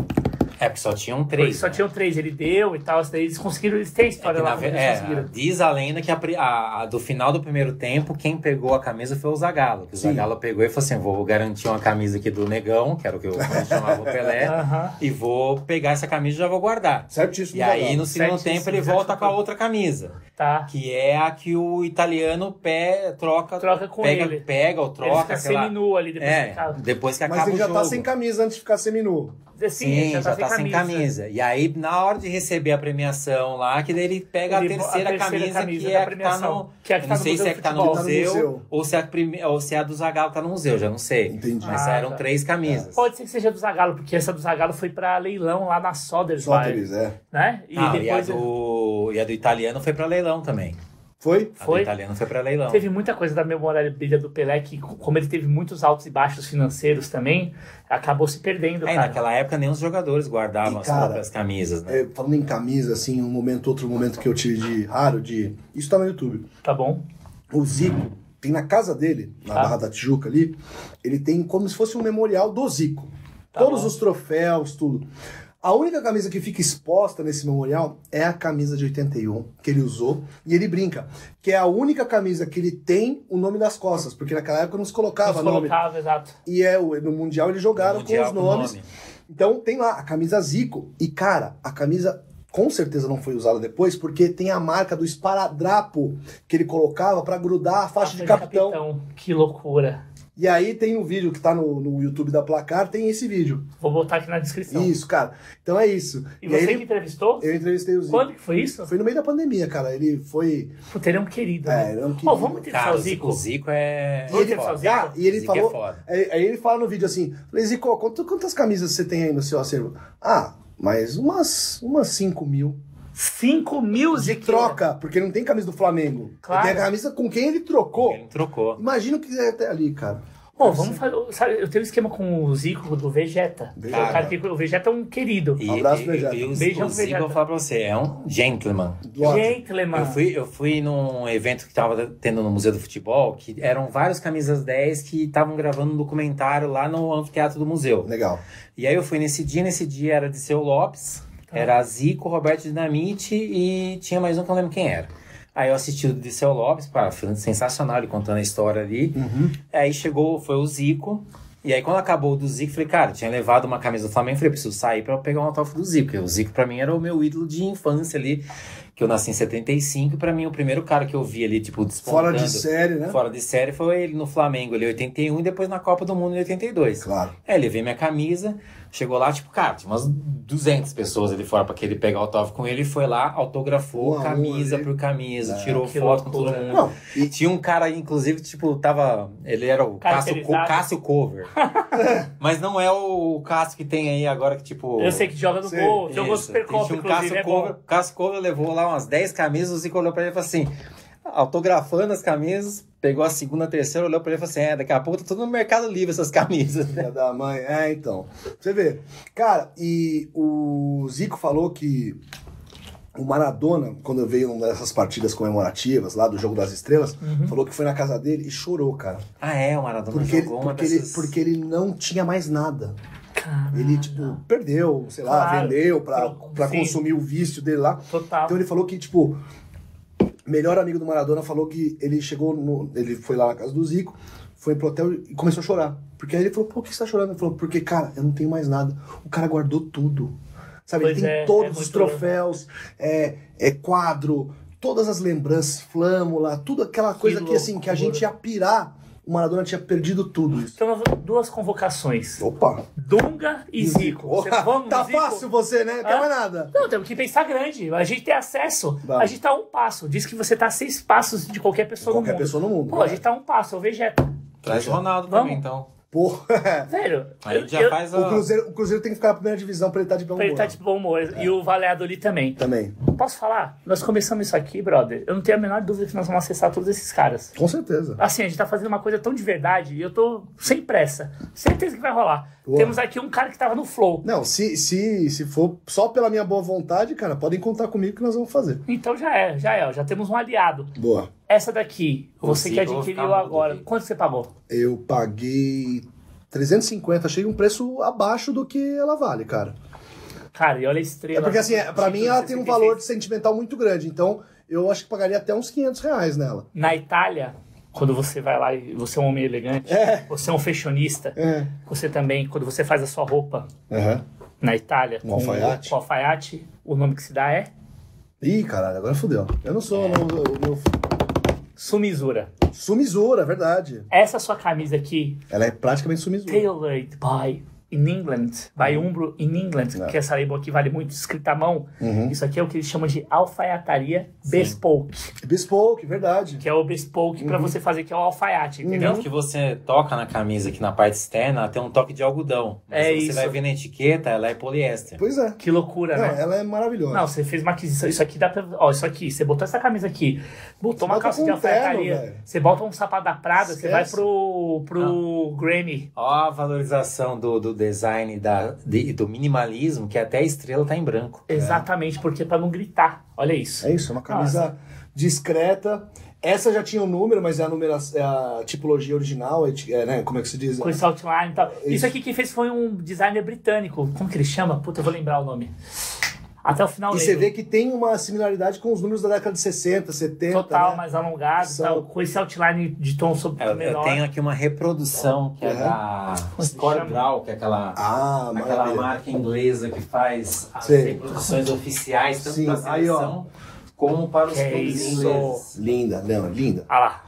B: É, porque só tinham
A: Porque
B: três.
A: só
B: né?
A: tinham três, ele deu e tal, isso daí eles conseguiram, eles têm a
B: É
A: história
B: que,
A: lá,
B: na
A: como
B: ve-
A: eles
B: é,
A: conseguiram.
B: diz a lenda que a, pri- a- a do final do primeiro tempo, quem pegou a camisa foi o Zagallo. Que o
C: Sim.
B: Zagallo pegou e falou assim: vou garantir uma camisa aqui do Negão, que era o que eu chamava o Pelé,
A: Aham.
B: e vou pegar essa camisa e já vou guardar.
C: Certíssimo. tá.
B: E aí, no
C: Zagallo.
A: tá
B: segundo
A: Certíssimo,
B: tempo, ele
A: certíssimo.
B: volta com a outra camisa,
A: Tá.
B: que é a que o italiano pé, troca,
A: Troca com
B: pega,
A: ele.
B: pega ou
A: ele
B: troca,
A: fica
B: sei lá.
A: seminu ali depois
B: É,
A: do carro.
B: depois que
C: Mas
B: acaba
C: ele
B: o
C: já
B: jogo.
C: tá sem camisa antes de ficar seminu.
A: Sim, ele já, tá, sem, camisa.
B: E aí, na hora de receber a premiação lá, que daí ele pega
A: Ele-
B: a terceira, camisa, que
A: da
B: é a que tá
A: premiação,
B: no.
A: que é a
B: eu
A: que
B: não
A: tá no
B: sei
A: Museu
B: se é
A: do
B: que tá no
A: Futebol.
C: Tá no
B: museu,
C: museu.
B: Ou, se é a prime- ou se é a do Zagallo tá no museu, já não sei.
C: Entendi.
B: Mas
A: Ah,
B: eram
A: tá.
B: três camisas.
A: Pode ser que seja do Zagalo, porque essa do Zagalo foi pra leilão lá na Soder's
C: Só
A: Bar,
C: três, é.
A: né? E
B: Ah, e, a
A: depois
B: do, e a do italiano foi pra leilão também.
C: Foi?
B: A
A: Foi?
B: do italiano foi pra leilão.
A: teve muita coisa da memorabilia do Pelé que, como ele teve muitos altos e baixos financeiros também, acabou se perdendo,
B: Aí,
A: cara.
B: É, naquela época, nem os jogadores guardavam
C: E,
B: as
C: cara,
B: próprias camisas, né?
C: É, falando em camisa, assim, um momento, outro momento que eu tive de raro, de. Isso tá no YouTube.
A: Tá bom?
C: O Zico tem na casa dele, na
A: Tá.
C: Barra da Tijuca ali, ele tem como se fosse um memorial do Zico.
A: Tá
C: Todos
A: bom.
C: os troféus, tudo. A única camisa que fica exposta nesse memorial é a camisa de 81 que ele usou e ele brinca que é a única camisa que ele tem o nome das costas, porque naquela época não se colocava
A: Nos
C: nome.
A: colocava, exato.
C: E é o- no Mundial eles
B: No
C: jogaram
B: Mundial
C: com os nomes.
B: nome.
C: Então tem lá a camisa Zico. E, cara, a camisa com certeza não foi usada depois, porque tem a marca do esparadrapo que ele colocava pra grudar a
A: Ah,
C: faixa de capitão.
A: Que loucura.
C: E aí tem um vídeo que tá no, no YouTube da Placar, tem esse vídeo.
A: Vou botar aqui na descrição.
C: Isso, cara. Então é isso.
A: E
C: E aí
A: você
C: ele-
A: que entrevistou?
C: eu entrevistei o Zico.
A: Quando que foi isso?
C: Foi no meio da pandemia, cara. Ele foi.
A: Puta, ele é um querido.
C: É,
A: né?
C: ele é um
A: Ó,
C: querido.
A: vamos entrevistar
B: Cara,
A: o Zico.
B: o Zico é.
A: Vamos
B: é
A: entrevistar o
B: foda.
A: Zico?
C: Ah, e ele
B: Zico
C: falou.
B: é foda.
C: Aí aí ele fala no vídeo assim: falei, Zico, quanto- quantas camisas você tem aí no seu acervo? Ah, mas umas, umas 5 mil.
A: 5 mil
C: De
A: Ziqueira.
C: troca, porque não tem camisa do Flamengo.
A: Claro.
C: Tem a camisa com quem ele trocou.
B: Ele trocou.
C: Imagina o que é até ali, cara.
A: Pô, vamos fazer. Sabe, eu tenho um esquema com o Zico do Vegeta.
C: Vegeta.
A: O, cara que- o Vegeta é um querido.
B: E,
C: Abraço,
B: e-
C: Vegeta.
B: e o,
A: Beijão,
B: o Zico,
A: Vegeta.
B: eu vou falar pra você, é um gentleman.
C: Lógico.
A: Gentleman.
B: Eu fui, eu fui num evento que tava tendo no Museu do Futebol, que eram vários camisas 10 que estavam gravando um documentário lá no anfiteatro do museu.
C: Legal. de
B: E aí eu fui nesse dia, nesse dia era de Seu Lopes,
A: Tá.
B: era Zico, Roberto Dinamite e tinha mais um que eu não lembro quem era. Aí eu assisti o de Seu Lopes, pá, foi sensacional ele contando a história ali.
C: Uhum.
B: Aí chegou, foi o Zico. E aí, quando acabou o do Zico, falei, cara, eu tinha levado uma camisa do Flamengo. Falei, preciso sair pra eu pegar um autógrafo do Zico. Porque o Zico, pra mim, era o meu ídolo de infância ali. Que eu nasci em 75. E pra mim, o primeiro cara que eu vi ali, tipo,
C: Fora
B: despontando.
C: de série, né?
B: Fora de série foi ele no Flamengo, ele em 81. E depois na Copa do Mundo, em 82.
C: Claro.
B: Aí eu levei É, minha camisa, chegou lá, tipo, cara, tinha umas 200 pessoas ali fora pra querer pegar autógrafo com ele. E foi lá, autografou
C: Um a um
B: camisa
C: ali.
B: por camisa,
C: É.
B: tirou
A: Ah, Que
B: foto com todo
A: loucura. né?
B: mundo.
C: Não,
B: E tinha um cara, inclusive, tipo, tava. Ele era o Cássio, Co-
A: Caracterizado.
B: Cássio Cover. Mas não é o Cássio que tem aí agora que, tipo.
A: Eu sei que joga no
C: Sim,
A: gol, jogou
B: Isso.
A: Supercopa,
B: Tinha um
A: inclusive.
B: Cássio
A: É
B: Cover.
A: bom.
B: Cássio Cover levou lá umas 10 camisas, o Zico olhou pra ele e falou assim: autografando as camisas, pegou a segunda, a terceira, olhou pra ele e falou assim: é, daqui a pouco tá tudo no Mercado Livre essas camisas.
C: Filha da mãe. É, então. Pra Você vê. Cara, e o Zico falou que o Maradona, quando veio nessas partidas comemorativas lá do Jogo das Estrelas, falou que foi na casa dele e chorou, cara.
B: Ah, é, o Maradona
C: Porque, ele,
B: jogou uma
C: porque, ele,
B: dessas.
C: porque ele não tinha mais nada.
A: Caralho.
C: Ele, tipo, perdeu, sei lá,
A: Claro.
C: vendeu pra,
A: Trocou,
C: pra
A: sim.
C: consumir o vício dele lá.
A: Total.
C: Então ele falou que, tipo, o melhor amigo do Maradona falou que ele chegou no. Ele foi lá na casa do Zico, foi pro hotel e começou a chorar. Porque aí ele falou, por que você tá chorando? Ele falou, porque, cara, eu não tenho mais nada. O cara guardou tudo. Sabe,
A: Pois
C: ele tem
A: é, é
C: todos os
A: muito-
C: troféus, é, é quadro, todas as lembranças, flâmula, tudo aquela coisa que, assim, que a
A: loucura.
C: gente ia pirar. O Maradona tinha perdido tudo isso.
A: Então, duas convocações.
C: Opa!
A: Dunga e Zico. Você- vamos,
C: tá
A: Zico? É?
C: fácil você, né? Não tem
A: Hã?
C: mais nada.
A: Não, temos que pensar grande. A gente tem acesso.
C: Vamos.
A: A gente tá a um passo. Diz que você tá a seis passos de qualquer pessoa
C: Qualquer
A: no mundo.
C: pessoa no mundo. né?
A: Pô, a gente tá a um passo. É o Vegeta.
B: Traz o Ronaldo
A: Vamos.
B: também, então.
C: Porra.
A: Velho,
B: Aí
A: eu-
B: já
A: eu-
B: faz a.
C: O Cruzeiro, o Cruzeiro tem que ficar na primeira divisão pra ele estar de bom
A: Ele
C: humor.
A: tá de bom humor.
C: Então
A: E o Valladolid também.
C: Também.
A: Posso falar? Nós começamos isso aqui, brother. Eu não tenho a menor dúvida que nós vamos acessar todos esses caras.
C: Com certeza.
A: Assim, a gente tá fazendo uma coisa tão de verdade e eu tô sem pressa. Certeza que vai rolar.
C: Boa.
A: Temos aqui um cara que tava no flow.
C: Não, se, se, se for só pela minha boa vontade, cara, podem contar comigo que nós vamos fazer.
A: Então já é, já é. ó, Já temos um aliado.
C: Boa.
A: Essa daqui, você que
B: Zico, eu vou
A: adquiriu
B: ficar mudo
A: agora.
B: aqui.
A: Quanto você pagou?
C: Eu paguei 350, achei um preço abaixo do que ela vale, cara.
A: Cara, e olha a
C: É
A: estrela.
C: porque assim, é- pra mim ela tem um
A: 166.
C: valor sentimental muito grande, então eu acho que pagaria até uns 500 reais nela.
A: Na Itália, quando você vai lá e você é um homem elegante,
C: É.
A: você é um fashionista,
C: É.
A: você também, quando você faz a sua roupa na Itália
C: Um
A: com,
C: alfaiate.
A: com alfaiate, o nome que se dá é
C: Ih, caralho, agora fodeu. Eu não sou, não, eu- meu-
A: sumizura.
C: Sumisura, é verdade.
A: Essa sua camisa aqui,
C: Ela é praticamente sumisura.
A: Tailored by In England, by Umbro In England,
C: É.
A: que essa label aqui vale muito, escrita à mão.
C: Uhum.
A: Isso aqui é o que eles chamam de alfaiataria bespoke,
C: Bespoke, verdade.
A: que é o bespoke
C: Uhum.
A: pra você fazer, que é o alfaiate, entendeu?
B: Tanto que você toca na camisa aqui na parte externa, ela tem um toque de algodão. Mas
A: É
B: se você
A: isso.
B: vai ver na etiqueta, ela é poliéster.
C: Pois é.
A: Que loucura,
C: Não,
A: né?
C: ela é maravilhosa.
A: Não, você fez uma aquisição. Isso aqui dá pra. Ó, isso aqui. Você botou essa camisa aqui. Botou uma
C: bota
A: calça
C: com
A: de
C: um terno,
A: alfaiataria.
C: velho.
A: Você bota um sapato da Prada. Você vai
C: Esquece.
A: pro, pro Grammy.
B: Ó a valorização do, do design da, de- do minimalismo, que até a estrela tá em branco.
A: Exatamente, porque é pra não gritar. Olha isso.
C: É isso, é uma camisa
A: Ah.
C: discreta. Essa já tinha o número, mas é a, numera- é a tipologia original, é, ti- é, né? Como é que se diz?
A: Com esse outline e
C: É
A: tal. Isso. aqui quem fez foi um designer britânico. Como que ele chama? Puta, eu vou lembrar o nome. Até o final
C: E você vê que tem uma similaridade com os números da década de 60, 70.
A: Total,
C: né?
A: mais alongado,
C: São-
A: tal, com esse outline de tom sobre
B: É, Eu, eu
A: menor.
B: tenho aqui uma reprodução que é,
C: Uhum.
B: da
A: se
B: Score
A: chama?
B: Brau, que é aquela, aquela
C: Ah, maravilha.
B: marca inglesa que faz
A: Ah,
B: as
C: Sei.
B: reproduções oficiais, tanto
C: Sim,
B: para a
C: aí, ó.
B: seleção como para os
A: Que é
B: clubes
A: isso.
B: ingleses.
C: Linda, não, linda.
A: Ah lá.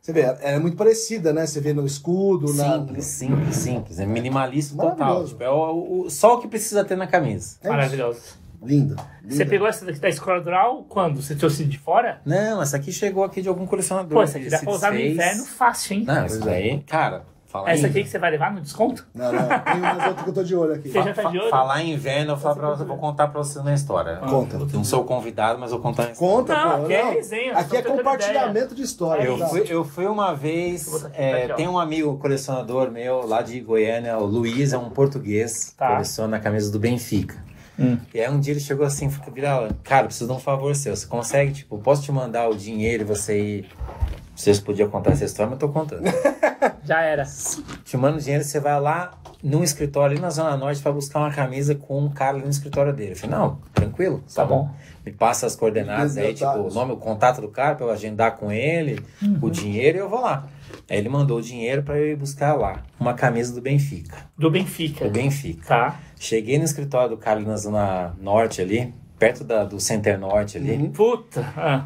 C: Você vê, ela é muito parecida, né? Você vê no escudo, na.
B: Simples, simples, simples. É minimalista total.
C: Maravilhoso.
B: Tipo, é o, o- só o que precisa ter na camisa.
C: É
A: Maravilhoso.
C: isso. Linda.
A: Você
C: linda.
A: pegou essa daqui da Escola Dural quando? Você trouxe de fora?
B: Não, essa aqui chegou aqui de algum colecionador.
A: Pô, essa aqui
B: Ele
A: dá
B: se
A: pra usar no
B: desfez.
A: inverno fácil, hein?
B: Não, isso
C: Pois é.
B: daí, cara, falar
A: Essa
B: em-
A: aqui que você vai levar no desconto?
C: Não, não, tem mais outra que eu tô de olho aqui.
A: Você já tá
B: fa-
A: de olho?
B: Falar em inverno, eu falo
A: Essa
B: pra
A: aqui é
B: você,
A: eu tô
B: vou contar pra vocês uma história.
A: Ah,
C: Conta.
A: outro
B: Não sou convidado, mas vou contar uma história.
C: Conta,
A: Não,
C: pô.
A: aqui é resenha, só
C: aqui é
A: trocando
C: compartilhamento de história.
B: Eu
C: tá?
B: fui, eu fui uma vez.
A: Eu vou botar aqui,
B: é,
A: tá aqui, ó.
B: tem um amigo colecionador meu lá de Goiânia, o Luiz, é um português,
A: Tá.
B: coleciona a camisa do Benfica.
A: Hum.
B: E aí um dia ele chegou assim, falou, Virala, cara, preciso de um favor seu. Você consegue, tipo, posso te mandar o dinheiro e você ir. Vocês podiam contar essa história, mas eu tô contando.
A: Já era.
B: te mando dinheiro, você vai lá num escritório ali na Zona Norte pra buscar uma camisa com um cara ali no escritório dele. Eu falei, não, tranquilo.
A: Tá bom.
B: Me passa as coordenadas aí, tipo, o
C: Detalhes.
B: nome, o contato do cara pra eu agendar com ele, o dinheiro e eu vou lá. Aí ele mandou o dinheiro pra eu ir buscar lá. Uma camisa do Benfica.
A: Do Benfica.
B: Do Benfica.
A: Tá.
B: Cheguei no escritório do cara ali na Zona Norte ali, perto da- do Center Norte ali.
C: Uhum.
A: Puta. Ah.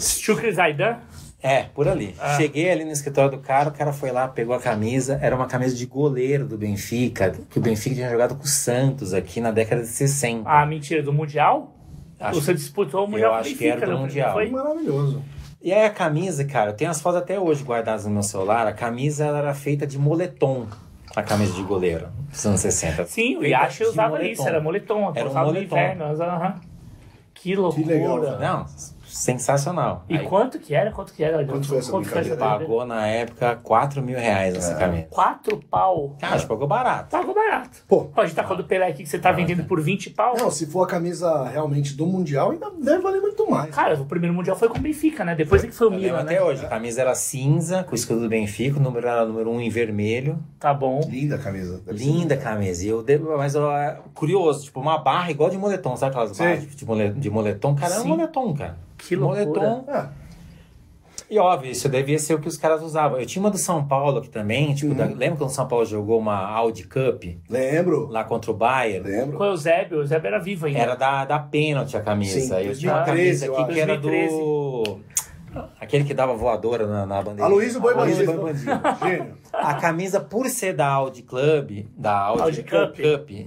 A: Shukri Zaidan.
B: É, por ali.
A: Ah.
B: Cheguei ali no escritório do cara, o cara foi lá, pegou a camisa, era uma camisa de goleiro do Benfica, que o Benfica tinha jogado com o Santos aqui na década de 60.
A: Ah, mentira, do Mundial?
B: Acho-
A: Você disputou o Mundial
B: eu
A: com o
B: acho que
A: Benfica,
B: era do
A: não
B: Mundial.
A: Foi?
C: Maravilhoso.
B: E aí a camisa, cara, eu tenho as fotos até hoje guardadas no meu celular, a camisa ela era feita de moletom, a camisa de goleiro, dos anos 60.
A: Sim, o
B: Feita
A: Yasha
B: de
A: usava
B: moletom.
A: isso, era moletom.
B: Era um
A: usava no
B: moletom.
A: inverno. usava- aham. Que loucura.
C: legal, né? cara.
B: Não, sensacional.
A: E
B: aí,
A: quanto que era? Quanto que era?
C: Quanto foi essa brincadeira?
B: pagou na época 4 mil reais
A: É.
B: essa camisa.
A: Quatro pau.
B: Cara, acho que pagou barato.
A: Pagou barato.
C: Pô.
A: Pô, a gente tá falando do Pelé aqui que você tá vendendo por 20 pau.
C: Não, se for a camisa realmente do Mundial, ainda deve valer muito mais.
A: Cara, o primeiro Mundial foi com o Benfica, né? Depois é que foi o
B: Eu lembro
A: Milan, né?
B: até hoje, a camisa era cinza, com o escudo do Benfica, o número era o número 1 em vermelho.
A: Tá bom.
C: Linda a camisa. deve ser
B: Linda a camisa. E Eu devo, mas eu, é curioso, tipo, uma barra igual de moletom, sabe aquelas
C: Sim.
B: barras tipo, de- de moletom? De moletom? Cara, é um
A: Sim.
B: moletom, cara.
A: Que loucura.
B: Moletom.
C: Ah,
B: E óbvio, isso devia ser o que os caras usavam. Eu tinha uma do São Paulo aqui também, tipo,
C: Uhum.
B: da- lembra quando o São Paulo jogou uma Audi Cup
C: lembro.
B: lá contra o Bayern?
C: Lembro.
A: Com o Eusébio, o Eusébio era vivo ainda.
B: Era da, da pênalti a camisa.
C: Sim,
B: eu tinha uma camisa
C: 2013, eu
B: aqui que era
A: 2013.
B: do. Aquele que dava voadora na, na bandeira.
C: Aloysio Boi
B: Aloysio
C: Bandido.
B: Boi Bandido.
C: Gênio.
B: A camisa, por ser da Audi Club, da Audi,
A: Audi Cup.
B: Cup, e,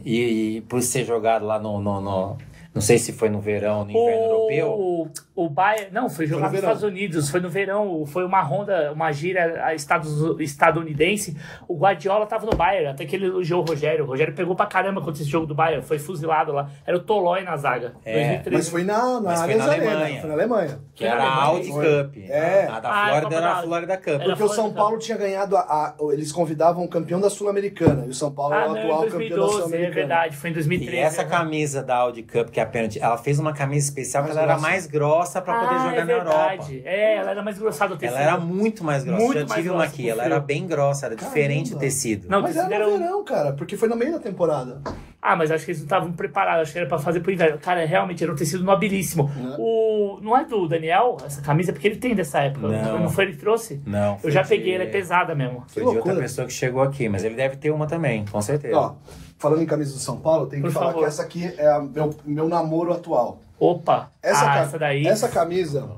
B: e por ser jogado lá no, no, no- Não sei se foi no verão, no inverno
C: Oh.
B: europeu.
A: O, o Bayern, não, foi jogar
C: no
A: nos
C: verão.
A: Estados Unidos, foi no verão, foi uma ronda, uma gira a estados- estadunidense. O Guardiola tava no Bayern, até que ele elogiou o Rogério. O Rogério pegou pra caramba contra esse jogo do Bayern, foi fuzilado lá. Era o Tolói na zaga.
B: É,
A: 2013.
C: Mas foi na, na
B: Mas foi na
C: Allianz Arena,
B: Alemanha.
C: Foi na Alemanha.
B: Que era a Audi
C: Foi.
B: Cup.
C: É.
B: A da
A: Ah, é
B: Flórida
A: a Copa
B: era
A: da-
B: a Flórida Cup.
A: Era-
C: Porque o São
A: Flórida.
C: Paulo tinha ganhado a, a- Eles convidavam o campeão da Sul-Americana. E o São Paulo
A: Ah,
C: é o
A: não, em
C: atual campeão da
A: 2012, é
C: Sul-Americana.
A: verdade, foi em
B: E
A: 2013.
B: essa
A: né?
B: camisa da Audi Cup, que é a pênalti, ela fez uma camisa especial
C: Mais
B: porque ela era
C: grossa.
B: mais grossa pra poder
A: Ah,
B: jogar
A: é
B: na
A: verdade.
B: Europa.
A: É, ela era mais grossada o
B: Ela
A: tecido.
B: era muito mais grossa.
A: Muito
B: Já
A: mais
B: tive uma
A: grossa,
B: aqui.
A: com
B: Ela
A: fio.
B: era bem grossa, era diferente o
C: Caramba.
B: tecido.
A: Não, um
C: Mas
A: eles
C: era
A: deram-
C: no verão, cara, porque foi no meio da temporada.
A: Ah, mas acho que eles não estavam preparados, acho que era pra fazer pro inverno. Cara, realmente era um tecido nobilíssimo.
C: Né?
A: O... Não é do Daniel essa camisa, porque ele tem dessa época.
B: Não.
A: foi ele que trouxe?
B: Não.
A: Eu
B: foi
A: já
B: de-
A: peguei, ela é pesada mesmo.
B: Foi de outra
C: loucura.
B: pessoa que chegou aqui, mas ele deve ter uma também, com certeza.
C: Ó, falando em camisa do São Paulo, tem que
A: Por
C: falar
A: favor.
C: que essa aqui é a meu, meu namoro atual.
A: Opa!
C: Essa,
A: ah,
C: ca-
A: essa daí.
C: essa camisa.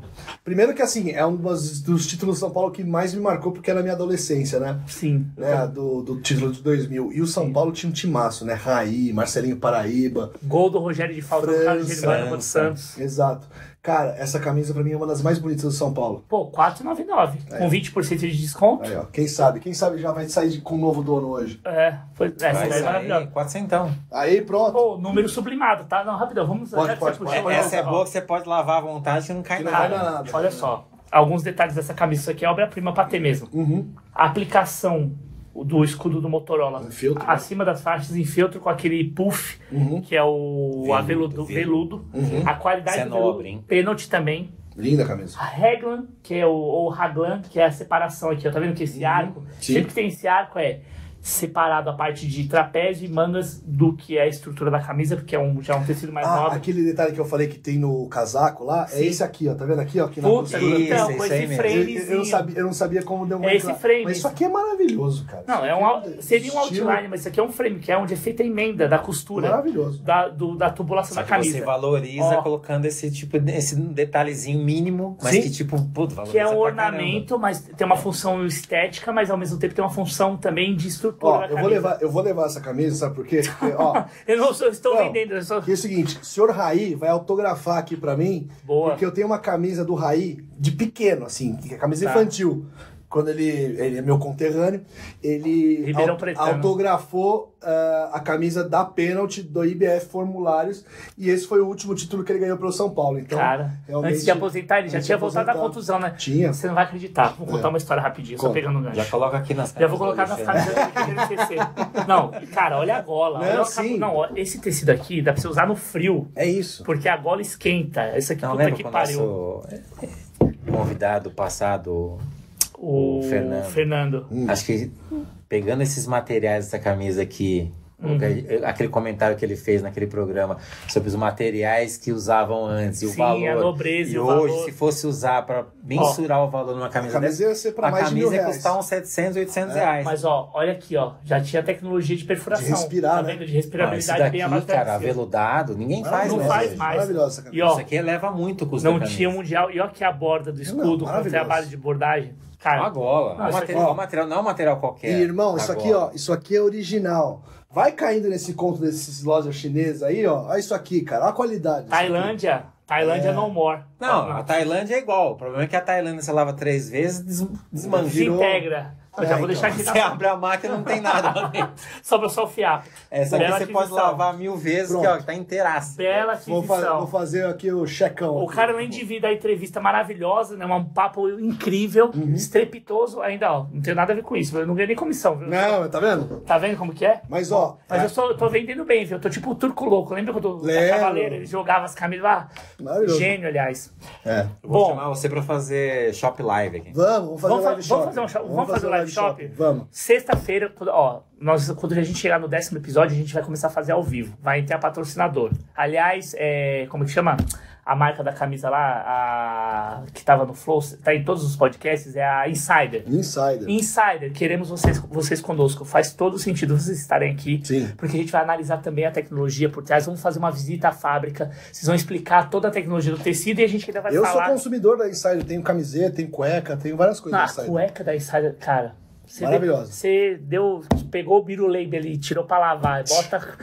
C: Primeiro que assim, é um dos, dos títulos do São Paulo que mais me marcou porque era na minha adolescência, né?
A: Sim.
C: né, a do, do título de 2000. E o São Paulo tinha um timaço, né? Raí, Marcelinho Paraíba.
A: Gol do Rogério um de Falta, do Carlos
C: França.
A: Germano contra o Santos.
C: Exato. Cara, essa camisa pra mim é uma das mais bonitas do São Paulo.
A: Pô, 4,99. Com 20% de desconto.
C: Aí, ó. Quem sabe? Quem sabe já vai sair de- com um novo dono hoje.
A: É, foi, essa
B: Vai
A: daí é
B: sair
A: maravilhosa.
B: 400.
C: Aí, pronto.
A: Pô, número sublimado, tá? Não, rapidão, vamos...
C: Pode,
A: já que
C: pode,
A: você
C: pode.
A: puxou,
B: Essa é
A: ó.
B: boa que você pode lavar à vontade que não cai
C: Que não vai
B: nada.
C: dar nada.
A: Olha só, alguns detalhes dessa camisa. Isso aqui é obra-prima pra ter mesmo.
C: Uhum.
A: A aplicação do escudo do Motorola
C: Um filtro, né?
A: acima das faixas em feltro com aquele puff,
C: Uhum.
A: que é o
B: Veludo,
A: aveludo, veludo.
B: veludo.
A: A qualidade
B: Isso é
A: do
B: nobre,
A: veludo,
B: hein?
A: pênalti também.
C: Linda a camisa.
A: A reglan, que é o ou raglan, que é a separação aqui, ó. tá vendo que esse arco,
C: Uhum. Sim.
A: sempre que tem esse arco é separado a parte de trapézio e mangas do que é a estrutura da camisa, porque é um, já é um tecido mais
C: Ah,
A: nobre.
C: aquele detalhe que eu falei que tem no casaco lá, é
A: Sim.
C: esse aqui, ó. Tá vendo aqui, ó? Aqui na
B: Putz,
C: costura.
B: isso,
A: então,
B: isso
A: com
B: aí
A: esse
B: mesmo.
C: eu,
A: framezinho.
C: eu não sabia, eu não sabia como deu uma
A: É esse
C: entrada.
A: frame.
C: Mas isso aqui é maravilhoso, cara.
A: Não, é um,
C: Isso
A: out-
C: aqui
A: seria um
C: estilo
A: outline, mas isso aqui é um frame, que é onde é feita a emenda da costura,
C: é Maravilhoso.
A: da, do- da tubulação
B: Só
A: da
B: que
A: camisa.
B: você valoriza
A: Ó.
B: colocando esse tipo esse detalhezinho mínimo, mas
C: Sim.
B: que tipo, puto, valoriza
A: Que é um
B: pra
A: ornamento, mas tem uma função estética, mas ao mesmo tempo tem uma função também de estrutura
C: Ó,
A: da
C: eu
A: camisa.
C: vou, levar, eu vou levar essa camisa, sabe por quê? Porque, ó,
A: Eu não sou- estou
C: Não.
A: vendendo, eu sou...
C: que é o seguinte, o senhor Raí vai autografar aqui pra mim,
A: Boa.
C: porque eu tenho uma camisa do Raí de pequeno, assim, que é camisa
A: Tá.
C: infantil. Quando ele, ele é meu conterrâneo, ele
A: Ribeirão né?
C: au-
A: Pretano.
C: autografou ah, a camisa da pênalti do IBF Formulários e esse foi o último título que ele ganhou pelo São Paulo. Então,
A: Cara,
C: realmente,
A: antes de aposentar, ele já
C: antes de
A: tinha voltado da
C: aposentar.
A: contusão, né?
C: Tinha.
A: Você não vai acreditar. Vou contar
C: É.
A: uma história rapidinho, só
C: Conta.
A: pegando um gancho.
B: Já coloca aqui nas
A: Já vou colocar
B: camisas do
A: nas
B: Alexandre.
A: camisas aqui que eu não esqueci. Não, cara, olha a gola.
C: Não,
A: olha o
C: sim.
A: Não, ó, esse tecido aqui dá pra você usar no frio,
C: É isso.
A: porque a gola esquenta. Esse É aqui,
B: Não
A: puta
B: lembra
A: que
B: Tá quando o
A: pariu.
B: nosso convidado passado,
A: O
B: o Fernando.
A: Fernando.
C: Hum.
B: acho que pegando esses materiais dessa camisa aqui,
A: Uhum.
B: coloca- aquele comentário que ele fez naquele programa sobre os materiais que usavam antes e o
A: Sim,
B: valor.
A: a nobreza
B: e
A: e o
B: hoje,
A: valor.
B: se fosse usar para mensurar o valor numa
C: A
B: camisa dessa,
C: camisa ia ser pra
B: a
C: mais de mil
B: camisa ia
C: reais. É.
B: custar um- uns 700, 800 reais.
A: Mas ó, olha aqui, ó. Já tinha tecnologia de perfuração.
C: De respirar,
A: tá
C: né?
A: vendo? De
B: Não, Ah, esse
A: respirabilidade bem
B: daqui,
A: abaixo.
B: cara,
A: da tecido.
B: aveludado, ninguém
C: Não,
B: faz,
A: não
B: né,
A: faz
B: hoje?
A: mais.
C: Maravilhosa essa
A: E
C: camisa.
A: ó,
B: Isso aqui eleva muito o custo
A: não
B: da camisa.
A: tinha um mundial. E ó que a borda do escudo com o
C: maravilhoso.
A: trabalho de bordagem. Cara,
B: Uma gola.
A: Não,
B: um
A: Ah, isso
B: material,
C: aqui-
B: um material- não é um material qualquer.
C: E, irmão,
B: Uma
C: isso aqui,
B: gola.
C: ó, isso aqui é original. Vai caindo nesse conto desses lojas chinesas aí, ó. Olha isso aqui, cara. Olha a qualidade. disso
A: Tailândia. Tailândia
C: É.
A: no more.
B: Não, a Tailândia é igual. O problema é que a Tailândia você lava três vezes, des desmanja.
A: se
C: virou-
A: integra. Eu
C: É,
A: já vou
C: então,
A: deixar aqui
B: Você
A: na...
B: abre a máquina não tem nada lá dentro.
A: Sobra só o fiapo.
B: Essa aqui
A: Bela
B: você pode
A: aquisição.
B: lavar mil vezes, que ó, tá inteiraça.
A: Bela
C: aqui. Vou, fa-
A: aquisição.
C: vou fazer aqui o checão.
A: O
C: aqui.
A: cara, além de vir da entrevista maravilhosa, né? Um papo incrível,
C: Uhum.
A: estrepitoso, ainda, ó, não tem nada a ver com isso, eu não ganhei nem comissão, viu?
C: Não, tá vendo?
A: Tá vendo como que é?
C: Mas, ó,
A: Mas
C: é-
A: eu, sou, eu tô vendendo bem, viu? Eu tô tipo o turco louco. Lembra quando o
C: Lembro.
A: cavaleiro ele jogava as camisas lá?
C: Maravilhoso.
A: Gênio, aliás.
C: É.
B: Eu vou
A: Bom.
B: chamar você pra fazer shop live aqui.
C: Vamos, vamos fazer
A: Vamos
C: um
A: fa-
C: live
A: vamos
C: shop.
A: fazer um shop- vamos fazer um live shop?
C: Vamos.
A: Sexta-feira, quando- ó, nós, quando a gente chegar no décimo episódio, a gente vai começar a fazer ao vivo. Vai ter a patrocinador. Aliás, é, como que chama? A marca da camisa lá, a, que tava no Flow, tá em todos os podcasts, é a Insider.
C: Insider.
A: Insider, queremos vocês, vocês conosco. Faz todo sentido vocês estarem aqui.
C: Sim.
A: Porque a gente vai analisar também a tecnologia por trás. Vamos fazer uma visita à fábrica. Vocês vão explicar toda a tecnologia do tecido e a gente ainda vai
C: Eu sou
A: falar.
C: consumidor da Insider. Tenho camiseta, tenho cueca, tenho várias coisas
A: na
C: da Insider.
A: cueca da Insider, cara. Você
C: Maravilhosa.
A: deu- Você deu, pegou o biruleibe ali, tirou pra lavar, bota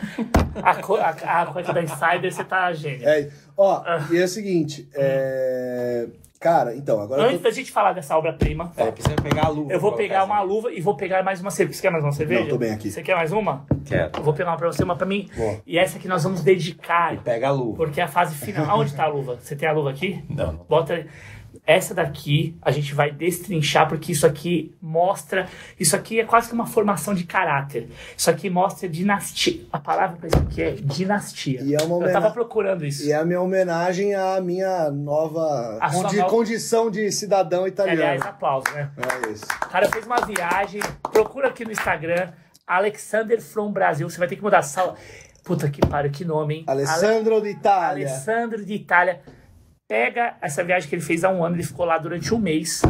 A: a, co- a- a cueca da Insider, você tá gênio.
C: É, ó,
A: Ah.
C: e é o seguinte, é... Cara, então, agora... eu
A: Antes da gente falar dessa obra-prima,
B: É, precisa pegar a luva.
A: eu vou
B: pra
A: pegar
B: colocar
A: uma
B: assim.
A: luva e vou pegar mais uma cerveja. Você quer mais uma cerveja?
C: Não, tô bem aqui.
A: Você quer mais uma? Eu
B: Quero.
A: vou pegar uma pra você, uma pra mim.
C: Boa.
A: E essa que nós vamos dedicar,
B: Pega a luva.
A: porque é a fase final. Aonde tá a luva? Você tem a luva aqui?
B: Não, não.
A: Bota essa daqui, a gente vai destrinchar, porque isso aqui mostra. Isso aqui é quase que uma formação de caráter. Isso aqui mostra dinastia. A palavra pra isso aqui é dinastia.
C: E é uma
A: Eu tava
C: homenagem-
A: procurando isso.
C: E é a minha homenagem à minha nova
A: A sua
C: condi-
A: nova-
C: condição de cidadão
A: Aliás,
C: italiano.
A: aplauso, né?
C: É isso.
A: O cara fez uma viagem, procura aqui no Instagram, Alexander From Brasil. Você vai ter que mudar a sala. Puta que pariu, que nome, hein?
C: Alessandro de Itália.
A: Alessandro de Itália. Pega essa viagem que ele fez há um ano, ele ficou lá durante um mês.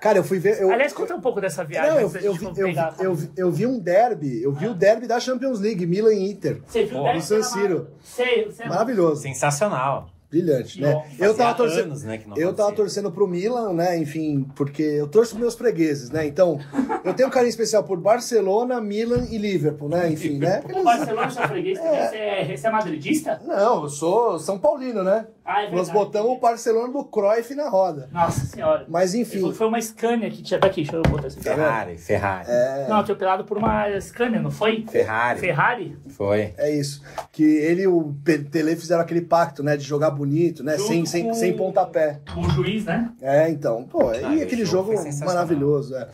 C: Cara, eu fui ver. É, Eu,
A: Aliás, conta um pouco dessa viagem.
C: não, eu,
A: antes da
C: eu,
A: gente
C: vi- eu,
A: pegar- tá? Ah.
C: vi- eu, vi- eu vi um derby. Eu vi o derby da Champions League, Milan e Inter.
A: Você viu
B: Porra,
A: deve
C: o San
A: ser
C: Siro.
A: uma- Sei, você
C: Maravilhoso.
B: Sensacional.
C: Brilhante, né?
A: É. Nossa,
C: Eu
B: Fazia
C: tava torcendo.
B: anos, né, que não
C: Eu tava
B: acontecia.
C: torcendo pro Milan, né? Enfim, porque eu torço pros meus fregueses, né? Então, eu tenho um carinho especial por Barcelona, Milan e Liverpool, né? Enfim, né?
A: O Barcelona já freguês, também, você é, você é madridista?
C: Não, eu sou São Paulino, né?
A: Ah, é
C: Nós
A: verdade.
C: botamos o Barcelona do Cruyff na roda.
A: Nossa senhora.
C: Mas
A: Foi-
C: enfim,
A: Foi uma Scania que tinha. Tá aqui, deixa eu botar esse
B: Ferrari, Ferrari.
C: É.
A: Não, atropelado por uma Scania, não foi?
B: Ferrari.
A: Ferrari?
B: Foi.
C: é isso. Que ele e o Pe- Tele fizeram aquele pacto, né? De jogar bonito, né? Sem,
A: Junto com-
C: sem, sem pontapé.
A: O juiz, né?
C: É, então. Pô,
B: Ah,
C: e
B: esse
C: aquele
B: jogo
C: jogo,
B: foi sensacional.
C: maravilhoso, é.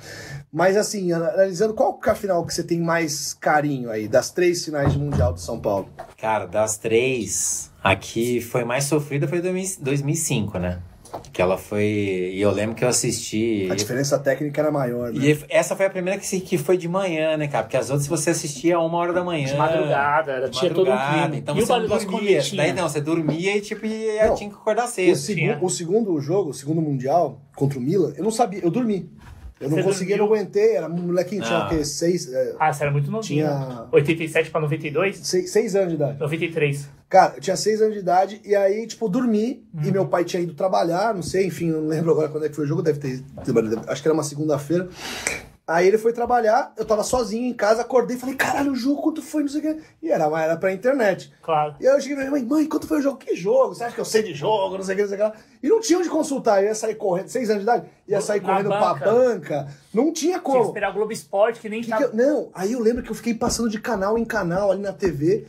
C: Mas assim, analisando qual que é a final que você tem mais carinho aí, das três finais de Mundial de São Paulo?
B: Cara, das três, aqui foi mais sofrida foi 2000 2005, né? que ela foi. E eu lembro que eu assisti.
C: A diferença técnica era maior, Tá né?
B: E essa foi a primeira que, se- que foi de manhã, né, cara? Porque as outras você assistia a uma hora da manhã.
A: De madrugada, era-
B: de
A: tinha todo um
B: madrugada,
A: clima.
B: Então
A: e o
B: você
A: barulho
B: não
A: das
B: dormia.
A: cornetinhas?
B: Daí não, você dormia e tipo, e
C: Não.
B: tinha que acordar
C: O,
B: cedo.
C: segu-
A: tinha.
C: o segundo jogo, o segundo mundial, contra o Milan, eu não sabia, eu dormi. Eu não
A: Você
C: conseguia, não
A: dormiu?
C: aguentei. Era um molequinho, tinha
B: Ah.
C: o quê? Seis, é,
A: Ah, você era muito novinho.
C: Tinha-
A: 87 pra 92?
C: seis, seis anos de idade.
A: 93.
C: Cara, eu tinha seis anos de idade e aí, tipo, eu dormi e
A: Uhum.
C: meu pai tinha ido trabalhar, não sei, enfim, eu não lembro agora quando é que foi o jogo, deve ter. Acho que era uma segunda-feira. Aí ele foi trabalhar, eu tava sozinho em casa, acordei e falei, caralho, o jogo, quanto foi? Não sei o quê. E era, era pra internet.
A: Claro.
C: E aí eu cheguei pra minha mãe, mãe, quanto foi o jogo? Que jogo? Você acha que eu sei de jogo? Não sei o que, não sei o que. lá. E não tinha onde consultar. Eu ia sair correndo, seis anos de idade, ia sair
A: Na
C: correndo
A: banca.
C: pra banca. Não tinha
A: Tinha que
C: como.
A: esperar o Globo Esporte, que nem
C: Que
A: tava.
C: que eu- não, aí eu lembro que eu fiquei passando de canal em canal ali na TV,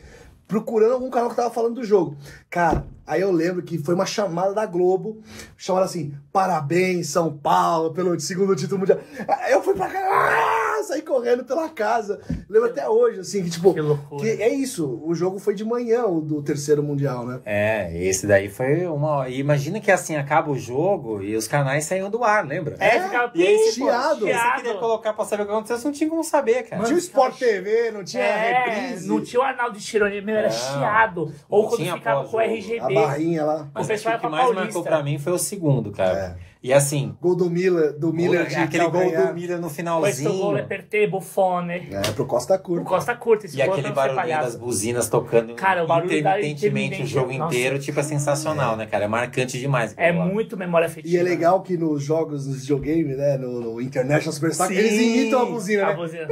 C: procurando algum canal que tava falando do jogo. Cara, aí eu lembro que foi uma chamada da Globo, chamaram assim, parabéns São Paulo pelo segundo título mundial. Aí Eu fui pra casa, saí correndo pela casa. Lembro até hoje, assim, que tipo...
A: Que loucura.
C: que é isso, o jogo foi de manhã, o do terceiro mundial, né?
B: É, esse daí foi uma hora. E imagina que assim acaba o jogo e os canais saíram do ar, lembra?
A: É, ficava
B: E aí, se
C: chiado.
B: você queria colocar pra saber o que aconteceu, você não tinha como saber, cara.
C: Não tinha o Sport TV, não tinha
A: É,
C: reprise,
A: não tinha o Arnaldo Chironi, meu, era
B: Não.
A: chiado. Ou
B: Não
A: quando
B: tinha
A: ficava
B: pós
A: com o
B: jogo.
C: a
A: RGB.
C: barrinha lá. É.
B: Mas
A: O
B: acho que
A: pessoal
B: o que
A: ia pra
B: mais
A: Paulista.
B: marcou pra mim foi o segundo, cara. E assim,
C: Gol do Miller, do Miller de
B: aquele É. gol
C: calcanhar.
B: do Miller no
A: Questo gol é
B: finalzinho.
A: perter, Buffone.
C: É, pro Costa
A: né? O
C: Curta.
A: Costa Curta, esse
B: E
A: gol
B: aquele
A: pra não ser
B: barulhinho das
A: palhaço.
B: buzinas tocando
A: Cara, o barulho da
B: intermitentemente o
A: intermitente,
B: jogo
A: nossa.
B: inteiro, tipo, é sensacional, né, cara? É marcante demais.
A: É
B: aquele gol.
A: muito memória afetiva. né?
C: E é legal que nos jogos, nos videogames, né? No, no International Superstar,
B: Sim.
C: eles imitam a
A: A
C: buzina, né?
A: buzina.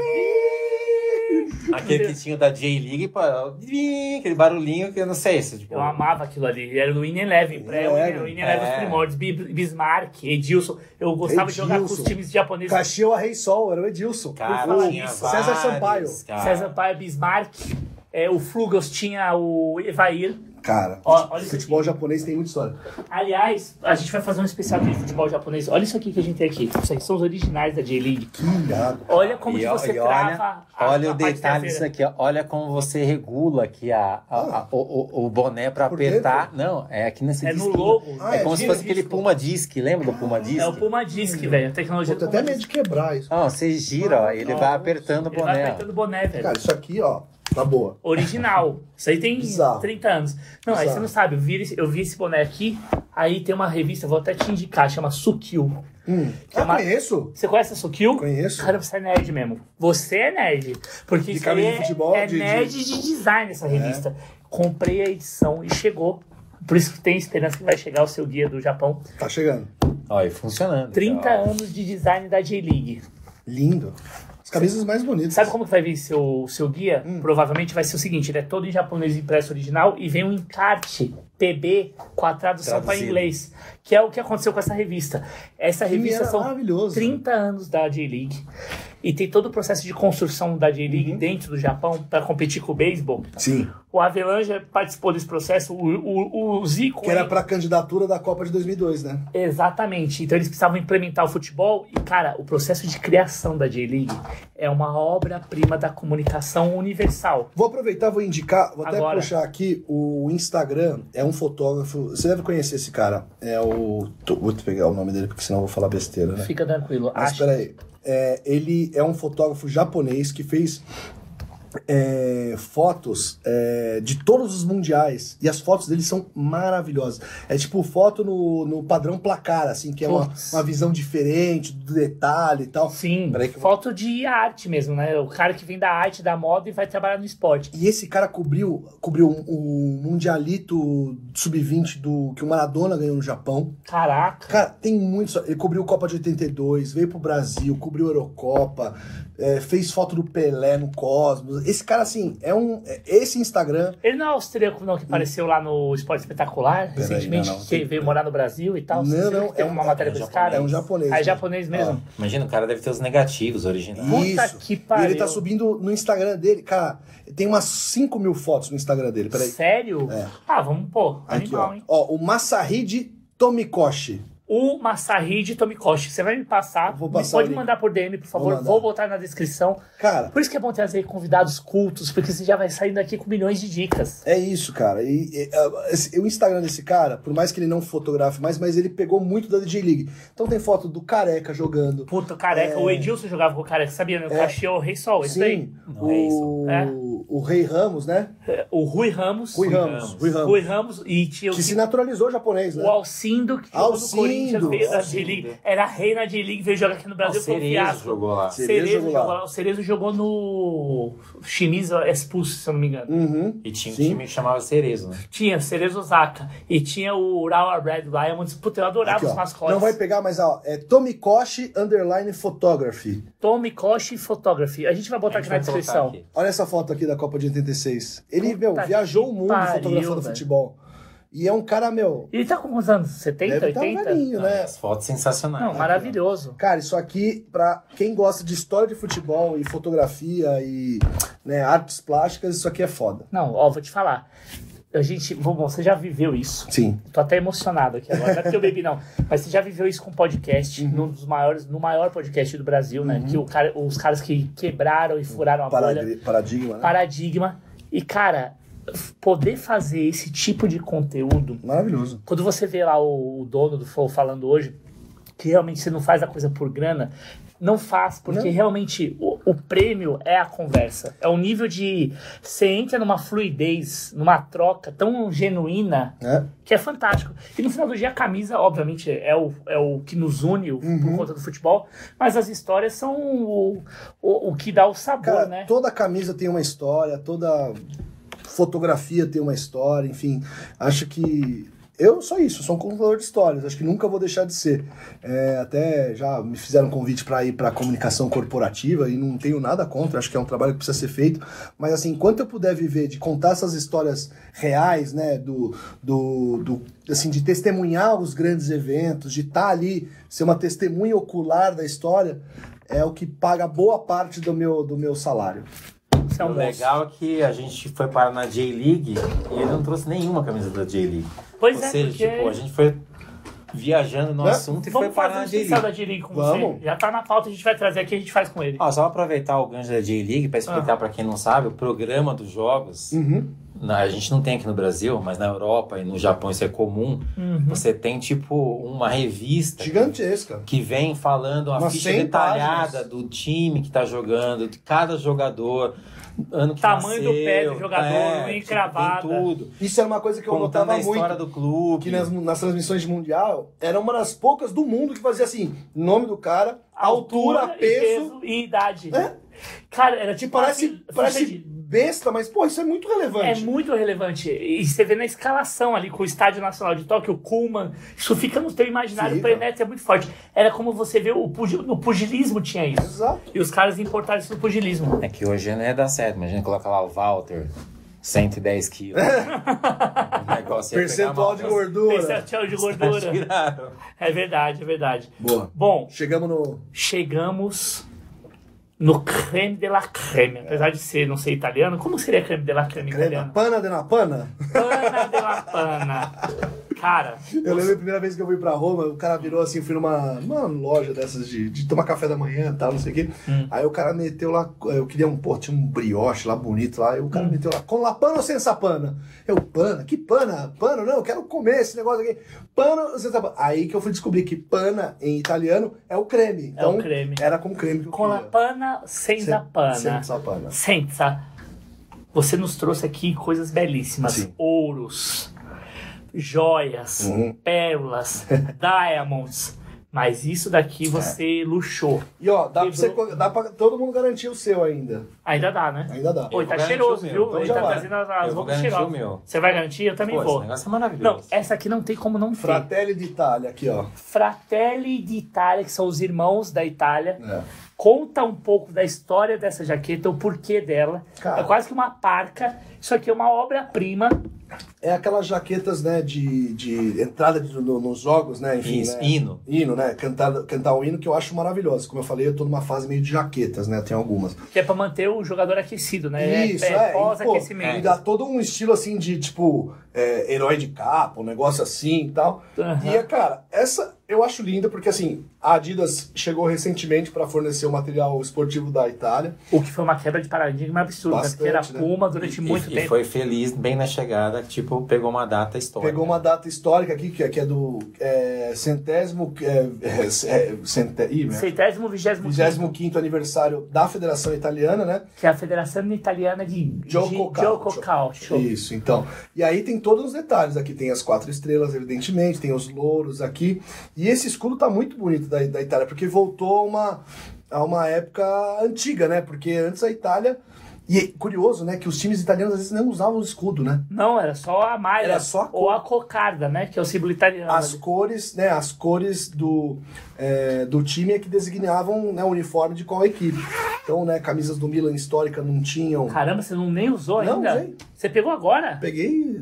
B: Aquele que tinha o da J-League, pô, aquele barulhinho que eu não sei se, tipo,
A: Eu amava aquilo ali. Era o In Eleven, pré, o
C: Eleven,
A: In- o In Eleven
B: é.
A: os primórdios. Bi- Bismarck, Edilson. Eu gostava de jogar com os
C: Edilson.
A: times japoneses.
C: Caxias Rei Sol, era o Edilson.
B: cara,
A: falar
B: tinha
A: nisso,
C: César
B: vários,
C: Sampaio.
B: cara.
A: César Paia, Bismarck. É, o Flugels tinha o Evair.
C: Cara,
A: Ó, olha isso
C: futebol
A: aqui.
C: japonês tem muita história.
A: Aliás, a gente vai fazer um especial de futebol japonês. Olha isso aqui que a gente tem aqui. Isso aqui são os originais da J-League.
C: Que irado.
A: Olha como que
B: ó-
A: você
B: olha,
A: trava a-
B: olha
A: a
B: o
A: Ah, parte
B: detalhe
A: traseira.
B: disso aqui, ó. olha como você regula aqui a, a- a- o, o- o boné pra
C: Por
B: apertar. Não, é aqui nesse
A: É no
B: disquinho.
A: logo.
C: Ah,
B: é,
C: é,
B: como se
C: gira
B: fosse aquele
C: disco.
B: Puma Hum. Disc, lembra do Puma Disc?
A: É o Puma Disc, velho. A tecnologia
C: Pô, tô
A: do
C: até
A: Puma
C: medo
A: Disc.
C: de quebrar isso.
B: Não, você gira, ó, ele vai apertando o
A: Ele vai
B: boné. ó.
A: apertando o boné, velho.
C: Cara, isso aqui, ó, tá boa.
A: Original. Isso aí tem
C: Bizarro.
A: 30 anos. Não, aí
C: Bizarro.
A: você não sabe. Eu vi, esse- eu vi esse boné aqui. Aí tem uma revista, vou até te indicar, chama Sukil.
C: Hum.
A: é
C: Ah,
A: uma-
C: conheço.
A: Você conhece a Sukil?
C: Conheço.
A: Cara, você é nerd mesmo. Você é nerd. Porque
C: De
A: isso
C: camisa
A: aí
C: de
A: é-
C: futebol,
A: é
C: de- É. de-
A: nerd de... design essa revista. Comprei a edição e chegou. Por isso que tem esperança que vai chegar o seu guia do Japão.
C: Tá chegando.
B: Ó, e funcionando.
A: 30
B: ó.
A: anos de design da J-League.
C: Lindo. As camisas mais bonitas.
A: Sabe como que vai vir seu, seu guia?
C: Hum.
A: Provavelmente vai ser o seguinte: ele é todo em japonês impresso original e vem um encarte PB com a tradução para
B: Traduzido.
A: inglês, que é o que aconteceu com essa revista. Essa
C: Que
A: é
C: ah,
A: revista
C: era
A: são
C: maravilhoso.
A: 30 anos da J-League e tem todo o processo de construção da
C: Uhum.
A: J-League dentro do Japão para competir com o beisebol.
C: Sim.
A: O Avelange participou desse processo, o, o, o Zico.
C: Que era pra candidatura da Copa de 2002, né?
A: Exatamente. Então eles precisavam implementar o futebol e, cara, o processo de criação da J-League é uma obra-prima da comunicação universal.
C: Vou aproveitar, vou indicar, vou até
A: Agora.
C: puxar aqui o Instagram. É um fotógrafo. Você deve conhecer esse cara. É o. tô- Vou te pegar o nome dele, porque senão eu vou falar besteira, né?
A: Fica tranquilo.
C: Mas
A: acho.
C: peraí. É, ele é um fotógrafo japonês que fez é, fotos é, de todos os mundiais. E as fotos dele são maravilhosas. É tipo foto no, no padrão placar, assim, que é uma,
A: Putz.
C: uma visão diferente do detalhe e tal.
A: Sim,
C: Peraí que eu vou-
A: foto de arte mesmo, né? O cara que vem da arte, da moda e vai trabalhar no esporte.
C: E esse cara cobriu, cobriu o Mundialito Sub-20 do que o Maradona ganhou no Japão.
A: Caraca.
C: Cara, tem muito. Ele cobriu Copa de 82, veio pro Brasil, cobriu Eurocopa, é, fez foto do Pelé no Cosmos. Esse cara, assim, é um. é- Esse Instagram.
A: Ele não é austríaco, não, que apareceu lá no Esporte Espetacular, recentemente,
C: Hum. não, não,
A: que
C: tem-
A: veio morar no Brasil e tal.
C: Não,
A: Você viu
C: não,
A: que tem
C: é um-
A: uma matéria
B: é um
A: desse cara?
C: É um japonês.
A: Ah, é
C: né?
A: japonês mesmo?
B: Imagina, o cara deve ter os negativos originais.
A: Puta
C: Isso.
A: que
C: E
A: pariu.
C: ele tá subindo no Instagram dele, cara. Tem umas 5 mil fotos no Instagram dele. Peraí.
A: Sério?
C: É.
A: Ah, vamos pô
C: Aqui,
A: Animal,
C: ó.
A: hein?
C: ó. O Masahide Tomikoshi.
A: o Masahide Tomikoshi. Você vai me passar.
C: Vou
A: me
C: passar o
A: pode
C: link.
A: mandar por DM, por favor.
C: mandar.
A: Vou botar na descrição.
C: Cara,
A: Por isso que é bom trazer convidados cultos, porque você já vai saindo aqui com milhões de dicas.
C: é isso, cara. E, e, ah, esse- o Instagram desse cara, por mais que ele não fotografe mais, mas ele pegou muito da DJ League. Então tem foto do careca jogando.
A: Puta, careca.
C: É.
A: O Edilson jogava com o careca, sabia? Meu
C: É.
A: cachê é o Rei Sol, esse daí.
C: Sim,
B: Não, é
C: o,
A: é.
C: o Rei Ramos, né?
A: O Rui Ramos.
C: Rui
B: Rui
C: Ramos.
B: Ramos.
C: Rui Ramos.
A: Rui Ramos e tinha o
C: Que se
A: que-
C: naturalizou japonês, né?
A: o Alcindo, que jogou no
C: Alcindo,
A: Corinthians, veio da
B: Alcindo.
A: G-League. Era rei na G-League, veio jogar aqui no Brasil, foi um
B: Cerezo
A: fiasco.
B: jogou lá.
A: Cerezo jogou lá. O Cerezo jogou no Shimizu expulso, se eu não me engano.
C: Uhum.
B: E tinha um
C: Sim.
B: time que chamava Cerezo, né?
A: Tinha Cerezo Osaka e tinha o Urawa Red Diamonds. Puta, É eu adorava
C: Aqui,
A: os
C: ó.
A: mascotes.
C: Não vai pegar, mas ó, é Tomikoshi Underline Photography.
A: Tommy Koshi Photography. A gente vai botar
B: A gente
A: aqui na
B: vai colocar
A: descrição.
B: aqui.
C: Olha essa foto aqui da Copa de 86. Ele,
A: Puta
C: meu,
A: que
C: viajou o mundo
A: pariu,
C: fotografando
A: velho.
C: futebol. E é um cara, meu,
A: Ele tá com quantos anos? 70,
C: deve estar
A: 80?
C: velhinho, né?
B: As fotos sensacionais.
A: não, maravilhoso.
C: Cara, isso aqui, pra quem gosta de história de futebol e fotografia e né, artes plásticas, isso aqui é foda.
A: Não, ó, vou te falar. A gente, bom, você já viveu isso.
C: Sim.
A: Tô até emocionado aqui agora. Não é porque eu bebi, não. Mas você já viveu isso com podcast,
C: Uhum.
A: num dos maiores, no maior podcast do Brasil, né? Que o cara- os caras que quebraram e furaram a bolha.
C: Paragri- Uhum. Paradigma, né?
A: Paradigma. E, cara, poder fazer esse tipo de conteúdo
C: Maravilhoso.
A: quando você vê lá o, o dono do Flow falando hoje que realmente você não faz a coisa por grana, não faz, porque
C: Não.
A: realmente o, o prêmio é a conversa. É um nível de. Você entra numa fluidez, numa troca tão genuína
C: né?
A: que é fantástico. E no final do dia, a camisa, obviamente, é o, é o que nos une o-
C: Uhum.
A: por conta do futebol, mas as histórias são o, o, o que dá o sabor,
C: Cara,
A: né?
C: toda camisa tem uma história, toda fotografia tem uma história, enfim. Acho que. Eu sou isso, sou um contador de histórias, acho que nunca vou deixar de ser. É, até já me fizeram um convite para ir para comunicação corporativa e não tenho nada contra, acho que é um trabalho que precisa ser feito. Mas assim, enquanto eu puder viver de contar essas histórias reais, né, do, do, do- assim, de testemunhar os grandes eventos, de estar ali, ser uma testemunha ocular da história, é o que paga boa parte do meu, do meu salário.
A: Isso é um
B: o
A: monstro.
B: legal é que a gente foi parar na J-League e ele não trouxe nenhuma camisa da J-League.
A: Pois
B: Ou
A: é,
B: seja,
A: porque-
B: tipo, a gente foi viajando no
C: Né?
B: assunto e foi
A: Vamos
B: parar
A: fazer um
B: na
A: especial
B: J-League.
A: da Dirig com
C: Vamos.
A: você. Já tá na pauta, a gente vai trazer aqui, a gente faz com ele.
B: Ó, só aproveitar o gancho da J-League para explicar pra quem não sabe, o programa dos jogos,
C: Uhum.
B: na- a gente não tem aqui no Brasil, mas na Europa e no Japão isso é comum.
A: Uhum.
B: Você tem tipo uma revista
C: Gigantesca.
B: que vem falando a
C: Umas
B: ficha
C: 100
B: detalhada
C: páginas.
B: do time que tá jogando, de cada jogador, ano que
A: Tamanho do
B: nasceu,
A: pé do jogador, unha
B: tipo,
A: encravada.
B: tem tudo.
C: Isso era uma coisa que eu
B: Contando
C: notava
B: a história
C: muito.
B: do clube.
C: Que nas, nas transmissões de mundial era uma das poucas do mundo que fazia assim: nome do cara, altura,
A: e
C: peso.
A: e idade.
C: É.
A: Cara, era
C: Que
A: tipo
C: parece,
A: assim,
C: parece
A: você-
C: besta, mas pô, isso é muito
A: é
C: relevante.
A: muito relevante. E você vê na escalação ali com o Estádio Nacional de Tóquio, o Kuhlman, isso fica no teu imaginário, o
C: Fica.
A: Preneto é muito forte. Era como você vê o pugil, no pugilismo tinha isso.
C: Exato.
A: E os caras importaram isso no pugilismo.
B: É que hoje não ia dar certo, imagina colocar lá o Walter, 110 quilos. o negócio ia
C: Percentual de
B: pegar assim. mal.
C: gordura.
A: Percentual é de
B: Mas
A: gordura.
B: tiraram.
A: É verdade, é verdade.
C: Boa.
A: Bom,
C: Chegamos no.
A: chegamos no creme de la creme. Apesar de ser, não sei, italiano, como seria creme de la creme
C: Crema.
A: italiano?
C: Pana de na pana?
A: Pana de la pana. Cara,
C: Eu lembro a primeira vez que eu fui pra Roma, o cara virou assim, fui numa, numa loja dessas de, de tomar café da manhã e tal, não sei o quê.
A: Hum.
C: Aí o cara meteu lá, eu queria um, pô, tinha um brioche lá bonito lá, e o
A: Hum.
C: cara meteu lá, com la pana ou sem essa pana? Eu, pana? Que pana? Pano? Não, eu quero comer esse negócio aqui. Pano ou sem essa pana? Aí que eu fui descobrir que pana, em italiano, é o creme.
A: É o
C: Então,
A: creme.
C: Era com creme que eu
A: com la
C: queria.
A: pana, senza
C: Sem- Sem
A: pana.
C: essa pana.
A: Senza. Você nos trouxe aqui coisas belíssimas.
C: Sim.
A: Ouros, joias,
C: Uhum.
A: pérolas, diamonds. Mas isso
C: É.
A: daqui você luxou.
C: E ó, dá pra, você,
A: Quebrou.
C: co- dá pra todo mundo garantir o seu ainda.
A: Ainda dá, né?
C: Ainda dá.
A: Pô,
B: Eu
A: tá
B: vou um
A: cheiroso,
B: garantir o meu.
A: viu?
C: Então
A: Ele
C: já
A: tá
C: vai.
A: trazendo as, as
B: Eu vou um
A: roupas
B: garantir o
A: cheirosas.
B: meu.
A: Você vai garantir? Eu também
B: Pô, esse
A: vou.
C: né?
B: negócio é
A: Não,
B: maravilhoso.
A: essa aqui não tem como não ter.
C: Fratelli d'Italia, aqui ó.
A: Fratelli d'Italia, que são os irmãos da Itália.
C: É.
A: Conta um pouco da história dessa jaqueta, o porquê dela.
C: Cara.
A: É quase que uma parca. Isso aqui é uma obra-prima.
C: É aquelas jaquetas, né, de, de entrada de- no- nos jogos, né, enfim,
B: Isso,
C: né?
B: hino.
C: Hino, né, cantar, cantar o hino que eu acho maravilhoso. Como eu falei, eu tô numa fase meio de jaquetas, né, tem algumas.
A: Que é pra manter o jogador aquecido, né?
C: Isso,
A: é,
C: é, e, pô,
A: pós-aquecimento.
C: E dá todo um estilo, assim, de, tipo, é, herói de capa, um negócio assim e tal.
A: Aham.
C: E, é, cara, essa eu acho linda porque, assim, a Adidas chegou recentemente para fornecer o material esportivo da Itália.
A: O que foi uma quebra de paradigma absurda,
C: Bastante,
A: porque era
C: né?
A: Puma durante
B: E-
A: muito
B: e,
A: tempo.
B: foi feliz bem na chegada, tipo, pegou uma data histórica.
C: Pegou uma data histórica aqui, que é, que é do é, centésimo... É, é, é, centé, ih, meu,
A: Centésimo, vigésimo, quinto,
C: 25º aniversário da Federação Italiana, né?
A: que é a Federação Italiana de de-
C: Gioco Calcio.
A: Gioco Calcio.
C: Isso, então. E aí tem todos os detalhes. Aqui tem as quatro estrelas, evidentemente, tem os louros aqui. E esse escudo tá muito bonito da, da Itália, porque voltou a uma, a uma época antiga, né? Porque antes a Itália. E é curioso, né? Que os times italianos às vezes não usavam o escudo, né?
A: Não, era só a malha.
C: Era só a
A: Ou
C: cor.
A: a cocarda, né? Que é o símbolo italiano.
C: As
A: ali.
C: cores, né? As cores do, é, do time é que designavam né, o uniforme de qual equipe. Então, né, camisas do Milan histórica não tinham.
A: Caramba, você não nem usou
C: Não,
A: ainda?
C: usei.
A: Você pegou agora?
C: Peguei.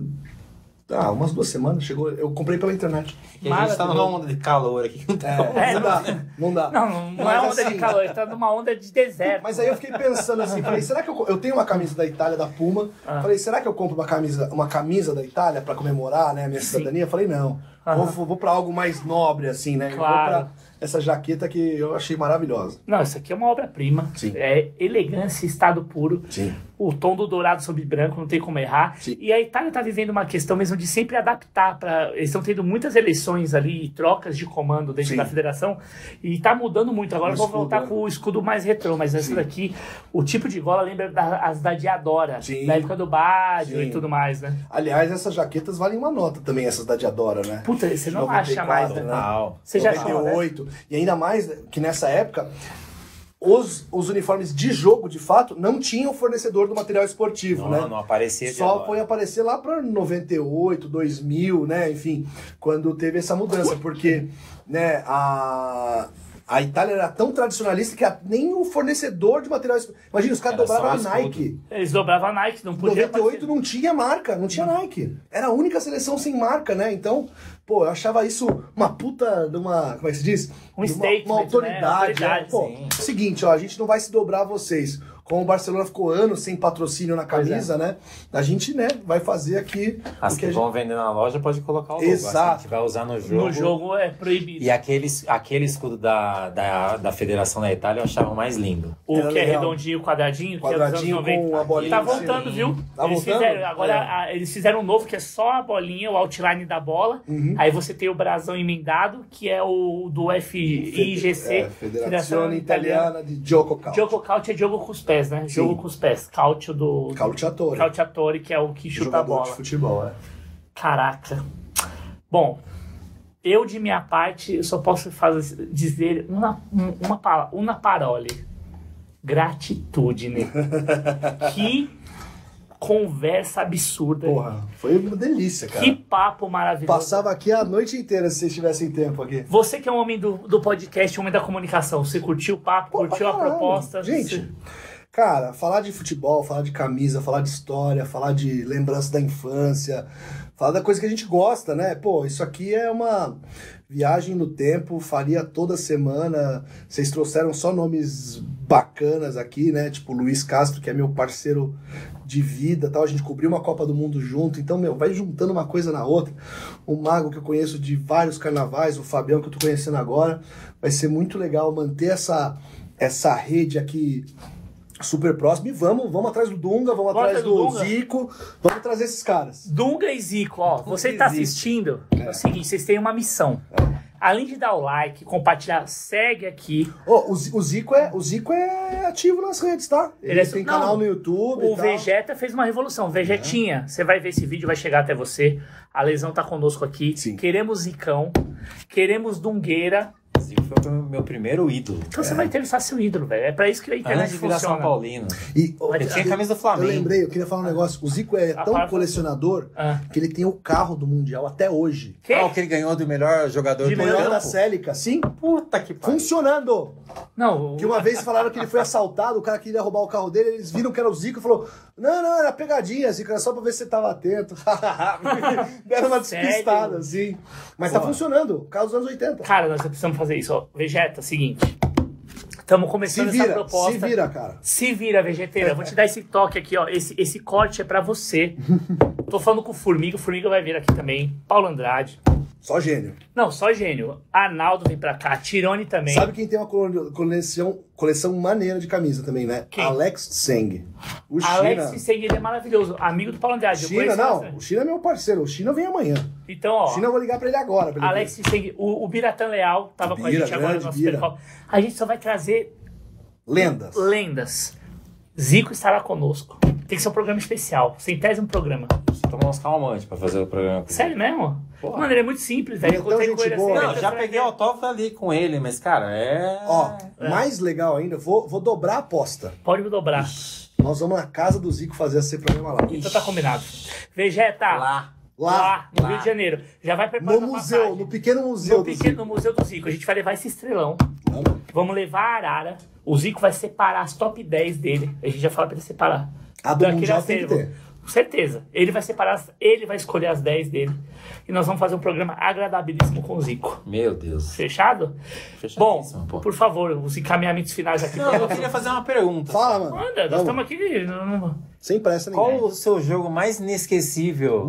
C: Ah, umas duas semanas, chegou. Eu comprei pela internet.
B: E a gente tá numa
A: Maravilhoso.
B: onda de calor aqui.
C: Né?
B: que não tá bom.
A: É,
C: não, dá, não dá.
A: Não, não, não
C: Mas
A: é onda
C: assim-
A: de calor, tá numa onda de deserto.
C: Mas aí eu fiquei pensando assim, falei, será que eu, co- eu tenho uma camisa da Itália da Puma?
A: Ah.
C: Falei, será que eu compro uma camisa, uma camisa da Itália pra comemorar, né, a minha cidadania? Falei, não.
A: Aham.
C: Vou, vou, vou pra algo mais nobre assim, né? Eu Vou
A: Claro.
C: pra essa jaqueta que eu achei maravilhosa.
A: Não, isso aqui é uma obra-prima.
C: Sim.
A: É elegância, estado puro.
C: Sim.
A: O tom do dourado sobre branco, não tem como errar.
C: Sim.
A: E a Itália tá vivendo uma questão mesmo de sempre adaptar para. Eles estão tendo muitas eleições ali, e trocas de comando dentro
C: Sim.
A: da federação. E tá mudando muito. Agora
C: O
A: vão
C: escudo,
A: voltar
C: né?
A: com o escudo mais retrô, mas essa
C: Sim.
A: daqui, o tipo de gola lembra da- as da Diadora,
C: Sim.
A: da época do Baggio
C: Sim.
A: e tudo mais, né?
C: Aliás, essas jaquetas valem uma nota também, essas da Diadora, né?
A: Puta, você não
C: 94,
A: acha mais, né?
C: né?
B: Total.
A: Você já achou, né?
C: 98. E ainda mais que nessa época, os, os uniformes de jogo, de fato, não tinham fornecedor do material esportivo,
B: Não,
C: né?
B: não aparecia de
C: Só
B: agora.
C: foi aparecer lá para 98, 2000, né? Enfim, quando teve essa mudança, porque, né, a. A Itália era tão tradicionalista que a- nem o fornecedor de material. esp- Imagina, os caras
B: Era só
C: dobraram a
B: escudo.
C: Nike.
A: Eles dobravam a Nike, não podia.
C: 98 não tinha marca, não tinha Nike. Era a única seleção sem marca, né? Então, pô, eu achava isso uma puta de uma. Como é que se diz?
A: Um
C: De uma,
A: statement,
C: uma
A: né?
C: autoridade.
A: Autoridade,
C: né? Pô,
B: sim.
C: seguinte, ó, a gente não vai se dobrar a vocês. Como o Barcelona ficou anos sem patrocínio na
A: Pois é.
C: camisa, né? A gente, né, vai fazer aqui
B: As
C: o
B: que
C: que a gente.
B: vão vender na loja pode colocar o logo. As que a
C: Exato.
B: gente vai usar no jogo.
A: No jogo é proibido.
B: E aqueles, aquele escudo da, da, da Federação da Itália eu achava mais lindo.
A: O
C: Era
A: que é
C: legal.
A: redondinho, quadradinho,
C: Quadradinho
A: que é dos anos 90.
C: com a bolinha
A: Tá
B: em cima.
A: voltando, viu?
C: Tá
A: eles
C: voltando?
A: fizeram, agora
C: É.
A: a- eles fizeram um novo que é só a bolinha, o outline da bola.
C: Uhum.
A: Aí você tem o brasão emendado, que é o do FIGC.
C: É, Federação Italiana de Gioco Calcio.
A: Jogo caute é jogo com os pés, né? Jogo com os pés. Caute do
C: Calciatore.
A: Calciatore, que é o que chuta a
C: Jogador de
A: bola.
C: futebol, é.
A: Caraca. Bom, eu de minha parte eu só posso fazer, dizer uma, um- uma, pala- uma parole. Gratitude, né? que conversa absurda.
C: Porra, foi uma delícia, cara.
A: que papo maravilhoso.
C: Passava aqui a noite inteira se vocês tivessem tempo aqui.
A: Você que é um homem do, do podcast, um homem da comunicação, você curtiu o papo,
C: Pô, pra
A: curtiu a
C: caralho.
A: proposta?
C: Gente,
A: Você-
C: cara, falar de futebol, falar de camisa, falar de história, falar de lembrança da infância, falar da coisa que a gente gosta, né? Pô, isso aqui é uma viagem no tempo, faria toda semana. Vocês trouxeram só nomes bacanas aqui, né? Tipo Luiz Castro, que é meu parceiro de vida, tal, a gente cobriu uma Copa do Mundo junto, então, meu, vai juntando uma coisa na outra. O Mago que eu conheço de vários carnavais, o Fabião que eu tô conhecendo agora, vai ser muito legal manter essa essa rede aqui super próxima e vamos, vamos atrás do Dunga, vamos,
A: Vamos
C: atrás
A: atrás
C: do,
A: do Dunga.
C: Zico, vamos trazer esses caras.
A: Dunga e Zico, ó, você que tá
B: Zico.
A: assistindo, é. o seguinte, vocês têm uma missão.
C: É.
A: Além de dar o like, compartilhar, segue aqui.
C: Ó, o, Zi- o Zico é, o Zico é ativo nas redes, tá? Ele,
A: Ele é-
C: tem
A: não,
C: canal no YouTube
A: O
C: e tal.
A: Vegeta fez uma revolução. Vegetinha,
C: Né?
A: você vai ver esse vídeo, vai chegar até você. A lesão tá conosco aqui.
C: Sim.
A: Queremos Zicão. Queremos Dungueira.
B: Zico foi o meu primeiro ídolo.
A: Então
C: É.
A: você vai entrevistar seu ídolo, velho. É pra isso que a internet
B: Antes de virar São
A: funciona.
B: Paulino.
C: E, ó,
A: Vai
B: Eu tinha a
C: eu-
B: camisa do
C: eu
B: Flamengo.
C: lembrei, eu queria falar um negócio. O Zico é
A: A
C: tão
A: parte-
C: colecionador
A: Ah.
C: que ele tem o carro do Mundial até hoje.
A: Que?
B: Ah, o que ele ganhou do melhor jogador
A: De
B: do
A: melhor
B: campo.
C: Toyota Celica, é sim,
B: Puta que pariu.
C: funcionando.
A: Não, o-
C: Que uma vez falaram que ele foi assaltado, o cara queria roubar o carro dele, eles viram que era o Zico e falou: Não, não, era pegadinha, Zico, era só pra ver se você tava atento. Deram uma
A: Sério?
C: despistada, assim. Mas tá
B: Porra.
C: funcionando, carro dos anos 80.
A: cara, nós precisamos fazer isso. Ó. Vegeta, seguinte. Estamos
C: Se
A: começando essa
C: vira,
A: proposta.
C: se vira, cara.
A: Se vira, vegeteira. Vou te dar esse toque aqui, ó. Esse, esse corte é pra você. Tô falando com o Formiga. O Formiga vai vir aqui também. Paulo Andrade.
C: Só gênio.
A: Não, só gênio. Arnaldo vem pra cá. Tirone também.
C: Sabe quem tem uma colo- coleção, coleção maneira de camisa também, né?
A: Quem?
C: Alex Tseng. O
A: Alex
C: China.
A: Seng, ele é maravilhoso. Amigo do Paulo Andrade. eu
C: China,
A: conheço
C: não. O
A: bastante.
C: China é meu parceiro. O China vem amanhã.
A: Então, ó.
C: O China é eu vou ligar pra ele agora. Pra ele
A: Alex Seng, o, o Biratan Leal tava com a
C: Bira,
A: gente agora no
C: grande
A: nosso
C: Bira.
A: percol. A gente só vai trazer
C: ver. Lendas.
A: lendas. Zico estará conosco. Tem que ser um programa especial. Centésimo programa.
B: Preciso tomar uns calmantes pra fazer o programa. com
A: Sério mesmo?
B: Porra.
A: Mano, ele é muito simples, velho. Eu
C: Ele é
A: encontrei
C: tão
A: com ele
C: gente boa.
B: ele.
A: assim.
B: Não,
A: ele
B: já
A: tá-
B: peguei autógrafo ali com ele, mas, cara, é.
C: Ó, mais legal ainda, vou, vou dobrar a aposta.
A: Pode me dobrar.
C: Nós vamos na casa do Zico fazer esse programa lá.
A: Então tá combinado. Tá. Vegeta, lá,
B: Lá.
C: Lá,
A: no
B: lá.
A: Rio de Janeiro. Já vai preparando
C: no
A: a
C: museu,
A: passagem.
C: no pequeno
A: No
C: museu do
A: pequeno no Museu do Zico. A gente vai levar esse estrelão.
C: Zico. Vamos.
A: Vamos levar a Arara. O Zico vai separar as top 10 dele. A gente já fala pra ele separar.
C: A do
A: Daquele
C: Mundial tem que
A: acervo.
C: ter.
A: Com certeza. Ele vai separar, as- ele vai escolher as 10 dele. E nós vamos fazer um programa agradabilíssimo com o Zico.
B: Meu Deus.
A: Fechado? Bom,
B: Fechadíssimo, pô.
A: por favor, os encaminhamentos finais aqui.
B: Não, eu queria fazer uma pergunta.
C: Fala, mano.
A: Manda, nós
C: Vamos.
A: estamos aqui. não- não-
C: Sem pressa
B: Qual
C: ninguém.
B: o seu jogo mais inesquecível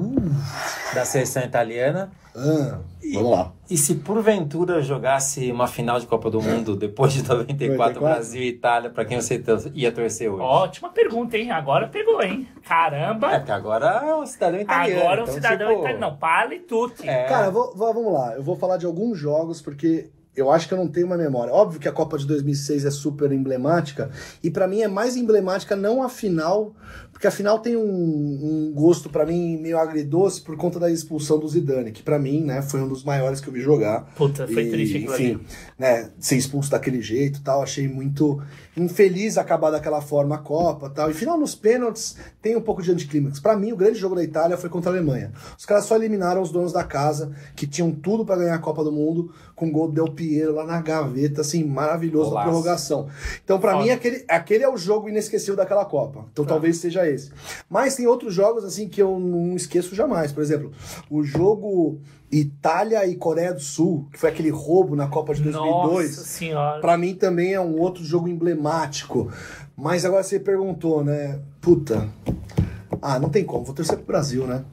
B: da seleção italiana?
C: Ah, vamos lá.
B: E se porventura eu jogasse uma final de Copa do Mundo depois de 94,
C: 94?
B: Brasil e Itália, pra quem você to- ia torcer hoje?
A: Ótima pergunta, hein? Agora pegou, hein?
B: É,
A: Caramba!
B: porque agora é um cidadão italiano.
A: Agora um
B: então,
A: cidadão
B: tipo,
A: italiano. Não, pale tutti.
B: É.
C: Cara, vou- vou- vamos lá. Eu vou falar de alguns jogos porque eu acho que eu não tenho uma memória. Óbvio que a Copa de 2006 é super emblemática e pra mim é mais emblemática não a final, porque a final tem um, um gosto pra mim meio agridoce por conta da expulsão do Zidane, que pra mim, né, foi um dos maiores que eu vi jogar.
A: Puta, foi
C: E,
A: triste aquilo
C: enfim,
A: ali.
C: né, ser expulso daquele jeito e tal, achei muito infeliz acabar daquela forma a Copa e tal. E final nos pênaltis tem um pouco de anticlímax. Pra mim, o grande jogo da Itália foi contra a Alemanha. Os caras só eliminaram os donos da casa, que tinham tudo pra ganhar a Copa do Mundo, com o gol do Del Piero lá na gaveta, assim, maravilhoso na
B: Golaço.
C: prorrogação. Então, pra
A: Foda. Tá.
C: mim, aquele, aquele é o jogo inesquecível daquela Copa. Então, talvez seja esse. Mas tem outros jogos, assim, que eu não esqueço jamais. Por exemplo, o jogo Itália e Coreia do Sul, que foi aquele roubo na Copa de 2002.
A: Nossa senhora.
C: Pra mim também é um outro jogo emblemático. Mas agora você perguntou, né? Puta. Ah, não tem como. Vou torcer pro Brasil, né?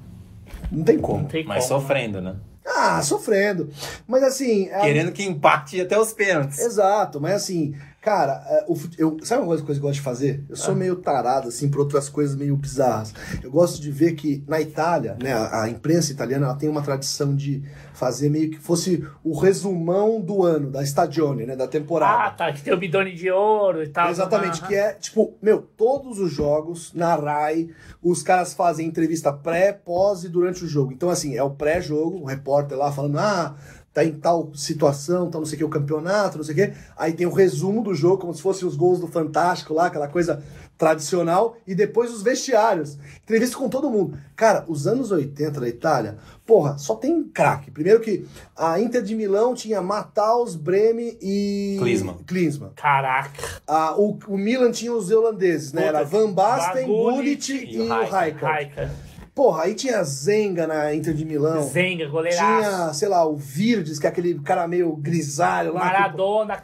C: Não tem como.
A: Não tem
B: Mas
A: como.
B: sofrendo, né?
C: Ah, sofrendo. Mas assim. é-
B: Querendo que empate até os pênaltis.
C: Exato, mas assim, cara, é, o fut- eu, sabe uma coisa que eu gosto de fazer? Eu sou meio tarado, assim, por outras coisas meio bizarras. Eu gosto de ver que na Itália, né, a, a imprensa italiana, ela tem uma tradição de fazer meio que fosse o resumão do ano, da stagione, né, da temporada.
A: Ah, tá. Que tem o bidone de ouro e tal.
C: Exatamente,
A: Aham.
C: que é tipo, meu, todos os jogos na RAI, os caras fazem entrevista pré, pós e durante o jogo. Então, assim, é o pré-jogo, o repórter lá falando, ah, tá em tal situação, tal não sei o que, o campeonato, não sei o que. Aí tem o resumo do jogo, como se fossem os gols do Fantástico lá, aquela coisa tradicional, e depois os vestiários. Entrevista com todo mundo. Cara, os anos 80 da Itália, porra, só tem craque. Primeiro que a Inter de Milão tinha Mattaus, Breme e.
B: Klinsmann.
C: Klinsmann.
A: Caraca.
C: Ah, o, o Milan tinha os holandeses, né? Era Van Basten, Gullit e o Rijkaard.
A: Raika.
C: Porra, aí tinha Zenga na Inter de Milão.
A: Zenga, goleiraço.
C: Tinha, sei lá, o Virdes, que é aquele cara meio grisalho lá. que-
A: Maradona,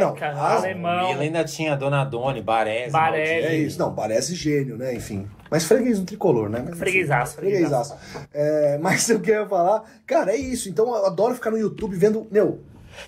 C: não,
A: careca,
C: as-
B: E ele
A: alemão.
B: ainda Ah, tinha Donadoni, Baresi,
A: Baresi.
B: Maldini.
C: É isso, não, parece gênio, né? Enfim. Mas freguês no tricolor, né? Mas, enfim,
A: Freguesaço,
C: Freguesaço. É, mas o que eu ia falar, cara, é isso. Então eu adoro ficar no YouTube vendo. Meu,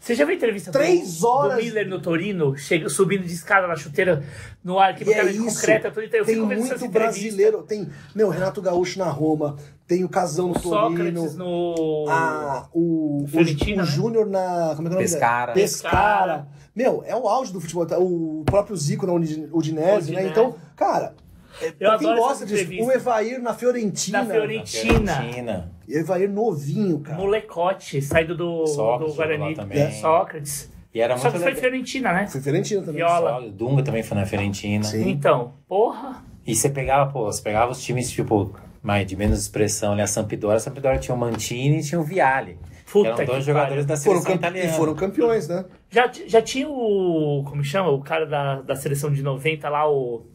A: Você já viu a entrevista do-
C: Três horas-
A: do Miller no Torino, chega, subindo de escada na chuteira, no ar, que
C: E é
A: de
C: isso.
A: concreta, tudo. Então, eu
C: tem
A: fico vendo essas
C: muito
A: entrevistas.
C: brasileiro. Tem, meu, Renato Gaúcho na Roma. Tem o Casão no Torino.
A: Sócrates no.
C: Ah, o, o,
A: Fiorentina,
C: o
A: né?
C: Júnior na. Como é que é o nome
B: Pescara.
C: dele? Pescara. Meu, é o auge do futebol. tá? O próprio Zico na Uni- Udinese, né?
A: Udinese.
C: Então, cara. é- pra quem
A: adoro
C: gosta
A: essas
C: disso, Um o
A: entrevistas.
C: Evair na Fiorentina.
A: Na Fiorentina.
B: Fiorentina.
C: Evair novinho, cara.
A: Molecote, saído do,
B: Sócrates
A: do Guarani.
B: jogou lá também.
A: Sócrates.
B: E era
A: Só
B: muito
A: que foi
B: legal.
A: Fiorentina, né?
C: Foi Fiorentina também.
A: Viola.
B: O Dunga também foi na Fiorentina.
C: Sim.
A: Então, porra.
B: E você pegava, pô, você pegava os times, tipo, mais de menos expressão, ali, a Sampdoria. A Sampdoria tinha o Mantini e tinha o Viale.
A: Puta
B: eram dois
A: que
B: jogadores da
C: Foram
B: seleção
C: campe-
B: italiana.
C: E foram campeões, né?
A: Já, já tinha o. Como chama? O cara da, da seleção de 90 lá, o.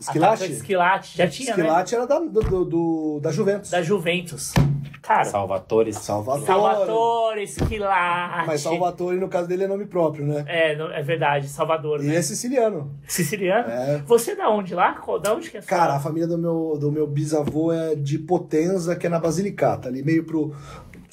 C: Esquilate?
A: atacante Esquilate. Já tinha, né?
C: Esquilate era da, do, do- do- da Juventus.
A: Da Juventus. Cara,
B: Salvatores.
C: Salvador.
A: Salvatore, Esquilate.
C: Mas Salvatore, no caso dele, é nome próprio, né?
A: É, não- é verdade, Salvador,
C: E
A: né?
C: é siciliano.
A: Siciliano.
C: É.
A: Você é da onde lá? Qual- Da onde que é sua?
C: Cara, a família do meu, do meu bisavô é de Potenza, que é na Basilicata, ali meio pro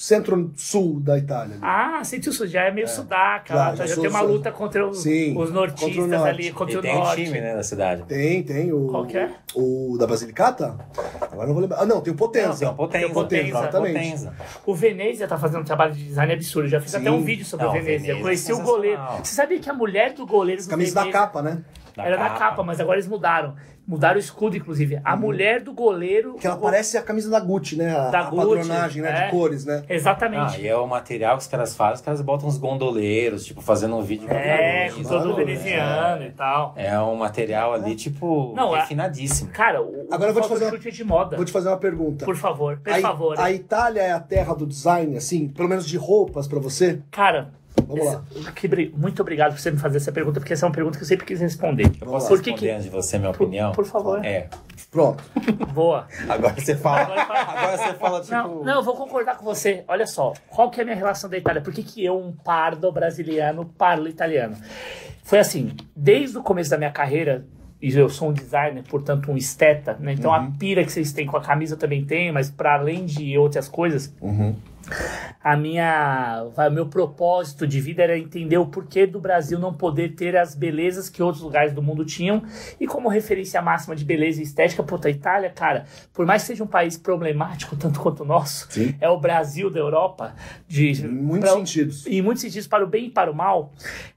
C: centro-sul da Itália. né? ali.
A: Ah, sentiu isso, já é meio sudaca.
C: Já,
A: lá,
C: já
A: tá? já
C: sou-
A: tem uma
C: sou-
A: luta contra os,
C: Sim,
A: os nortistas
C: contra o norte.
A: ali, contra
B: E
A: o
B: tem
A: norte.
B: time, né, na cidade.
C: Tem, tem. O,
A: Qual que é?
C: O da Basilicata? Agora não vou lembrar. Ah, não, tem o
B: Não, tem
C: Potenza.
B: o Potenza.
A: Tem o Potenza,
C: exatamente.
B: Potenza.
A: O Venezia tá fazendo um trabalho de design absurdo. Eu já fiz
C: Sim.
A: até um vídeo sobre
B: Não,
A: o Venezia.
B: Venezia
A: Eu conheci
B: é
A: o goleiro.
B: sensacional.
A: Você sabia que a mulher do goleiro
C: As
A: do
C: camisas da
A: Venezia
C: capa, né?
A: era da capa, mas agora eles mudaram. Mudaram o escudo, inclusive.
B: Uhum.
A: A mulher do goleiro.
C: Que ela
A: o-
C: parece a camisa da Gucci, né? A,
A: Da
C: a
A: Gucci,
C: patronagem, né?
A: é.
C: De cores, né?
A: Exatamente.
B: Ah, e é o material que os caras fazem, os caras botam uns gondoleiros, tipo, fazendo um vídeo com
A: É,
B: gondoleiros.
A: com todo o
C: Claro,
A: veneziano e tal.
B: É um material ali, tipo,
A: Não, é-
B: refinadíssimo.
A: Cara, o
C: Agora eu vou te fazer uma-
A: chute é de moda.
C: Vou te fazer uma pergunta.
A: Tá. Por favor, por
C: a, I-
A: favor.
C: a Itália é a terra do design, assim? Pelo menos de roupas pra você?
A: Cara,
C: Vamos lá.
A: esse- que bri- muito obrigado por você me fazer essa pergunta, porque essa é uma pergunta que eu sempre quis responder.
B: Eu posso
A: Por que
B: responder antes de você minha
A: Por-
B: opinião?
A: por favor.
B: É.
C: Pronto.
A: Boa.
B: Agora você fala.
A: Agora fala.
B: Agora você fala, tipo.
A: Não, não, eu vou concordar com você. Olha só, qual que é a minha relação da Itália? Por que, que eu, um pardo brasileiro, parlo italiano? Foi assim, desde o começo da minha carreira, e eu sou um designer, portanto um esteta, né? Então a pira que vocês têm com a camisa eu também tenho, mas para além de outras coisas, a minha, vai, o meu propósito de vida era entender o porquê do Brasil não poder ter as belezas que outros lugares do mundo tinham e como referência máxima de beleza e estética, puta, a Itália, cara, por mais que seja um país problemático tanto quanto o nosso,
C: Sim.
A: é o Brasil da Europa de
C: Em muitos
A: pra-
C: sentidos.
A: em muitos sentidos, para o bem e para o mal,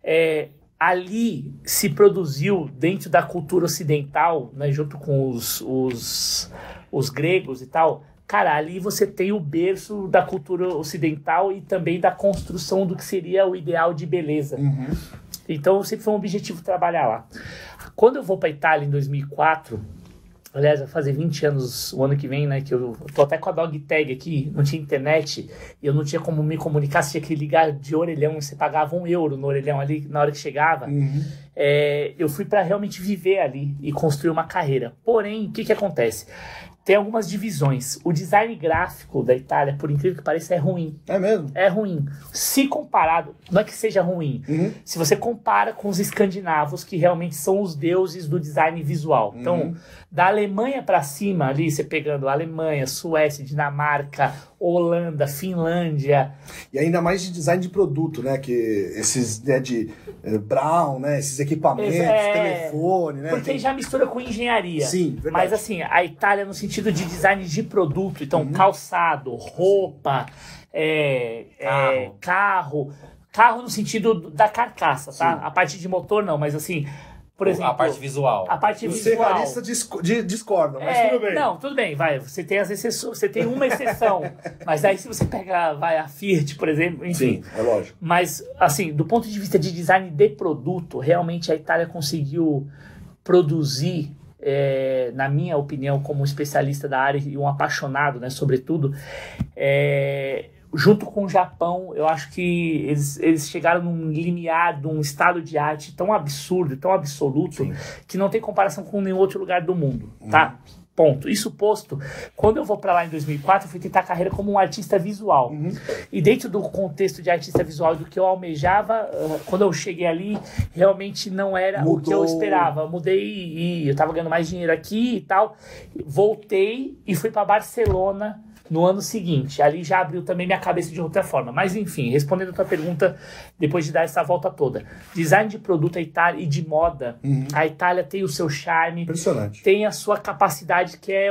A: é, ali se produziu dentro da cultura ocidental, né, junto com os, os, os gregos e tal. Cara, ali você tem o berço da cultura ocidental e também da construção do que seria o ideal de beleza.
C: Uhum.
A: Então sempre foi um objetivo trabalhar lá. Quando eu vou para Itália em 2004, aliás, vai fazer 20 anos o ano que vem, né? Que eu tô até com a dog tag aqui, não tinha internet e eu não tinha como me comunicar, você tinha que ligar de orelhão, você pagava um euro no orelhão ali na hora que chegava.
C: Uhum.
A: É, eu fui para realmente viver ali e construir uma carreira. Porém, o que, que acontece? Tem algumas divisões. O design gráfico da Itália, por incrível que pareça, é ruim.
C: É mesmo?
A: É ruim. Se comparado, não é que seja ruim,
C: Uhum.
A: se você compara com os escandinavos, que realmente são os deuses do design visual. Então,
C: Uhum.
A: da Alemanha pra cima, ali, você pegando Alemanha, Suécia, Dinamarca, Holanda, Finlândia.
C: E ainda mais de design de produto, né? Que esses né, de eh, Brown, né? Esses equipamentos,
A: É.
C: telefone, né?
A: porque
C: Tem-
A: já mistura com engenharia.
C: Sim, verdade.
A: Mas assim, a Itália no sentido de design de produto, então
C: Uhum.
A: calçado, roupa, é, é, carro. carro, no sentido do- da carcaça, tá?
C: Sim.
A: A parte de motor não, mas assim, por exemplo,
B: a parte visual.
A: a parte
C: Você
A: visual.
C: realista disco- de- discorda, Tá, mas
A: É,
C: tudo bem.
A: Não, tudo bem, vai. Você tem as exceções, você tem uma exceção. mas aí se você pega, vai, a Fiat, por exemplo, enfim.
C: Sim, é lógico.
A: Mas, assim, do ponto de vista de design de produto, realmente a Itália conseguiu produzir, é, na minha opinião, como um especialista da área e um apaixonado, né, sobretudo, é, junto com o Japão, eu acho que eles, eles chegaram num limiar, num estado de arte tão absurdo, tão absoluto,
C: Sim. Hum.
A: que não tem comparação com nenhum outro lugar do mundo, tá? Ponto. Isso posto, quando eu vou pra lá em 2004, eu fui tentar a carreira como um artista visual. E dentro do contexto de artista visual do que eu almejava, eh, quando eu cheguei ali, realmente não era o que eu
C: Mudou.
A: esperava. Eu mudei e e eu tava ganhando mais dinheiro aqui e tal. Voltei e fui pra Barcelona no ano seguinte. Ali já abriu também minha cabeça de outra forma. Mas enfim, respondendo a tua pergunta, depois de dar essa volta toda. Design de produto a Itália e de moda, a Itália tem o seu charme,
C: Impressionante.
A: tem a sua capacidade que é,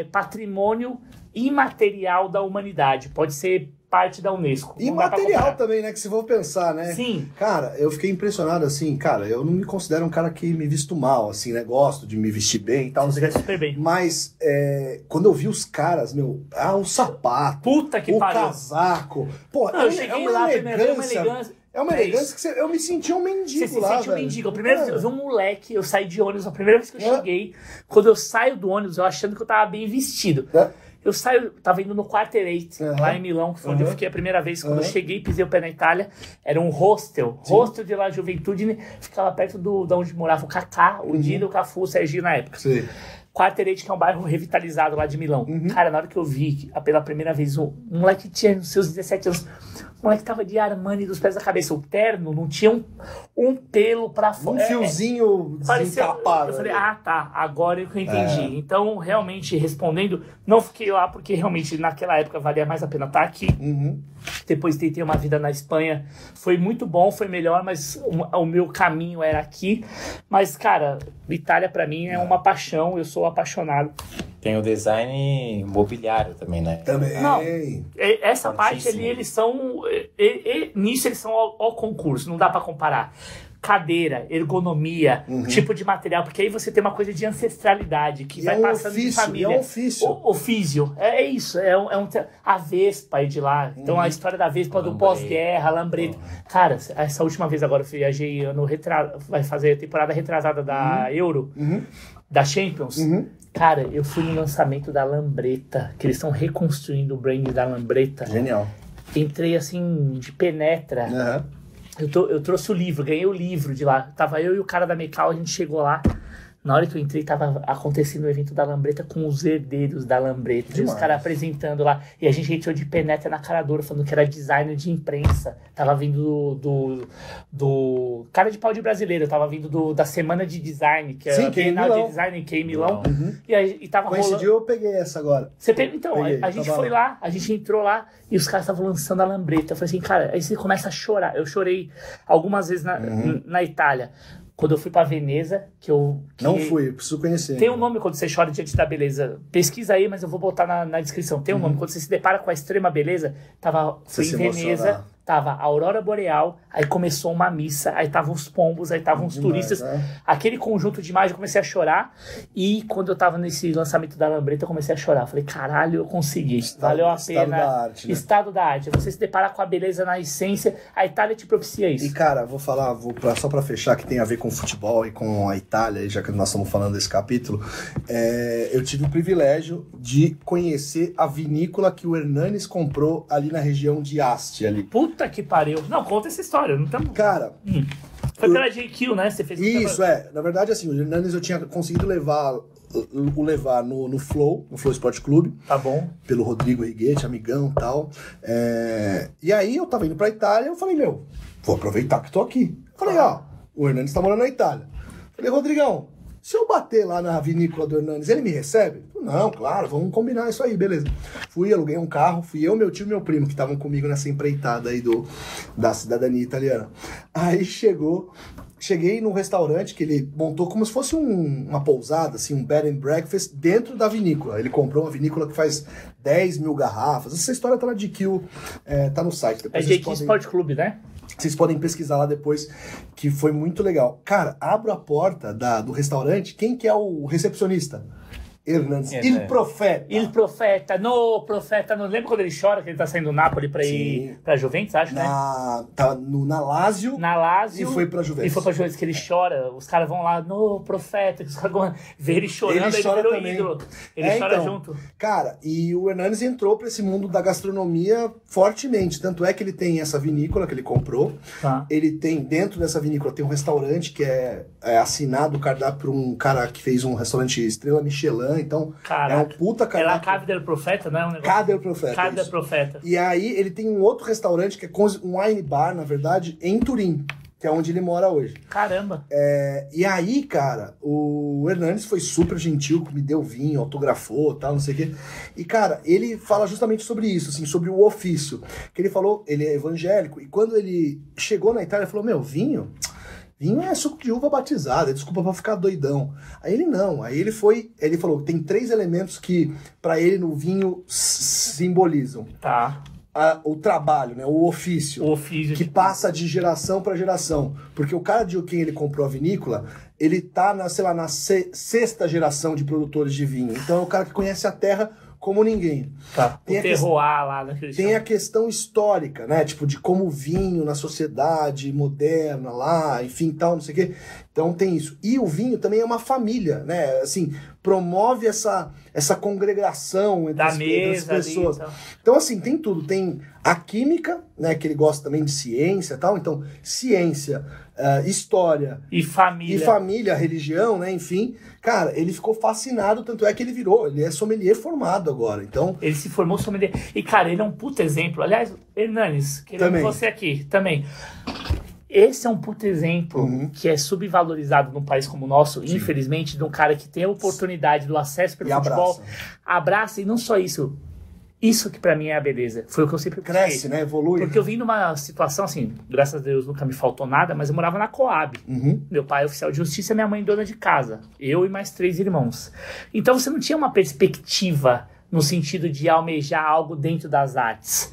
A: é patrimônio imaterial da humanidade. Pode ser parte da Unesco.
C: E
A: Não dá pra
C: material
A: comparar.
C: também, né? Que se for pensar, né?
A: Sim.
C: Cara, eu fiquei impressionado assim, cara, eu não me considero um cara que me visto mal, assim, né? Gosto de me vestir bem e tal, não sei o
A: Você super
C: que.
A: bem.
C: Mas é, quando eu vi os caras, meu, ah, o sapato,
A: Puta que
C: o
A: pariu.
C: casaco, pô,
A: Não,
C: é,
A: eu
C: uma- é
A: cheguei
C: uma
A: lá, primeiro, é uma
C: elegância.
A: elegância.
C: É uma
A: É
C: elegância que você- eu me senti um mendigo
A: Você se
C: lá,
A: sente um
C: velho.
A: mendigo. A primeira vez
C: É.
A: eu vi um moleque, eu saí de ônibus, a primeira vez que eu
C: É.
A: cheguei, quando eu saio do ônibus, eu achando que eu tava bem vestido.
C: É.
A: Eu saio, tava indo no Quarterate,
C: Aham.
A: lá em Milão, que foi onde eu
C: Aham.
A: fiquei a primeira vez. Quando eu
C: Aham.
A: cheguei, pisei o pé na Itália, era um hostel. Hostel de né?
C: Uhum.
A: La Juventude, ficava perto do, da onde morava o Kaká, o Dino, o Cafu, o Serginho na época.
C: Sim.
A: Quarterete, que é um bairro revitalizado lá de Milão.
C: Uhum.
A: Cara, na hora que eu vi que, ah, pela primeira vez um um moleque que tinha seus 17 anos, o moleque tava de Armani dos pés da cabeça. O terno não tinha um, um pelo pra
C: Um
A: fora. É, é,
C: fiozinho
A: Pareceu,
C: desencapado.
A: eu falei,
C: né?
A: ah tá, agora é que eu entendi. Então, realmente, respondendo, não fiquei lá porque realmente naquela época valia mais a pena estar aqui.
C: Uhum.
A: Depois tentei uma vida na Espanha, foi muito bom, foi melhor, mas o, o meu caminho era aqui. Mas, cara, Itália pra mim é uma paixão, eu sou apaixonado.
B: Tem o design mobiliário também, né?
C: Também.
A: Não. E- Essa parte
B: Fortíssimo.
A: ali, eles são. e- e- e- nisso eles são ao, ao concurso, não dá pra comparar. Cadeira, ergonomia, tipo de material, porque aí você tem uma coisa de ancestralidade que
C: Uhum. E
A: vai
C: é um
A: passando de
C: ofício, e
A: família.
C: é um ofício.
A: O, o físio, é, é isso, é, um, é um tra- a Vespa é de lá. Então
C: Uhum.
A: a história da Vespa do
B: Lambreta.
A: pós-guerra, Lambreta. Cara, essa última vez agora eu viajei ano retrasado, vai fazer a temporada retrasada da Euro,
C: Uhum.
A: da Champions.
C: Uhum.
A: Cara, eu fui no lançamento da Lambreta, que eles estão reconstruindo o brand da Lambreta.
C: Genial.
A: Entrei assim, de penetra.
C: Aham.
A: Eu, tô- eu trouxe o livro, ganhei o livro de lá. Tava eu e o cara da Mecal, a gente chegou lá. Na hora que eu entrei, tava acontecendo o evento da Lambreta com os herdeiros da Lambreta. E os
C: Demais.
A: caras apresentando lá. E a gente entrou de penetra na cara dura, falando que era designer de imprensa. Tava vindo do. do, do- cara de pau de brasileiro. Tava vindo do- da semana de design, que
C: Sim,
A: era a
C: que é em
A: Bienal
C: Milão. Uhum.
A: de Design que é em Milão. E, aí, e tava Tá rolando.
C: Coincidiu, eu peguei essa agora.
A: Você pega, então, a-
C: Peguei,
A: a, gente
C: tava
A: foi lá, a gente entrou lá e os caras estavam lançando a lambreta. Eu falei assim, cara, aí você começa a chorar. Eu chorei algumas vezes na,
C: Uhum.
A: na Itália. Quando eu fui pra Veneza, que eu. que-
C: Não fui, preciso conhecer.
A: Tem um nome quando você chora diante da beleza. Pesquisa aí, mas eu vou botar na, na descrição. Tem um nome. Quando você se depara com a extrema beleza, tava.
C: Uhum.
A: Fui
C: Você
A: em
C: se
A: Veneza,
C: emociona.
A: tava a Aurora Boreal, aí começou uma missa, aí estavam os pombos, aí estavam os
C: Demais,
A: turistas.
C: né?
A: Aquele conjunto de imagens, eu comecei a chorar. E quando eu tava nesse lançamento da Lambreta, eu comecei a chorar. Falei, caralho, eu consegui. Valeu a
C: estado
A: pena.
C: da arte, né?
A: Estado da arte. Você se deparar com a beleza na essência, a Itália te propicia isso.
C: E cara, vou falar, vou pra- só pra fechar que tem a ver com futebol e com a Itália, já que nós estamos falando desse capítulo, é, eu tive o privilégio de conhecer a vinícola que o Hernanes comprou ali na região de Asti ali.
A: Puta que pariu. Não, conta essa história. Não tamo...
C: Cara,
A: Foi pela JQ, né? Você fez
C: Isso, é. Na verdade, assim, o Hernanes eu tinha conseguido levar o levar no, no Flow, no Flow Esporte Clube,
A: Tá bom.
C: pelo Rodrigo Riguete, amigão e tal. É, E aí eu tava indo pra Itália, eu falei, meu, vou aproveitar que tô aqui. Eu Falei, ó, o Hernanes tá morando na Itália. Eu Falei, Rodrigão, se eu bater lá na vinícola do Hernanes, ele me recebe? Eu, Não, claro, vamos combinar isso aí, beleza. Fui, aluguei um carro, fui eu, meu tio e meu primo, que estavam comigo nessa empreitada aí do, da cidadania italiana. Aí chegou, cheguei num restaurante que ele montou como se fosse um- uma pousada, assim, um bed and breakfast dentro da vinícola. Ele comprou uma vinícola que faz 10 mil garrafas. Essa história tá na DQ, é, tá no site.
A: É
C: Depois vocês
A: JQ
C: podem- Ah.
A: Sport Clube, né?
C: vocês podem pesquisar lá depois, que foi muito legal. Cara, abro a porta da- do restaurante, quem que é o recepcionista? Hernandes.
B: É,
C: Il
B: né?
C: Profeta.
A: Il Profeta, no Profeta, não lembra quando ele chora que ele tá saindo do Napoli pra ir pra Juventus, acho, né?
C: Na, tá no, na Lazio.
A: Na Lazio.
C: E foi pra Juventus.
A: E foi pra Juventus, que ele chora. Os caras vão lá, no Profeta, que os caras vão ver ele chorando,
C: Ele
A: ele,
C: chora
A: virou
C: também.
A: ídolo. Ele
C: É,
A: chora
C: então.
A: junto.
C: Cara, e o Hernanes entrou pra esse mundo da gastronomia fortemente. Tanto é que ele tem essa vinícola que ele comprou.
A: Tá.
C: Ele tem, dentro dessa vinícola, tem um restaurante que é, é assinado o cardápio por um cara que fez um restaurante estrela Michelin. Então,
A: Caraca.
C: é um puta
A: É lá
C: cardápio.
A: Cave del Profeta, não é um negócio?
C: Cada profeta.
A: Cada
C: isso.
A: Profeta.
C: E aí ele tem um outro restaurante que é cons- um wine bar, na verdade, em Turim, que é onde ele mora hoje.
A: Caramba.
C: É, e aí, cara, o Hernandes foi super gentil, me deu vinho, autografou, tal, não sei o quê. E cara, ele fala justamente sobre isso, assim, sobre o ofício. Que ele falou, ele é evangélico e quando ele chegou na Itália, ele falou: "Meu, vinho, Vinho é suco de uva batizada, desculpa pra ficar doidão. Aí ele não, aí ele foi, ele falou, tem três elementos que pra ele no vinho s- simbolizam
A: Tá.
C: a- o trabalho, né, o ofício,
A: O ofício.
C: que
A: de-
C: passa de geração para geração. Porque o cara de quem ele comprou a vinícola, ele tá na, sei lá, na se- sexta geração de produtores de vinho. Então é o cara que conhece a terra como ninguém.
A: Tá. O
C: tem a questão-
A: terroir lá né, naquele
C: Tem a questão histórica, né? Tipo, de como o vinho na sociedade moderna lá, enfim, tal, não sei o quê. Então, Então tem isso. E o vinho também é uma família, né? Assim, promove essa, essa congregação entre
A: Da
C: as, entre as
A: mesa ali,
C: pessoas.
A: então.
C: Então, assim, tem tudo. Tem a química, né? Que ele gosta também de ciência e tal. Então, ciência, eh, história,
A: E família.
C: e família, religião, né? Enfim, cara, ele ficou fascinado, tanto é que ele virou, ele é sommelier formado agora. Então,
A: Ele se formou sommelier. E, cara, ele é um puta exemplo. Aliás, Hernanes, querendo
C: Também.
A: você aqui também. Esse é um puta exemplo
C: Uhum.
A: que é subvalorizado num país como o nosso, infelizmente, de um cara que tem a oportunidade do acesso pelo
C: e
A: futebol.
C: abraça.
A: Abraça, e não só isso. Isso que pra mim é a beleza. Foi o que eu sempre busquei.
C: Cresce, né? Evolui.
A: Porque eu vim numa situação assim, graças a Deus nunca me faltou nada, mas eu morava na Coab.
C: Uhum.
A: Meu pai é oficial de justiça, minha mãe é dona de casa. Eu e mais três irmãos. Então você não tinha uma perspectiva no sentido de almejar algo dentro das artes.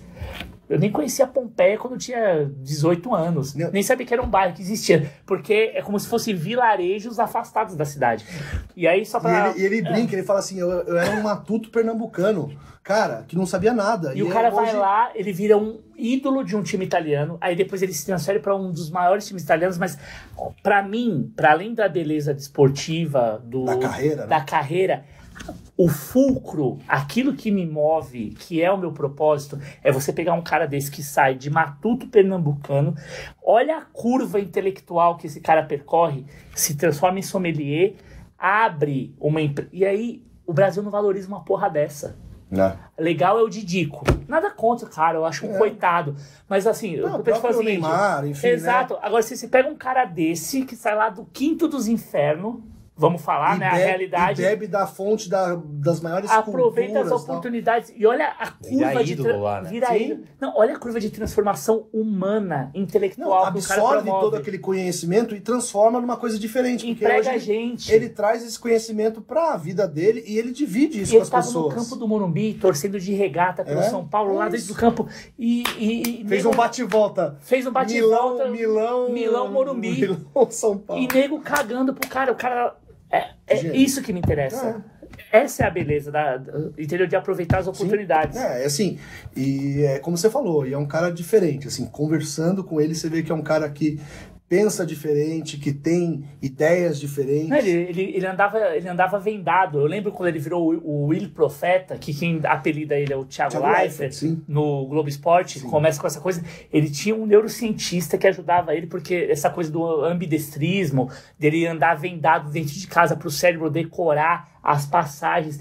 A: Eu nem conhecia Pompeia quando eu tinha 18 anos.
C: Não.
A: Nem sabia que era um bairro que existia. Porque é como se fossem vilarejos afastados da cidade. E aí, só
C: E
A: pra.
C: ele, e ele brinca, ele fala assim: eu, eu era um matuto pernambucano, cara, que não sabia nada.
A: E o
C: eu
A: cara vai
C: é hoje-
A: lá, ele vira um ídolo de um time italiano, aí depois ele se transfere para um dos maiores times italianos, mas para mim, para além da beleza desportiva, do,
C: Da carreira, né?
A: da carreira, o fulcro, aquilo que me move, que é o meu propósito, é você pegar um cara desse que sai de matuto pernambucano, olha a curva intelectual que esse cara percorre, se transforma em sommelier, abre uma empresa. E aí, o Brasil não valoriza uma porra dessa.
C: Né?
A: Legal é o Didico. Nada contra, cara. Eu acho um coitado. Mas assim,
C: É. Não,
A: eu tô te
C: o próprio
A: falando assim,
C: Neymar, enfim. né?
A: Exato. Agora, se você pega um cara desse que sai lá do quinto dos infernos, vamos falar,
C: E
A: né?
C: bebe-
A: a realidade.
C: E bebe da fonte da- das maiores
A: Aproveita as
C: culturas. tal.
A: oportunidades e olha a curva de
B: ídolo
A: tra-
B: lá, né?
A: vira
C: Sim.
A: ídolo. Não, olha a curva de transformação humana,
C: Não,
A: intelectual que o cara
C: absorve
A: promove.
C: todo aquele conhecimento e transforma numa coisa diferente. Porque
A: Emprega a
C: hoje
A: gente.
C: ele traz esse conhecimento pra vida dele e ele divide
A: E
C: isso com
A: ele
C: as
A: tava no
C: pessoas.
A: campo do Morumbi, torcendo de regata pelo
C: É,
A: São Paulo,
C: é
A: lá
C: isso.
A: dentro do campo. E, e- e-
C: Fez
A: nego-
C: um bate-volta.
A: Fez um bate
C: Milão, Milão,
A: Milão, Morumbi.
C: Milão, São Paulo.
A: E nego cagando pro cara. O cara. É, é
C: Gente.
A: isso que me interessa. Essa é a beleza da, da- entendeu? de aproveitar as oportunidades.
C: É, é assim, e é como você falou, e é um cara diferente, assim, conversando com ele, você vê que é um cara que pensa diferente, que tem ideias diferentes.
A: Não, ele, ele, ele andava, ele andava vendado. Eu lembro quando ele virou o, o Will Profeta, que quem apelida ele é o Thiago,
C: Thiago
A: Leifert,
C: Leifert, sim.
A: no Globo Esporte,
C: Sim.
A: começa com essa coisa. Ele tinha um neurocientista que ajudava ele, porque essa coisa do ambidestrismo, dele andar vendado dentro de casa para o cérebro decorar as passagens.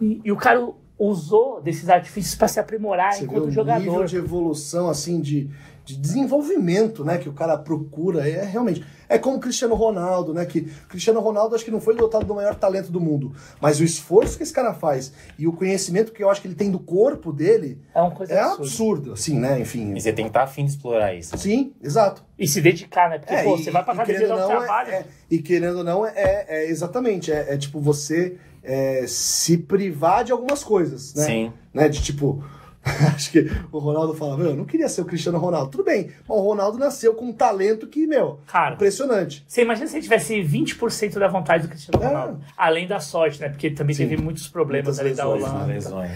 A: E, e o cara usou desses artifícios para se aprimorar
C: Você vê
A: enquanto
C: o nível
A: jogador.
C: de evolução, assim, de, de desenvolvimento, né, que o cara procura, é realmente... É como o Cristiano Ronaldo, né, que o Cristiano Ronaldo acho que não foi dotado do maior talento do mundo, mas o esforço que esse cara faz e o conhecimento que eu acho que ele tem do corpo dele
A: É uma coisa
C: é
A: absurda.
C: absurdo, assim, né, enfim...
B: E você tem que estar afim de explorar isso.
C: Sim, exato.
A: E se dedicar, né? Porque, pô, você vai pra academia
C: É, querendo
A: dar
C: ou
A: um
C: não, é-
A: trabalho.
C: é- e querendo ou não, é, é exatamente. É, é tipo você é, se privar de algumas coisas, né?
B: Sim.
C: Né, De tipo. Acho que o Ronaldo fala, meu, eu não queria ser o Cristiano Ronaldo. Tudo bem, mas o Ronaldo nasceu com um talento que, meu,
A: Cara,
C: impressionante.
A: você imagina se ele tivesse 20% da vontade do Cristiano
C: É.
A: Ronaldo. Além da sorte, né? Porque ele também
C: Sim.
A: teve muitos problemas
C: Muitas
A: ali da
C: lesões,
A: Holanda.
C: né?
B: Lesões.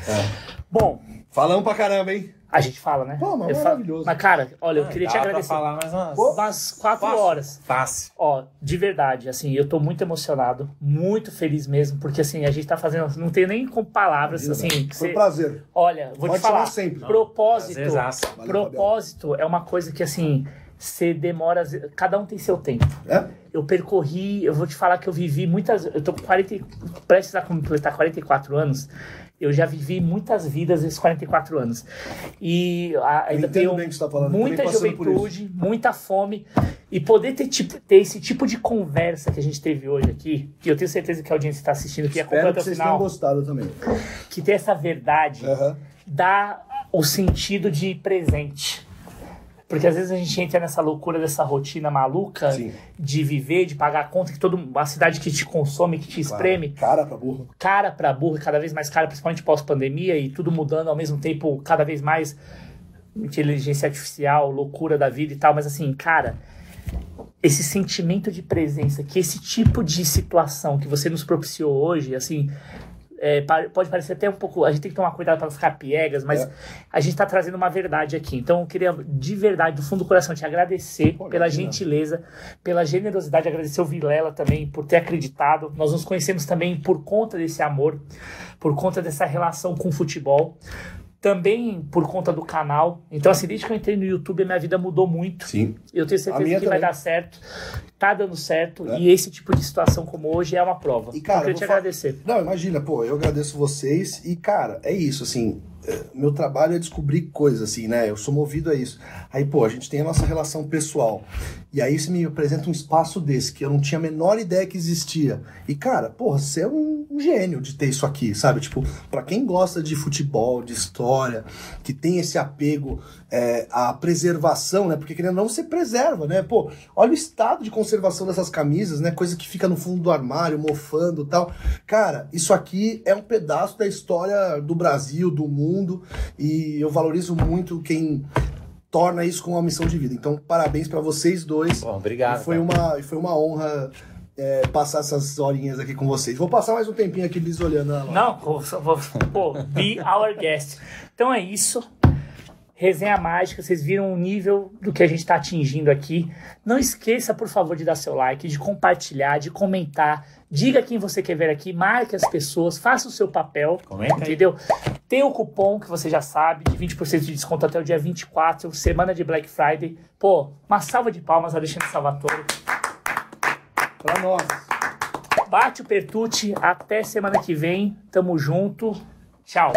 A: Bom,
C: Falamos pra caramba, hein?
A: a gente fala, né?
C: Pô, mas
A: Eu falo-
C: maravilhoso. É,
A: Mas, cara, olha, eu
B: Ah,
A: queria
B: dá
A: te
B: Pra
A: agradecer.
B: falar mais umas...
A: Umas quatro
B: Fácil.
A: horas.
B: Fácil.
A: Ó, de verdade, assim, eu tô muito emocionado, muito feliz mesmo, porque assim, a gente tá fazendo, não tem nem com palavras, assim, que
C: Foi
A: você-
C: um prazer.
A: olha, vou
C: Pode
A: te falar,
C: chamar sempre.
A: propósito,
B: Prazerzaço.
C: Valeu,
A: propósito é uma coisa que, assim, você demora, cada um tem seu tempo.
C: É?
A: eu percorri, eu vou te falar que eu vivi muitas, eu tô com 40, e- prestes a completar 44 anos. Eu já vivi muitas vidas nesses 44 anos. E a-
C: Eu
A: ainda
C: entendo
A: tenho
C: bem o que você tá falando, eu
A: muita
C: também passando por
A: juventude, muita fome e poder ter, tipo- ter esse tipo de conversa que a gente teve hoje aqui, que eu tenho certeza que a audiência está assistindo que acompanha
C: Espero
A: até
C: que
A: o
C: vocês tenham
A: final,
C: gostado É. também.
A: que ter essa verdade
C: Aham.
A: dá o sentido de presente. Porque às vezes a gente entra nessa loucura dessa rotina maluca
C: Sim.
A: de viver, de pagar a conta, que toda a cidade que te consome, que te espreme,
C: Cara pra burro.
A: cara pra burra, cada vez mais cara, principalmente pós-pandemia, e tudo mudando ao mesmo tempo, cada vez mais inteligência artificial, loucura da vida e tal, mas assim, cara, esse sentimento de presença, que esse tipo de situação que você nos propiciou hoje, assim, é, pa- pode parecer até um pouco. A gente tem que tomar cuidado para não ficar piegas, mas
C: É.
A: a gente está trazendo uma verdade aqui. Então eu queria, de verdade, do fundo do coração, te agradecer
C: Pô,
A: pela
C: imagina.
A: gentileza, pela generosidade, agradecer o Vilela também por ter acreditado. Nós nos conhecemos também por conta desse amor, por conta dessa relação com o futebol. Também por conta do canal. Então, assim, desde que eu entrei no YouTube, a minha vida mudou muito.
C: Sim.
A: Eu tenho certeza
C: A minha
A: que vai
C: também.
A: dar certo. Tá dando certo.
C: É.
A: E esse tipo de situação como hoje é uma prova.
C: E, cara,
A: eu queria
C: eu
A: te
C: vou fa-
A: agradecer.
C: Não, imagina, pô, eu agradeço vocês e, cara, é isso, assim, é, meu trabalho é descobrir coisas, assim, né? Eu sou movido a isso. Aí, pô, a gente tem a nossa relação pessoal. E aí você me apresenta um espaço desse que eu não tinha a menor ideia que existia. E, cara, porra, você é um, um gênio de ter isso aqui, sabe? Tipo, pra quem gosta de futebol, de história, que tem esse apego é, à preservação, né? Porque querendo ou não, você preserva, né? Pô, olha o estado de conservação dessas camisas, né? Coisa que fica no fundo do armário, mofando e tal. Cara, isso aqui é um pedaço da história do Brasil, do mundo, e eu valorizo muito quem torna isso como uma missão de vida. Então, parabéns pra vocês dois.
B: Bom, obrigado.
C: E foi
B: cara.
C: uma, e foi uma honra é, passar essas horinhas aqui com vocês. Vou passar mais um tempinho aqui bisolhando a loja.
A: Não, pô, só vou- pô, be our guest. Então é isso. Resenha mágica, vocês viram o nível do que a gente está atingindo aqui. Não esqueça, por favor, de dar seu like, de compartilhar, de comentar. Diga quem você quer ver aqui, marque as pessoas, faça o seu papel.
B: Comenta Tá aí.
A: Entendeu? Tem o cupom que você já sabe, de 20% de desconto até o dia 24, semana de Black Friday. Pô, uma salva de palmas, Alexandre Salvatore.
C: Pra nós.
A: Bate o Pertucci, até semana que vem. Tamo junto. Tchau.